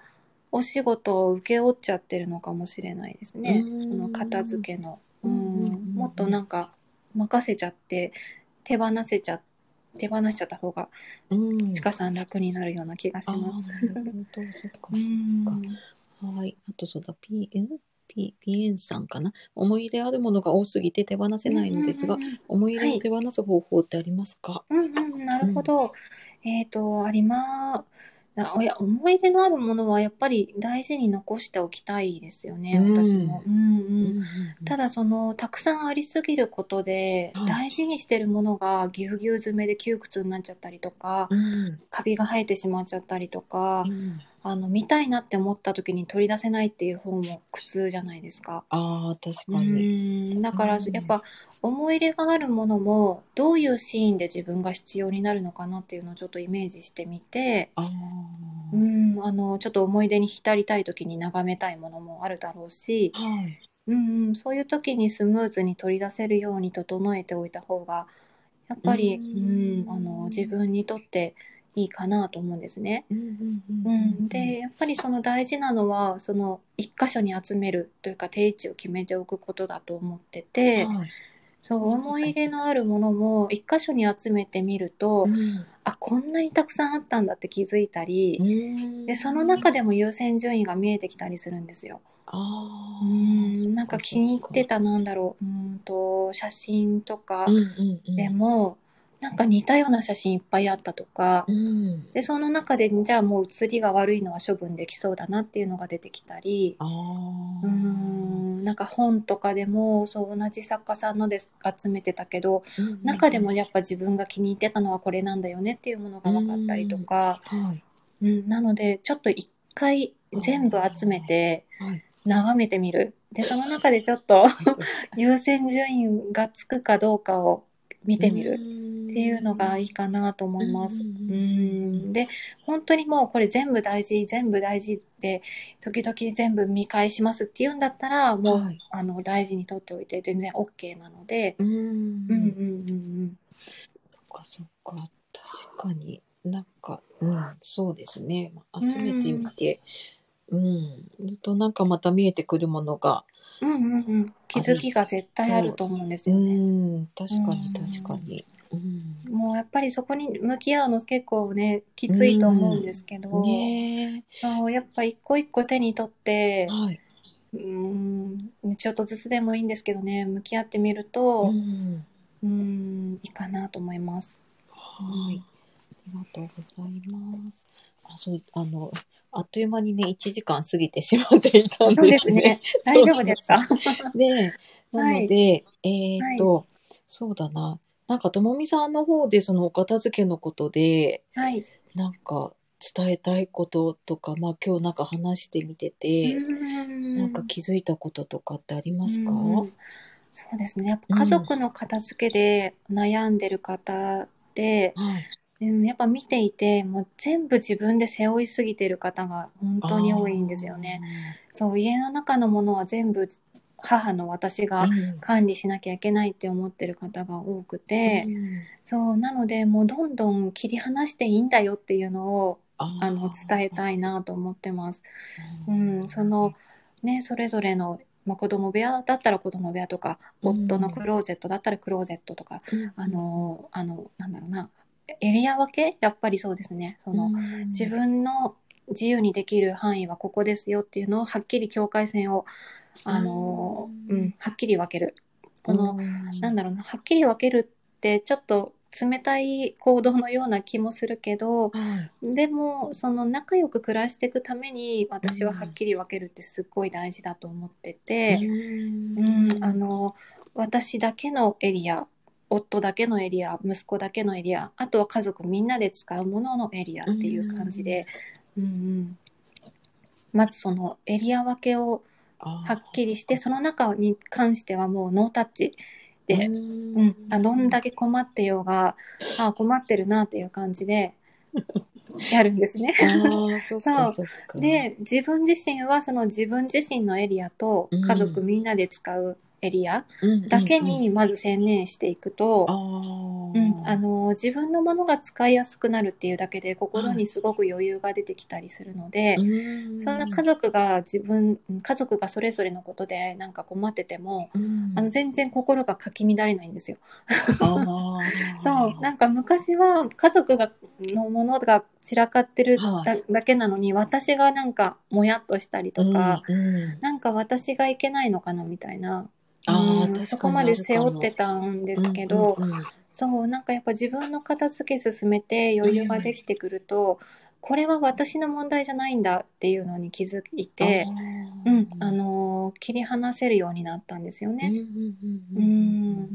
[SPEAKER 2] お仕事を請け負っちゃってるのかもしれないですね
[SPEAKER 1] う。ん
[SPEAKER 2] その片付けの。う
[SPEAKER 1] うんうんうん
[SPEAKER 2] んもっとなんか任せちゃって、手放せちゃ、手放しちゃった方が、
[SPEAKER 1] うん
[SPEAKER 2] ちかさん楽になるような気がし
[SPEAKER 1] ああ
[SPEAKER 2] ます。
[SPEAKER 1] ー、なるほど、そっか
[SPEAKER 2] う
[SPEAKER 1] そ
[SPEAKER 2] ん
[SPEAKER 1] かはい。あとそうだ、ピエン、ピピエンさんかな。思い入れあるものが多すぎて手放せないのですが、
[SPEAKER 2] うん
[SPEAKER 1] 思い入れ
[SPEAKER 2] は
[SPEAKER 1] を
[SPEAKER 2] い
[SPEAKER 1] 手放す方法ってありますか、
[SPEAKER 2] うんうん、なるほど。えっと、ありま、あいや、思い出のあるものはやっぱり大事に残しておきたいですよね、
[SPEAKER 1] うん
[SPEAKER 2] 私も。うんうん。た
[SPEAKER 1] だ、
[SPEAKER 2] だその、たくさんありすぎることで
[SPEAKER 1] はい、
[SPEAKER 2] 大事にしてるものがぎゅうぎゅう詰めで窮屈になっちゃったりとか、
[SPEAKER 1] うん
[SPEAKER 2] カビが生えてしまっちゃったりとか
[SPEAKER 1] う、ん、
[SPEAKER 2] あの、見たいなって思った時に取り出せないっていう方も苦痛じゃないですか。
[SPEAKER 1] ああ、確
[SPEAKER 2] う
[SPEAKER 1] かに。
[SPEAKER 2] ん、だか
[SPEAKER 1] う
[SPEAKER 2] ら
[SPEAKER 1] ん
[SPEAKER 2] やっぱ思い入れがあるものもどういうシーンで自分が必要になるのかなっていうのをちょっとイメージしてみて、
[SPEAKER 1] ああ、
[SPEAKER 2] うん、あのちょっと思い出に浸りたい時に眺めたいものもあるだろうし、
[SPEAKER 1] はい。
[SPEAKER 2] うんうん、そういう時にスムーズに取り出せるように整えておいた方がやっぱり、
[SPEAKER 1] うん
[SPEAKER 2] うん、あの自分にとっていいかなと思うんですね。
[SPEAKER 1] うんうんうん
[SPEAKER 2] う
[SPEAKER 1] うん
[SPEAKER 2] ん、で、やっぱりその大事なのはその一箇所に集めるというか定位置を決めておくことだと思ってて。
[SPEAKER 1] はい
[SPEAKER 2] そう、
[SPEAKER 1] そうそう
[SPEAKER 2] 思い入れのあるものも一箇所に集めてみると、あ、こんなにたくさんあったんだって気づいたり、
[SPEAKER 1] うん
[SPEAKER 2] で、その中でも優先順位が見えてきたりするんですよ。
[SPEAKER 1] ああ、
[SPEAKER 2] うん、なんか気に入って
[SPEAKER 1] た。
[SPEAKER 2] たなんだろう、うんと、写真とか
[SPEAKER 1] うんうんうん、
[SPEAKER 2] でも、なんか似たような写真いっぱいあったとか
[SPEAKER 1] う、ん、
[SPEAKER 2] で、その中で、じゃあもう写りが悪いのは処分できそうだなっていうのが出てきたり、
[SPEAKER 1] ああ、
[SPEAKER 2] うーん、なんか本とかでも、そう、同じ作家さんのです集めてたけど、
[SPEAKER 1] うんうんうん
[SPEAKER 2] 中でもやっぱ自分が気に入ってたのはこれなんだよねっていうものが分かったりとか、
[SPEAKER 1] はい、
[SPEAKER 2] うんなのでちょっと一回全部集めて
[SPEAKER 1] はい、
[SPEAKER 2] 眺めてみる。で、その中でちょっと優先順位がつくかどうかを見てみるっていうのがいいかなと思います。
[SPEAKER 1] うん
[SPEAKER 2] うーんで、本当にもうこれ全部大事、全部大事で、時々全部見返しますっていうんだったら、もう、
[SPEAKER 1] はい
[SPEAKER 2] あの、大事に取っておいて全然 OK なので、
[SPEAKER 1] うん、う
[SPEAKER 2] うんうん
[SPEAKER 1] ん、
[SPEAKER 2] うんうん。
[SPEAKER 1] そっかそっか確かになんか、うん、そうですね
[SPEAKER 2] ん
[SPEAKER 1] 集めてみてうん、ずっとなんかまた見えてくるものが
[SPEAKER 2] うんうんうん、気づきが絶対あると思うんです
[SPEAKER 1] う
[SPEAKER 2] よね。
[SPEAKER 1] ん確かに
[SPEAKER 2] うん
[SPEAKER 1] 確かに、うん
[SPEAKER 2] もうやっぱりそこに向き合うの結構ね、きついと思うんですけど、
[SPEAKER 1] ね
[SPEAKER 2] そうやっぱ一個一個手に取って
[SPEAKER 1] え、はい、
[SPEAKER 2] うん、ちょっとずつでもいいんですけどね、向き合ってみると
[SPEAKER 1] う、ん、
[SPEAKER 2] うん、いいかなと思います。
[SPEAKER 1] はいありがとうございますあそうあのあっという間にね1時間過ぎてしまっていたん
[SPEAKER 2] そう
[SPEAKER 1] で
[SPEAKER 2] ですす
[SPEAKER 1] ね [LAUGHS]
[SPEAKER 2] ね。大丈夫ですか
[SPEAKER 1] で、なので、えーっと、そうだな、なんかともみさんの方でそのお片付けのことで、
[SPEAKER 2] はい。
[SPEAKER 1] なんか伝えたいこととか、まあ今日なんか話してみてて、な
[SPEAKER 2] なん
[SPEAKER 1] か気づいたこととかってありますか、
[SPEAKER 2] うんうんそうですね。やっぱ家族の片付けで悩んでる方で、
[SPEAKER 1] はい。
[SPEAKER 2] うん、やっぱ見ていて、もう全部自分で背負いすぎてる方が本当に多いんですよね。そう、家の中のものは全部母の私
[SPEAKER 1] あー。
[SPEAKER 2] が管理しなきゃいけないって思ってる方が多くて、
[SPEAKER 1] うん
[SPEAKER 2] そう、なのでもうどんどん切り離していいんだよっていうのを、
[SPEAKER 1] あ
[SPEAKER 2] あの、伝えたいなと思ってます。うん、その、ね、それぞれの、まあ、子供部屋だったら子供部屋とか、
[SPEAKER 1] うん
[SPEAKER 2] 夫のクローゼットだったらクローゼットとか、
[SPEAKER 1] うん、
[SPEAKER 2] あの、あの、なんだろうな、エリア分けやっぱりそうですね。その、
[SPEAKER 1] うん
[SPEAKER 2] 自分の自由にできる範囲はここですよっていうのをはっきり境界線を、あの、
[SPEAKER 1] う
[SPEAKER 2] うんん、はっきり分ける。この、
[SPEAKER 1] うん
[SPEAKER 2] なんだろうな、はっきり分けるってちょっと冷たい行動のような気もするけど、
[SPEAKER 1] はい
[SPEAKER 2] でも、その仲良く暮らしていくために私は
[SPEAKER 1] うん
[SPEAKER 2] はっきり分けるってすっごい大事だと思ってて、
[SPEAKER 1] う
[SPEAKER 2] うん、あの、私だけのエリア、夫だけのエリア、息子だけのエリア、あとは家族みんなで使うもののエリアっていう感じで、うんうん、まずそのエリア分けをは
[SPEAKER 1] は
[SPEAKER 2] っきりして、その中に関してはもうノータッチで、
[SPEAKER 1] うん
[SPEAKER 2] うん、あどんだけ困ってようが、あ困ってるなっていう感
[SPEAKER 1] [LAUGHS]
[SPEAKER 2] じでやるんですね。
[SPEAKER 1] ああ、そっ
[SPEAKER 2] [LAUGHS]
[SPEAKER 1] か、そっか。
[SPEAKER 2] で自分自身はその自分自身のエリアと家族みんなで使うエリア
[SPEAKER 1] うん
[SPEAKER 2] だけ
[SPEAKER 1] うんうん
[SPEAKER 2] にまず専念していくと、
[SPEAKER 1] あ
[SPEAKER 2] うん、
[SPEAKER 1] ー
[SPEAKER 2] あの自分のものが使いやすくなるっていうだけで心にすごく余裕が出てきたりするので、
[SPEAKER 1] うん
[SPEAKER 2] そんな家族が自分家族がそれぞれのことでなんか困ってても、
[SPEAKER 1] うん
[SPEAKER 2] あの全然心がかき乱れないんですよ。
[SPEAKER 1] あー
[SPEAKER 2] そうなんか昔は家族がのものが散らかってるだ,、
[SPEAKER 1] は
[SPEAKER 2] だけなのに私がなんかもやっとしたりとか、
[SPEAKER 1] うんうん
[SPEAKER 2] なんか私がいけないのかなみたいな、
[SPEAKER 1] あー
[SPEAKER 2] う
[SPEAKER 1] 確
[SPEAKER 2] ん
[SPEAKER 1] かに
[SPEAKER 2] そこまで背負ってたんですけど、
[SPEAKER 1] うんうんうん
[SPEAKER 2] そう、なんかやっぱ自分の片付け進めて余裕ができてくると、これは私の問題じゃないんだっていうのに気づいて、
[SPEAKER 1] あー
[SPEAKER 2] うん、あのー切り離せるようになったんですよ
[SPEAKER 1] うん
[SPEAKER 2] ね。
[SPEAKER 1] うんうんうんうん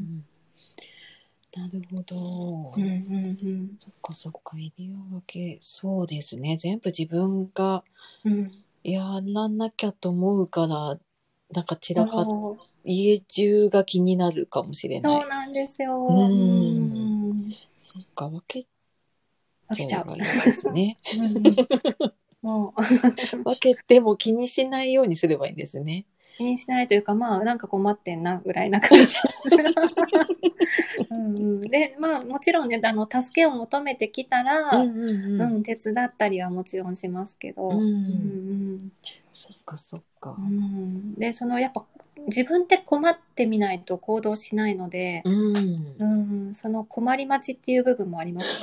[SPEAKER 1] なるほど、
[SPEAKER 2] うんうん
[SPEAKER 1] そっかそっかエリア分けそうですね全部自分が
[SPEAKER 2] うんうん。
[SPEAKER 1] やらなきゃと思うからなんか散らかっ
[SPEAKER 2] そう
[SPEAKER 1] 家中が気になるかもしれな
[SPEAKER 2] そ
[SPEAKER 1] いう
[SPEAKER 2] なんですよ。
[SPEAKER 1] うん
[SPEAKER 2] うん。
[SPEAKER 1] そっか分け
[SPEAKER 2] 飽きちゃう
[SPEAKER 1] が。いいですね
[SPEAKER 2] うんうん [LAUGHS] も [LAUGHS] う、
[SPEAKER 1] 分けても気にしないようにすればいいんですね
[SPEAKER 2] 気にしないというか、まあ、なんか困ってんな、ぐらいな感じ。うんうん、で、まあ、もちろんね、あの、助けを求めてきたら、
[SPEAKER 1] うんうん
[SPEAKER 2] うん、手伝ったりはもちろんしますけど、
[SPEAKER 1] うん
[SPEAKER 2] うん
[SPEAKER 1] そっかそっか
[SPEAKER 2] うんでそのやっぱ自分って困ってみないと行動しないので、
[SPEAKER 1] うん
[SPEAKER 2] うん、その困り待ちっていう部分もあります
[SPEAKER 1] [LAUGHS]
[SPEAKER 2] ね。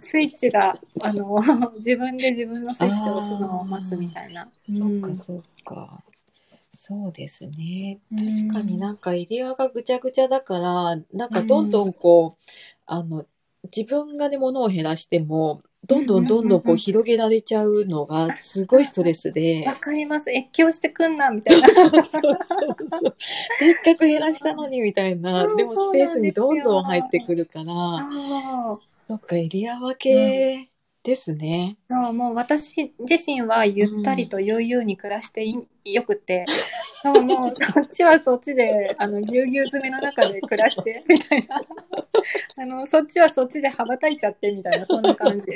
[SPEAKER 2] スイッチがあの自分で自分のスイッチを押すのを待つみたいな。う
[SPEAKER 1] そっ
[SPEAKER 2] ん
[SPEAKER 1] かそっか。そうですね。
[SPEAKER 2] うん
[SPEAKER 1] 確かになんかエリアがぐちゃぐちゃだから、なんかどんどんこう、あの、自分がね、物を減らしても、どんどんどんどん
[SPEAKER 2] うんうんうん
[SPEAKER 1] こ
[SPEAKER 2] う
[SPEAKER 1] うん広げられちゃうのがすごいストレスで
[SPEAKER 2] わ、。かります。越境してくんなみたいな。
[SPEAKER 1] そうそうそう
[SPEAKER 2] [LAUGHS]
[SPEAKER 1] そう。せっかく減らしたのにみたいな。
[SPEAKER 2] そう
[SPEAKER 1] でもスペースにどんどん入ってくるから、
[SPEAKER 2] あー
[SPEAKER 1] そっか、エリア分けですね。
[SPEAKER 2] そう、もう私自身はゆったりと悠々に暮らしていいよくて、そうもうそっちはそっちで、あの、ぎゅうぎゅう詰めの中で暮
[SPEAKER 1] [LAUGHS]
[SPEAKER 2] らして、みたいな。あの、そっちはそっちで羽ばたいちゃって、みたいな、そんな
[SPEAKER 1] [LAUGHS]
[SPEAKER 2] 感じ。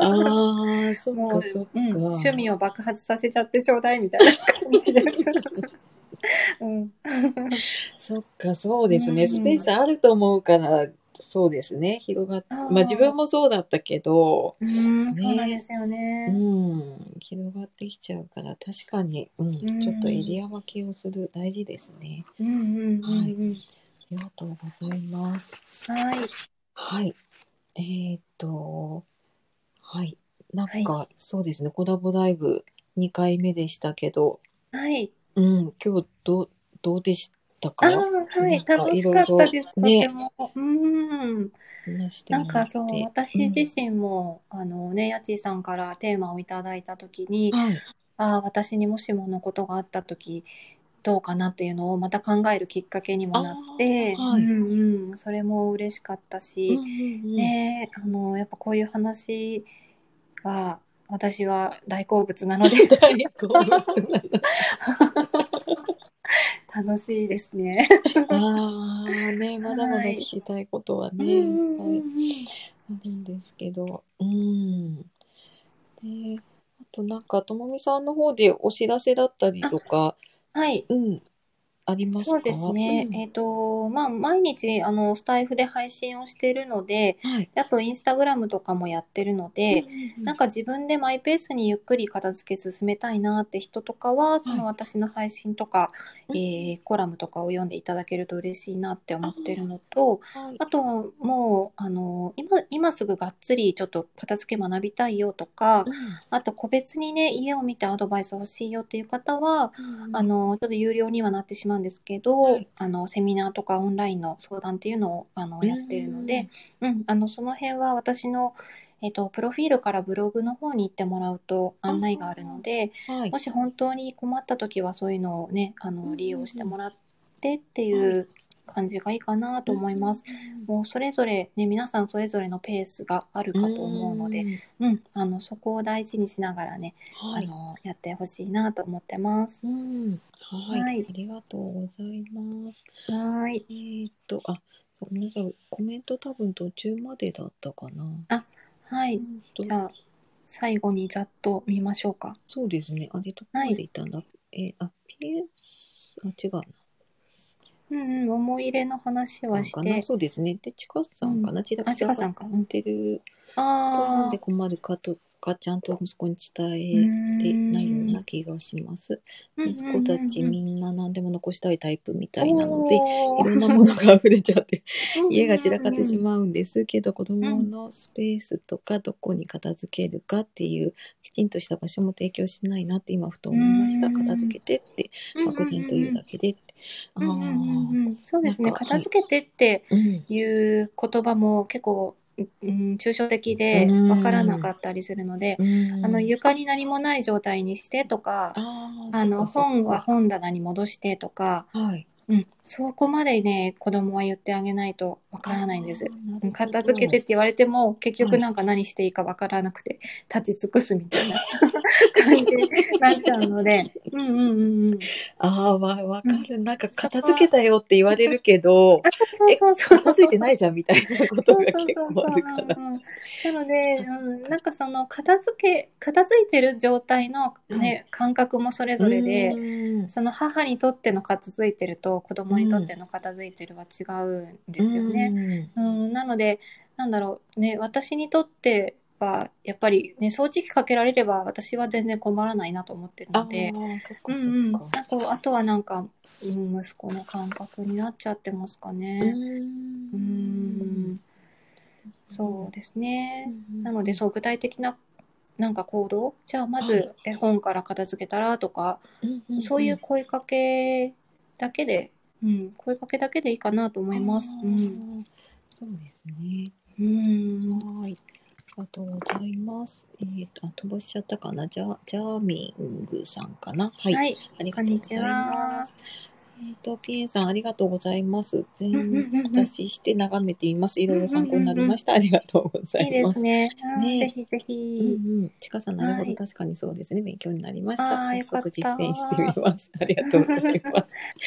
[SPEAKER 1] ああ、そっ
[SPEAKER 2] も
[SPEAKER 1] か
[SPEAKER 2] う
[SPEAKER 1] そっか。
[SPEAKER 2] うん、趣味を爆発させちゃってちょうだい、みたいな感じです。
[SPEAKER 1] [LAUGHS]
[SPEAKER 2] うん。
[SPEAKER 1] そっか、そうですね。
[SPEAKER 2] うん
[SPEAKER 1] スペースあると思うから、そうですね。広がっ
[SPEAKER 2] あー
[SPEAKER 1] まあ自分もそうだったけど、
[SPEAKER 2] うん、そうなんですよね。
[SPEAKER 1] うん、広がってきちゃうから、確かに、うん、
[SPEAKER 2] ん
[SPEAKER 1] ちょっとエリア分けをする、大事ですね。
[SPEAKER 2] うんうんうんうん。
[SPEAKER 1] ありがとうございます。
[SPEAKER 2] はい。
[SPEAKER 1] はい。えーっと、はい。なんか、そうですね、コラボライブ2回目でしたけど、
[SPEAKER 2] はい。
[SPEAKER 1] うん、今日どう、どうでした
[SPEAKER 2] あ
[SPEAKER 1] か
[SPEAKER 2] あ、は
[SPEAKER 1] なん
[SPEAKER 2] い。
[SPEAKER 1] か
[SPEAKER 2] 楽しかったです。と
[SPEAKER 1] いろい
[SPEAKER 2] て
[SPEAKER 1] ろ
[SPEAKER 2] も。うん。
[SPEAKER 1] 話して
[SPEAKER 2] なん
[SPEAKER 1] もら
[SPEAKER 2] か
[SPEAKER 1] って。
[SPEAKER 2] そう、私自身も、あのね、やちーさんからテーマをいただいたときに、
[SPEAKER 1] はい。
[SPEAKER 2] ああ、私にもしものことがあったとき、どうかなというのをまた考えるきっかけにもなって、
[SPEAKER 1] あーはい
[SPEAKER 2] うんうん、それも嬉しかっ
[SPEAKER 1] う
[SPEAKER 2] た
[SPEAKER 1] ん
[SPEAKER 2] し
[SPEAKER 1] う、んうん
[SPEAKER 2] ね、あの、やっぱこういう話は、私は大好物なので
[SPEAKER 1] [LAUGHS] 大好物な
[SPEAKER 2] 楽しいですね。
[SPEAKER 1] の。ああ、ね、まだまだ聞きたいことはね、いっぱいあるんですけど、うん。で、あとなんか、ともみさんの方でお知らせだったりとか、
[SPEAKER 2] はい。
[SPEAKER 1] うん、ありますか
[SPEAKER 2] そうですね。
[SPEAKER 1] うん
[SPEAKER 2] えっと、まあ、毎日、あの、スタイフで配信をしているので、
[SPEAKER 1] はい。
[SPEAKER 2] あと、インスタグラムとかもやってるので、なん
[SPEAKER 1] か、
[SPEAKER 2] か自分でマイペースにゆっくり片付け進めたいなって人とかは、その私の配信とか、
[SPEAKER 1] うん
[SPEAKER 2] えーコラムとかを読んでいただけると嬉しいなって思ってるのと、
[SPEAKER 1] はい
[SPEAKER 2] あと、もう、あの、今、今すぐがっつりちょっと片付け学びたいよとか、あと個別にね、家を見てアドバイス欲しいよっていう方は、
[SPEAKER 1] うん
[SPEAKER 2] あの、ちょっと有料にはなってしまうんですけど、
[SPEAKER 1] はい
[SPEAKER 2] あの、セミナーとかオンラインの相談っていうのを、あの、やっているので、、うん、あの、その辺は私の、えっと、プロフィールからブログの方に行ってもらうと案内があるので、
[SPEAKER 1] うんはい
[SPEAKER 2] も。し本当に困った時はそういうのをね、あ
[SPEAKER 1] うんうん
[SPEAKER 2] の、利用してもらってっていう感じがいいかなと思います。
[SPEAKER 1] うん。
[SPEAKER 2] もうそれぞれね、皆さんそれぞれのペースがあるかと思うので、
[SPEAKER 1] ん、
[SPEAKER 2] うん、あの、そこを大事にしながらね、
[SPEAKER 1] はい
[SPEAKER 2] あの、やってほしいなと思ってます
[SPEAKER 1] う。ん、はい、
[SPEAKER 2] はい
[SPEAKER 1] ありがとうございます。
[SPEAKER 2] はーい。
[SPEAKER 1] えーっと、あ、ごめんなさい、コメント多分途中までだったかな。
[SPEAKER 2] は
[SPEAKER 1] え
[SPEAKER 2] い。
[SPEAKER 1] ーっと
[SPEAKER 2] じゃあ、最後にざっと見ましょうか。
[SPEAKER 1] そうですね、あれどこまでいたんだっえーあ、ピエス、あ、違うな。
[SPEAKER 2] うんうん、思い入れの話はし
[SPEAKER 1] かな
[SPEAKER 2] て。
[SPEAKER 1] そうですね。で、ちかさんかな、ちら
[SPEAKER 2] あ、ちかさん
[SPEAKER 1] っ
[SPEAKER 2] か。うん、
[SPEAKER 1] てるとな
[SPEAKER 2] あ
[SPEAKER 1] ん
[SPEAKER 2] あ
[SPEAKER 1] で。困るかとか、ちゃんと息子に
[SPEAKER 2] うー
[SPEAKER 1] 伝
[SPEAKER 2] ん
[SPEAKER 1] えてないような気がします。息子たちみんな何でも残したいタイプみたいなので、い
[SPEAKER 2] おー
[SPEAKER 1] ろんな
[SPEAKER 2] [LAUGHS]
[SPEAKER 1] ものが溢れちゃって、家が散らかってし
[SPEAKER 2] うんうんうん
[SPEAKER 1] まうんですけど、子供のスペースとかどこに片付けるかっていう、きちんとした場所も提供してないなって今ふと思いました。
[SPEAKER 2] うん
[SPEAKER 1] 片付けてって、
[SPEAKER 2] うんうんうん
[SPEAKER 1] 漠然というだけでって。ああ
[SPEAKER 2] う
[SPEAKER 1] ー、
[SPEAKER 2] んうんうんうんそうです
[SPEAKER 1] な
[SPEAKER 2] ね
[SPEAKER 1] んか
[SPEAKER 2] 片付けてって
[SPEAKER 1] うん。
[SPEAKER 2] いう言葉も結構、うん、抽象的で
[SPEAKER 1] うん
[SPEAKER 2] わからなかったりするので、
[SPEAKER 1] うん
[SPEAKER 2] あの床に何もない状態にしてとか、
[SPEAKER 1] あー
[SPEAKER 2] あの
[SPEAKER 1] そっかそっ
[SPEAKER 2] 本
[SPEAKER 1] か
[SPEAKER 2] は本棚に戻してとか、
[SPEAKER 1] はい。
[SPEAKER 2] うん、そこまでね子供は言ってあげないとわからないんです
[SPEAKER 1] あー。なるほ
[SPEAKER 2] うん
[SPEAKER 1] ど
[SPEAKER 2] 片付けてって言われても結局なんか何していいかわからなくて立ち尽くすみたいな [LAUGHS] 感じになっちゃうの
[SPEAKER 1] [LAUGHS]
[SPEAKER 2] で、うんうんうんうん、
[SPEAKER 1] ああ、わ、わかる。なんか、
[SPEAKER 2] そこは
[SPEAKER 1] 片付けたよって言われるけど、
[SPEAKER 2] そう
[SPEAKER 1] え、
[SPEAKER 2] そうそう
[SPEAKER 1] 片付いてないじゃんみたいなことが結構あるか
[SPEAKER 2] そうそうそう
[SPEAKER 1] ら。
[SPEAKER 2] そううんうんなので、
[SPEAKER 1] そっか
[SPEAKER 2] うん、なんかその片付け片付いてる状態の、ね
[SPEAKER 1] はい
[SPEAKER 2] 感覚もそれぞれで、
[SPEAKER 1] うん
[SPEAKER 2] その母にとっての片付いてると子供にとっての片付いてるは違うんですよね。うん、なのでなんだろうね私にとってはやっぱり、ね、掃除機かけられれば私は全然困らないなと思ってる
[SPEAKER 1] ああ
[SPEAKER 2] ので。
[SPEAKER 1] ー、そっ
[SPEAKER 2] う
[SPEAKER 1] か
[SPEAKER 2] ん
[SPEAKER 1] そ
[SPEAKER 2] うん、
[SPEAKER 1] っか。
[SPEAKER 2] あとあとはなんか、うん、息子の感覚になっちゃってますかね。うー
[SPEAKER 1] ん。
[SPEAKER 2] んそうですね。な
[SPEAKER 1] な
[SPEAKER 2] ので、そう、具体的な、なんか行動、じゃあ、ま
[SPEAKER 1] はい
[SPEAKER 2] ず絵本から片付けたらとか、
[SPEAKER 1] うん、
[SPEAKER 2] そういう声かけだけで、うん、声かけだけでいいかなと思います。
[SPEAKER 1] あ
[SPEAKER 2] う
[SPEAKER 1] ー
[SPEAKER 2] ん。。
[SPEAKER 1] そうですね。
[SPEAKER 2] うん。
[SPEAKER 1] はい。ありがとうございます。えっ、と、あ、飛ばしちゃったかな。ジャジャーミングさんかな。はい。
[SPEAKER 2] はい。
[SPEAKER 1] ありがとうございます。えっ、と、ピエさん、ありがとうございます。全
[SPEAKER 2] うんうんうんうん
[SPEAKER 1] 員、私して眺めています。いろいろ参考になりました。ありがとうござい
[SPEAKER 2] い
[SPEAKER 1] ま
[SPEAKER 2] い
[SPEAKER 1] す。
[SPEAKER 2] ですね。うん
[SPEAKER 1] ね
[SPEAKER 2] ぜひぜ
[SPEAKER 1] うん
[SPEAKER 2] ひ。
[SPEAKER 1] うん。ちかさん、なるほ
[SPEAKER 2] は
[SPEAKER 1] ど。
[SPEAKER 2] い
[SPEAKER 1] 確かにそうですね。勉強になりました。
[SPEAKER 2] あー
[SPEAKER 1] 早速
[SPEAKER 2] よ
[SPEAKER 1] 実
[SPEAKER 2] かった
[SPEAKER 1] 践してみます。 [LAUGHS] ありがとうござい
[SPEAKER 2] [LAUGHS]
[SPEAKER 1] ます。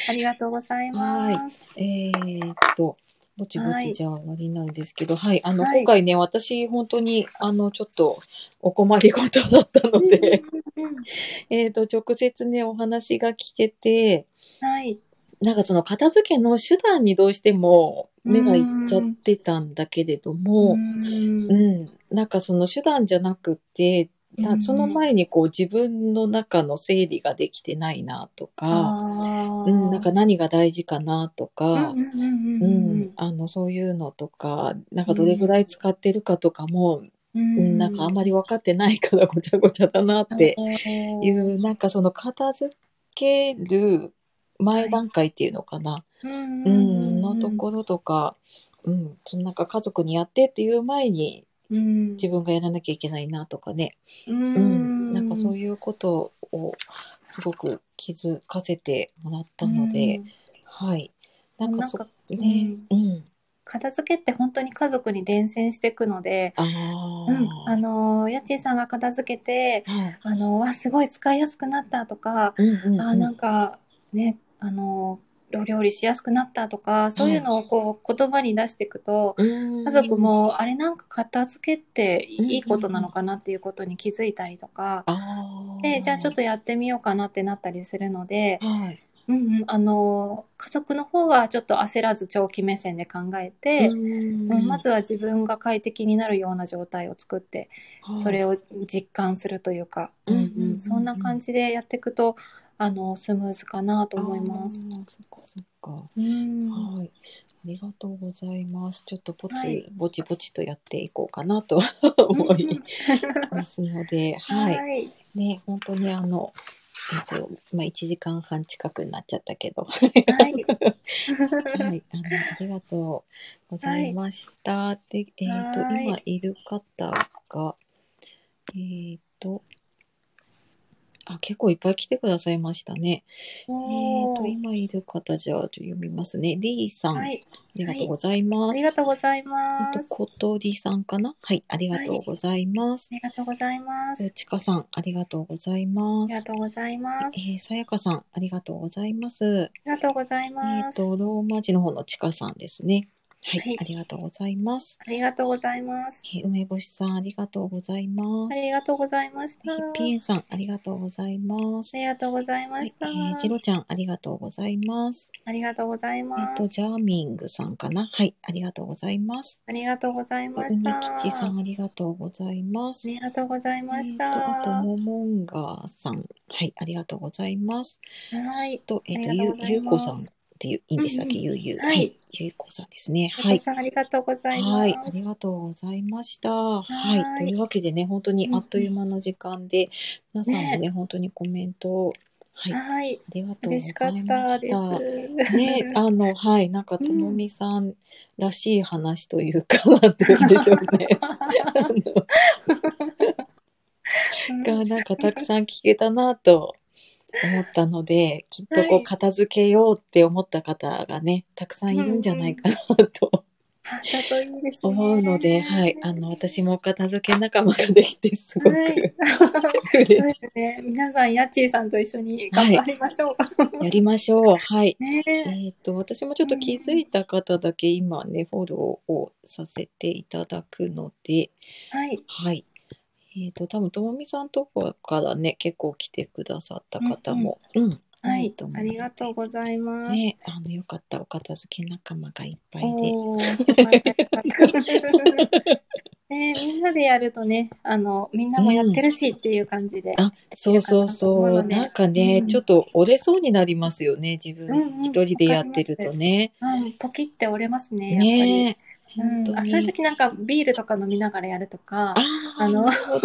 [SPEAKER 2] ありがとうございます。
[SPEAKER 1] はいえーっと、ぼちぼ
[SPEAKER 2] はい
[SPEAKER 1] ちじゃ終わりなんですけど、はい、あの、
[SPEAKER 2] はい
[SPEAKER 1] 今回ね、私、本当に、あの、ちょっと、お困りごとだったので、
[SPEAKER 2] うんうんうん
[SPEAKER 1] [LAUGHS] えーっと、直接ね、お話が聞けて、
[SPEAKER 2] はい。
[SPEAKER 1] なんかその片付けの手段にどうしても目がいっちゃってたんだけれども、
[SPEAKER 2] うん
[SPEAKER 1] うん、なんかその手段じゃなくて、
[SPEAKER 2] う
[SPEAKER 1] た
[SPEAKER 2] ん
[SPEAKER 1] その前にこう自分の中の整理ができてないなとか、
[SPEAKER 2] あー
[SPEAKER 1] うん、なんか何が大事かなと
[SPEAKER 2] う
[SPEAKER 1] か、
[SPEAKER 2] んうんうん
[SPEAKER 1] う
[SPEAKER 2] うんうん
[SPEAKER 1] ん、あの、そういうのとか、なんかどれぐらい使ってるかとかも、
[SPEAKER 2] うん
[SPEAKER 1] うんなんかあんまり分かってないからごちゃごちゃだなってい
[SPEAKER 2] 言
[SPEAKER 1] う、なんかその片付ける前段階っていうのかな、
[SPEAKER 2] うん
[SPEAKER 1] うん、のところとか、うん、そのなんか家族にやってっていう前に
[SPEAKER 2] うん
[SPEAKER 1] 自分がやらなきゃいけないなとかね、
[SPEAKER 2] うん
[SPEAKER 1] うん、なんかそう
[SPEAKER 2] い
[SPEAKER 1] いうことをすごく気づかせてもらったので、はい。なんかそ、
[SPEAKER 2] なんか
[SPEAKER 1] ね、うん。
[SPEAKER 2] 片付けって本当に家族に伝染していくので、
[SPEAKER 1] ああ、
[SPEAKER 2] うん、あの家賃さんが片付けて
[SPEAKER 1] はい。
[SPEAKER 2] あのわすごい使いやすくなったとか、
[SPEAKER 1] うんうんうん、
[SPEAKER 2] あなんかねあのお料理しやすくなったとかそういうのをこう言葉に出していくと、
[SPEAKER 1] 家
[SPEAKER 2] 家族、もあれなんか片付けっていいことなのかなっていうことに気づいたりとか、
[SPEAKER 1] ああ。
[SPEAKER 2] でじゃあちょっとやってみようかなってなったりするので、
[SPEAKER 1] と、はい。
[SPEAKER 2] うんうん、あの家族の方はちょっと焦らず長期目線で考えて、
[SPEAKER 1] うん
[SPEAKER 2] うんまずは自分が快適になるような状態を作ってそれ
[SPEAKER 1] を、
[SPEAKER 2] を実感するというか、
[SPEAKER 1] う
[SPEAKER 2] うん
[SPEAKER 1] う
[SPEAKER 2] ん
[SPEAKER 1] ん
[SPEAKER 2] うんそんな感じでやっていくとあのスムーズかなと思います。
[SPEAKER 1] あー。そっかそっか。
[SPEAKER 2] うん
[SPEAKER 1] はい。ありがとうございます。ちょっとぼち、
[SPEAKER 2] はい
[SPEAKER 1] ぼちぼちとやっていこうかなと [LAUGHS] 思いますので、はい。
[SPEAKER 2] はい、
[SPEAKER 1] ね、本当にあの、えっと、まあ、1時間半近くになっちゃったけど、
[SPEAKER 2] [LAUGHS] はい、
[SPEAKER 1] はい、あの、ありがとうございました。で、えっ、と、
[SPEAKER 2] はい
[SPEAKER 1] 今いる方が、えっ、と、あ、結構いっぱい来てくださいましたね。えっ、
[SPEAKER 2] お
[SPEAKER 1] と、
[SPEAKER 2] ー
[SPEAKER 1] 今いる方じゃあ読みますね。リーさん、
[SPEAKER 2] は
[SPEAKER 1] あ
[SPEAKER 2] い、
[SPEAKER 1] りがとうござい
[SPEAKER 2] あ
[SPEAKER 1] ます。
[SPEAKER 2] りがとうござい
[SPEAKER 1] えっ
[SPEAKER 2] ます
[SPEAKER 1] と、。ことりさんかなはい、ありがとうございます
[SPEAKER 2] あ。りがとうございます。
[SPEAKER 1] え
[SPEAKER 2] あ
[SPEAKER 1] ちかさん、ありがとうございま
[SPEAKER 2] りが
[SPEAKER 1] す。
[SPEAKER 2] とうございます。あ
[SPEAKER 1] えー、さやかさん、ありがとうございます。
[SPEAKER 2] りがとうござい
[SPEAKER 1] えっ、
[SPEAKER 2] ます。
[SPEAKER 1] と、ローマ字の方のちかさんですね。はい、
[SPEAKER 2] はい
[SPEAKER 1] ありがとうございます。
[SPEAKER 2] ありがとうございます。
[SPEAKER 1] えー梅干しさん、ありがとうございま
[SPEAKER 2] あ
[SPEAKER 1] す。
[SPEAKER 2] りがとうございました。
[SPEAKER 1] ヒッピーエンさん、ありがとうございます
[SPEAKER 2] あ。りがとうございま
[SPEAKER 1] はい
[SPEAKER 2] し、た。
[SPEAKER 1] えー、ジロちゃん、ありがとうございます。
[SPEAKER 2] ありがとうござい
[SPEAKER 1] えっ
[SPEAKER 2] ま
[SPEAKER 1] と、
[SPEAKER 2] す。
[SPEAKER 1] ジャーミングさんかな。はい、ありがとうございます。
[SPEAKER 2] ありがとうございました。
[SPEAKER 1] 梅吉さん、ありがとうございま
[SPEAKER 2] あ
[SPEAKER 1] す。
[SPEAKER 2] りがとうございまし
[SPEAKER 1] えーと
[SPEAKER 2] た。
[SPEAKER 1] あと、モモンガーさん。はい、ありがとうございます。
[SPEAKER 2] はい。
[SPEAKER 1] と、えっ、と、
[SPEAKER 2] あり
[SPEAKER 1] ゆう
[SPEAKER 2] がとうございます
[SPEAKER 1] ゆうこさんっていう、いいんでしたっけ、
[SPEAKER 2] うんうん
[SPEAKER 1] ゆうゆう。
[SPEAKER 2] はい
[SPEAKER 1] はい、ゆうこさんですね。は
[SPEAKER 2] ゆう
[SPEAKER 1] い
[SPEAKER 2] こ。さんありがとうございます。
[SPEAKER 1] はい、ありがとうございました。はいい、というわけでね、本当にあっという間の時間で、皆さんもね、
[SPEAKER 2] ね
[SPEAKER 1] 本当にコメントを、はい、あ
[SPEAKER 2] はい。
[SPEAKER 1] りがとうご
[SPEAKER 2] 嬉しか
[SPEAKER 1] ざ
[SPEAKER 2] っ
[SPEAKER 1] いま
[SPEAKER 2] た
[SPEAKER 1] し
[SPEAKER 2] で
[SPEAKER 1] た。
[SPEAKER 2] す。
[SPEAKER 1] ね、あの、はい、なんか、
[SPEAKER 2] うん
[SPEAKER 1] ともみさんらしい話という
[SPEAKER 2] [LAUGHS]
[SPEAKER 1] か、なんて言うんでしょうね。あ
[SPEAKER 2] うん
[SPEAKER 1] のが、なんか、たくさん聞けたなと思ったので、きっとこ
[SPEAKER 2] は
[SPEAKER 1] う、
[SPEAKER 2] い
[SPEAKER 1] 片付けようって思った方がね、たくさんいるんじゃないかなと。
[SPEAKER 2] あだといいですね。
[SPEAKER 1] 思うので、はい、あの、私もお片付け仲間ができて、すごく、
[SPEAKER 2] は
[SPEAKER 1] 嬉しい
[SPEAKER 2] い [LAUGHS] そうですね。皆さん、やっちーさんと一緒に頑張りましょう。
[SPEAKER 1] やりましょう。はい。
[SPEAKER 2] ね
[SPEAKER 1] え
[SPEAKER 2] え。
[SPEAKER 1] ーっと、私もちょっと気づいた方だけ今ね、フォローをさせていただくので、
[SPEAKER 2] はい。
[SPEAKER 1] はい。えーっと、多分ともみさんとこからね、結構来てくださった方も、うん、
[SPEAKER 2] はい
[SPEAKER 1] と思。
[SPEAKER 2] ありがとうございます。
[SPEAKER 1] ね、あの、よかった、お片付け仲間がいっぱいで。
[SPEAKER 2] おーねみんなでやるとね、あの、みんなもやってるしっていう感じで。
[SPEAKER 1] あ、そうそうそう。
[SPEAKER 2] できる
[SPEAKER 1] な
[SPEAKER 2] かなと思うので
[SPEAKER 1] んかね、
[SPEAKER 2] うん
[SPEAKER 1] ちょっと折れそうになりますよね。自
[SPEAKER 2] うんう
[SPEAKER 1] 分
[SPEAKER 2] ん
[SPEAKER 1] 一人でやってるとね。
[SPEAKER 2] うん、ポキって折れますね、やっぱり。
[SPEAKER 1] ねえ。
[SPEAKER 2] うん
[SPEAKER 1] 本当
[SPEAKER 2] あ
[SPEAKER 1] に
[SPEAKER 2] そういう時なんかビールとか飲みながらやるとか、
[SPEAKER 1] ああ、
[SPEAKER 2] あの
[SPEAKER 1] なるほ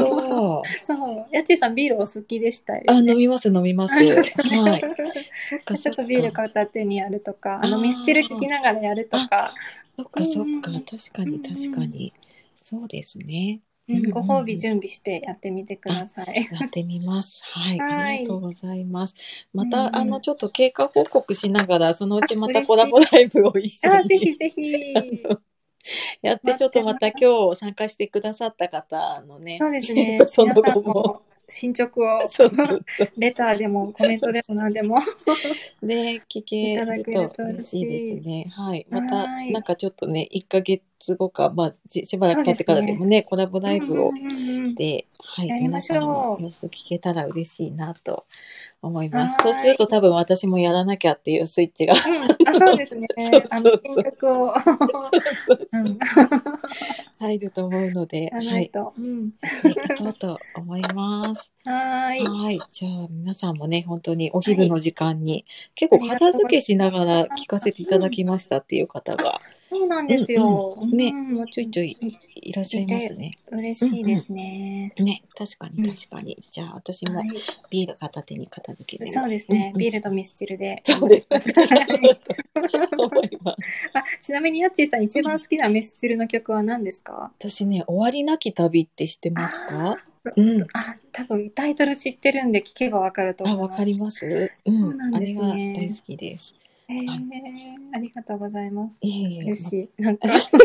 [SPEAKER 2] [LAUGHS]
[SPEAKER 1] ど。
[SPEAKER 2] そう、やっちーさんビールお好きでしたよ
[SPEAKER 1] あ、
[SPEAKER 2] ね。
[SPEAKER 1] 飲みます、飲み
[SPEAKER 2] [LAUGHS]
[SPEAKER 1] ます。
[SPEAKER 2] ありがとうね
[SPEAKER 1] はい。そっか、
[SPEAKER 2] ち
[SPEAKER 1] そっ
[SPEAKER 2] ょっ
[SPEAKER 1] か
[SPEAKER 2] と。ビール片手にやるとか、あの
[SPEAKER 1] あー
[SPEAKER 2] ミスチル聴きながらやるとか、
[SPEAKER 1] そっか、そっか
[SPEAKER 2] うんうん。
[SPEAKER 1] 確かに、確かに。そうですね。
[SPEAKER 2] うん
[SPEAKER 1] うんうん
[SPEAKER 2] ご褒美準備してやってみてください。
[SPEAKER 1] やってみます。はい。
[SPEAKER 2] は
[SPEAKER 1] あ
[SPEAKER 2] い
[SPEAKER 1] りがとうございます。
[SPEAKER 2] んう
[SPEAKER 1] ま
[SPEAKER 2] ん
[SPEAKER 1] た、あの、ちょっと経過報告しながら、そのうちまた
[SPEAKER 2] あ嬉しい
[SPEAKER 1] コラボライブを一緒
[SPEAKER 2] あ、ぜ
[SPEAKER 1] に
[SPEAKER 2] ひぜ
[SPEAKER 1] [LAUGHS]
[SPEAKER 2] ひ。
[SPEAKER 1] やって、ちょっとまた今日参加してくださった方のね、。
[SPEAKER 2] そうですね
[SPEAKER 1] その
[SPEAKER 2] 皆さ
[SPEAKER 1] 後
[SPEAKER 2] ん
[SPEAKER 1] も。
[SPEAKER 2] も進捗を
[SPEAKER 1] そうそうそう。
[SPEAKER 2] レターでもコメントでも何でも。 [LAUGHS]
[SPEAKER 1] ね、聞けると嬉しいですね。はい。また、
[SPEAKER 2] はい
[SPEAKER 1] なんかちょっとね、1ヶ月後か、まあ、ししばらく経ってからでもね、コラボライブを
[SPEAKER 2] うんう
[SPEAKER 1] [LAUGHS]
[SPEAKER 2] んうんうん
[SPEAKER 1] で、はい、
[SPEAKER 2] やり
[SPEAKER 1] 皆
[SPEAKER 2] まし
[SPEAKER 1] さ
[SPEAKER 2] ょ
[SPEAKER 1] ん
[SPEAKER 2] う
[SPEAKER 1] の様子聞けたら嬉しいなと思います。
[SPEAKER 2] はい
[SPEAKER 1] そうすると多分私もやらなきゃっていうスイッチが。 [LAUGHS]
[SPEAKER 2] うんあ、そうですね
[SPEAKER 1] そうそうそう。
[SPEAKER 2] あの進捗を
[SPEAKER 1] そうそう
[SPEAKER 2] うん
[SPEAKER 1] 入ると思うので、
[SPEAKER 2] やら
[SPEAKER 1] は
[SPEAKER 2] ない
[SPEAKER 1] い、
[SPEAKER 2] と。うん
[SPEAKER 1] はい行こうと思います。
[SPEAKER 2] はーい。
[SPEAKER 1] はい。じゃあ、皆さんもね、本当にお昼の時間に、結構片付けしながら聞かせていただきましたっていう方が、
[SPEAKER 2] そうなんですよ。
[SPEAKER 1] うんうんね
[SPEAKER 2] うん
[SPEAKER 1] ちょいちょいいらっしゃいますね。
[SPEAKER 2] 嬉しいですね。
[SPEAKER 1] ね、確かに
[SPEAKER 2] うん
[SPEAKER 1] 確かに。じゃあ、私も
[SPEAKER 2] はい
[SPEAKER 1] ビール片手に片付けて。
[SPEAKER 2] そうですね
[SPEAKER 1] う。ん
[SPEAKER 2] ビールとミスチルで。
[SPEAKER 1] そうですね。
[SPEAKER 2] [LAUGHS]
[SPEAKER 1] と思います。
[SPEAKER 2] あちなみに、やっちーさん、一番好きなミスチルの曲は何ですか
[SPEAKER 1] 私ね、終わりなき旅って知ってます
[SPEAKER 2] [LAUGHS]
[SPEAKER 1] かうん。
[SPEAKER 2] あ、多分タイトル知ってるんで聞けばわかると思
[SPEAKER 1] あ、
[SPEAKER 2] いま
[SPEAKER 1] わ
[SPEAKER 2] す。
[SPEAKER 1] かります。う。
[SPEAKER 2] そうんなん
[SPEAKER 1] あ
[SPEAKER 2] で
[SPEAKER 1] れ
[SPEAKER 2] すね
[SPEAKER 1] が大好きです。
[SPEAKER 2] えーありがとうございます。
[SPEAKER 1] いえいえ
[SPEAKER 2] 嬉しい。なんか、 [LAUGHS] ちょっと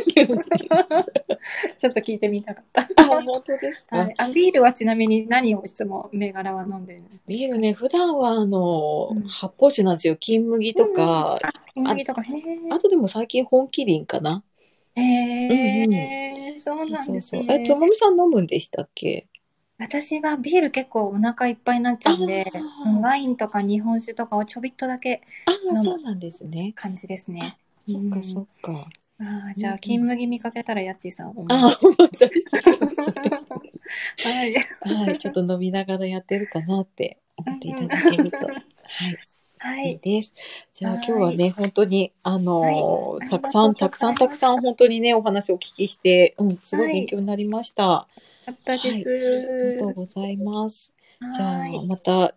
[SPEAKER 2] 聞いてみたかった。
[SPEAKER 1] あ、本当ですか
[SPEAKER 2] はい、あビールはちなみに何をいつも銘柄は飲んでるんですか
[SPEAKER 1] ビールね、普段はあの、
[SPEAKER 2] うん
[SPEAKER 1] 発泡酒なんですよ。金麦とか、
[SPEAKER 2] あ、金麦とか。へ
[SPEAKER 1] あとでも最近本麒麟かな。
[SPEAKER 2] え。へえ。そうなん
[SPEAKER 1] そう
[SPEAKER 2] です
[SPEAKER 1] そう
[SPEAKER 2] ね。。
[SPEAKER 1] え、つもみさん飲むんでしたっけ
[SPEAKER 2] 私はビール結構お腹いっぱいになっちゃうんで
[SPEAKER 1] あ、ー
[SPEAKER 2] ワインとか日本酒とかをちょびっとだけ
[SPEAKER 1] あ
[SPEAKER 2] む
[SPEAKER 1] あ、そうなんですね。
[SPEAKER 2] 感じですね。
[SPEAKER 1] そっ
[SPEAKER 2] う
[SPEAKER 1] か
[SPEAKER 2] ん
[SPEAKER 1] そっか。
[SPEAKER 2] あーじゃ
[SPEAKER 1] うん
[SPEAKER 2] あ、金麦見かけたらやっちーさん思い出
[SPEAKER 1] あ
[SPEAKER 2] し
[SPEAKER 1] あ、思い出してくださ
[SPEAKER 2] て [LAUGHS] は
[SPEAKER 1] い。
[SPEAKER 2] い。
[SPEAKER 1] はい、ちょっと飲みながらやってるかなって思っていただけると。はい。
[SPEAKER 2] はい
[SPEAKER 1] い
[SPEAKER 2] い。
[SPEAKER 1] です。じゃあ
[SPEAKER 2] は
[SPEAKER 1] 今
[SPEAKER 2] い
[SPEAKER 1] 日はね、本当に、あのー
[SPEAKER 2] はい
[SPEAKER 1] たくさん、たくさん、たくさん、本当にね、お話をお聞きして、うん、すごい
[SPEAKER 2] はい
[SPEAKER 1] 勉強になりました。
[SPEAKER 2] あったです。
[SPEAKER 1] ありがとうございます。じゃ
[SPEAKER 2] は
[SPEAKER 1] あ、
[SPEAKER 2] い
[SPEAKER 1] また、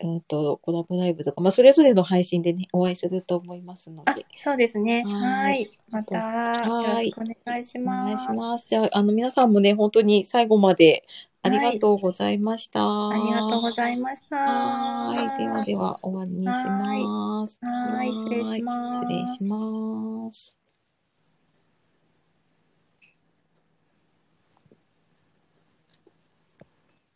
[SPEAKER 1] うんと、コラボライブとか、まあ、それぞれの配信でね、お会いすると思いますの
[SPEAKER 2] あ
[SPEAKER 1] で、、
[SPEAKER 2] そうですね。
[SPEAKER 1] は
[SPEAKER 2] はいい。また、よろしくお願いし
[SPEAKER 1] お願
[SPEAKER 2] ま
[SPEAKER 1] い
[SPEAKER 2] す。
[SPEAKER 1] します。じゃあ、あの、皆さんもね、本当に最後までありがとうございました。
[SPEAKER 2] ありがとうございました。
[SPEAKER 1] はい。ではでは、終わりにします。
[SPEAKER 2] はい、失礼します。
[SPEAKER 1] 失礼します。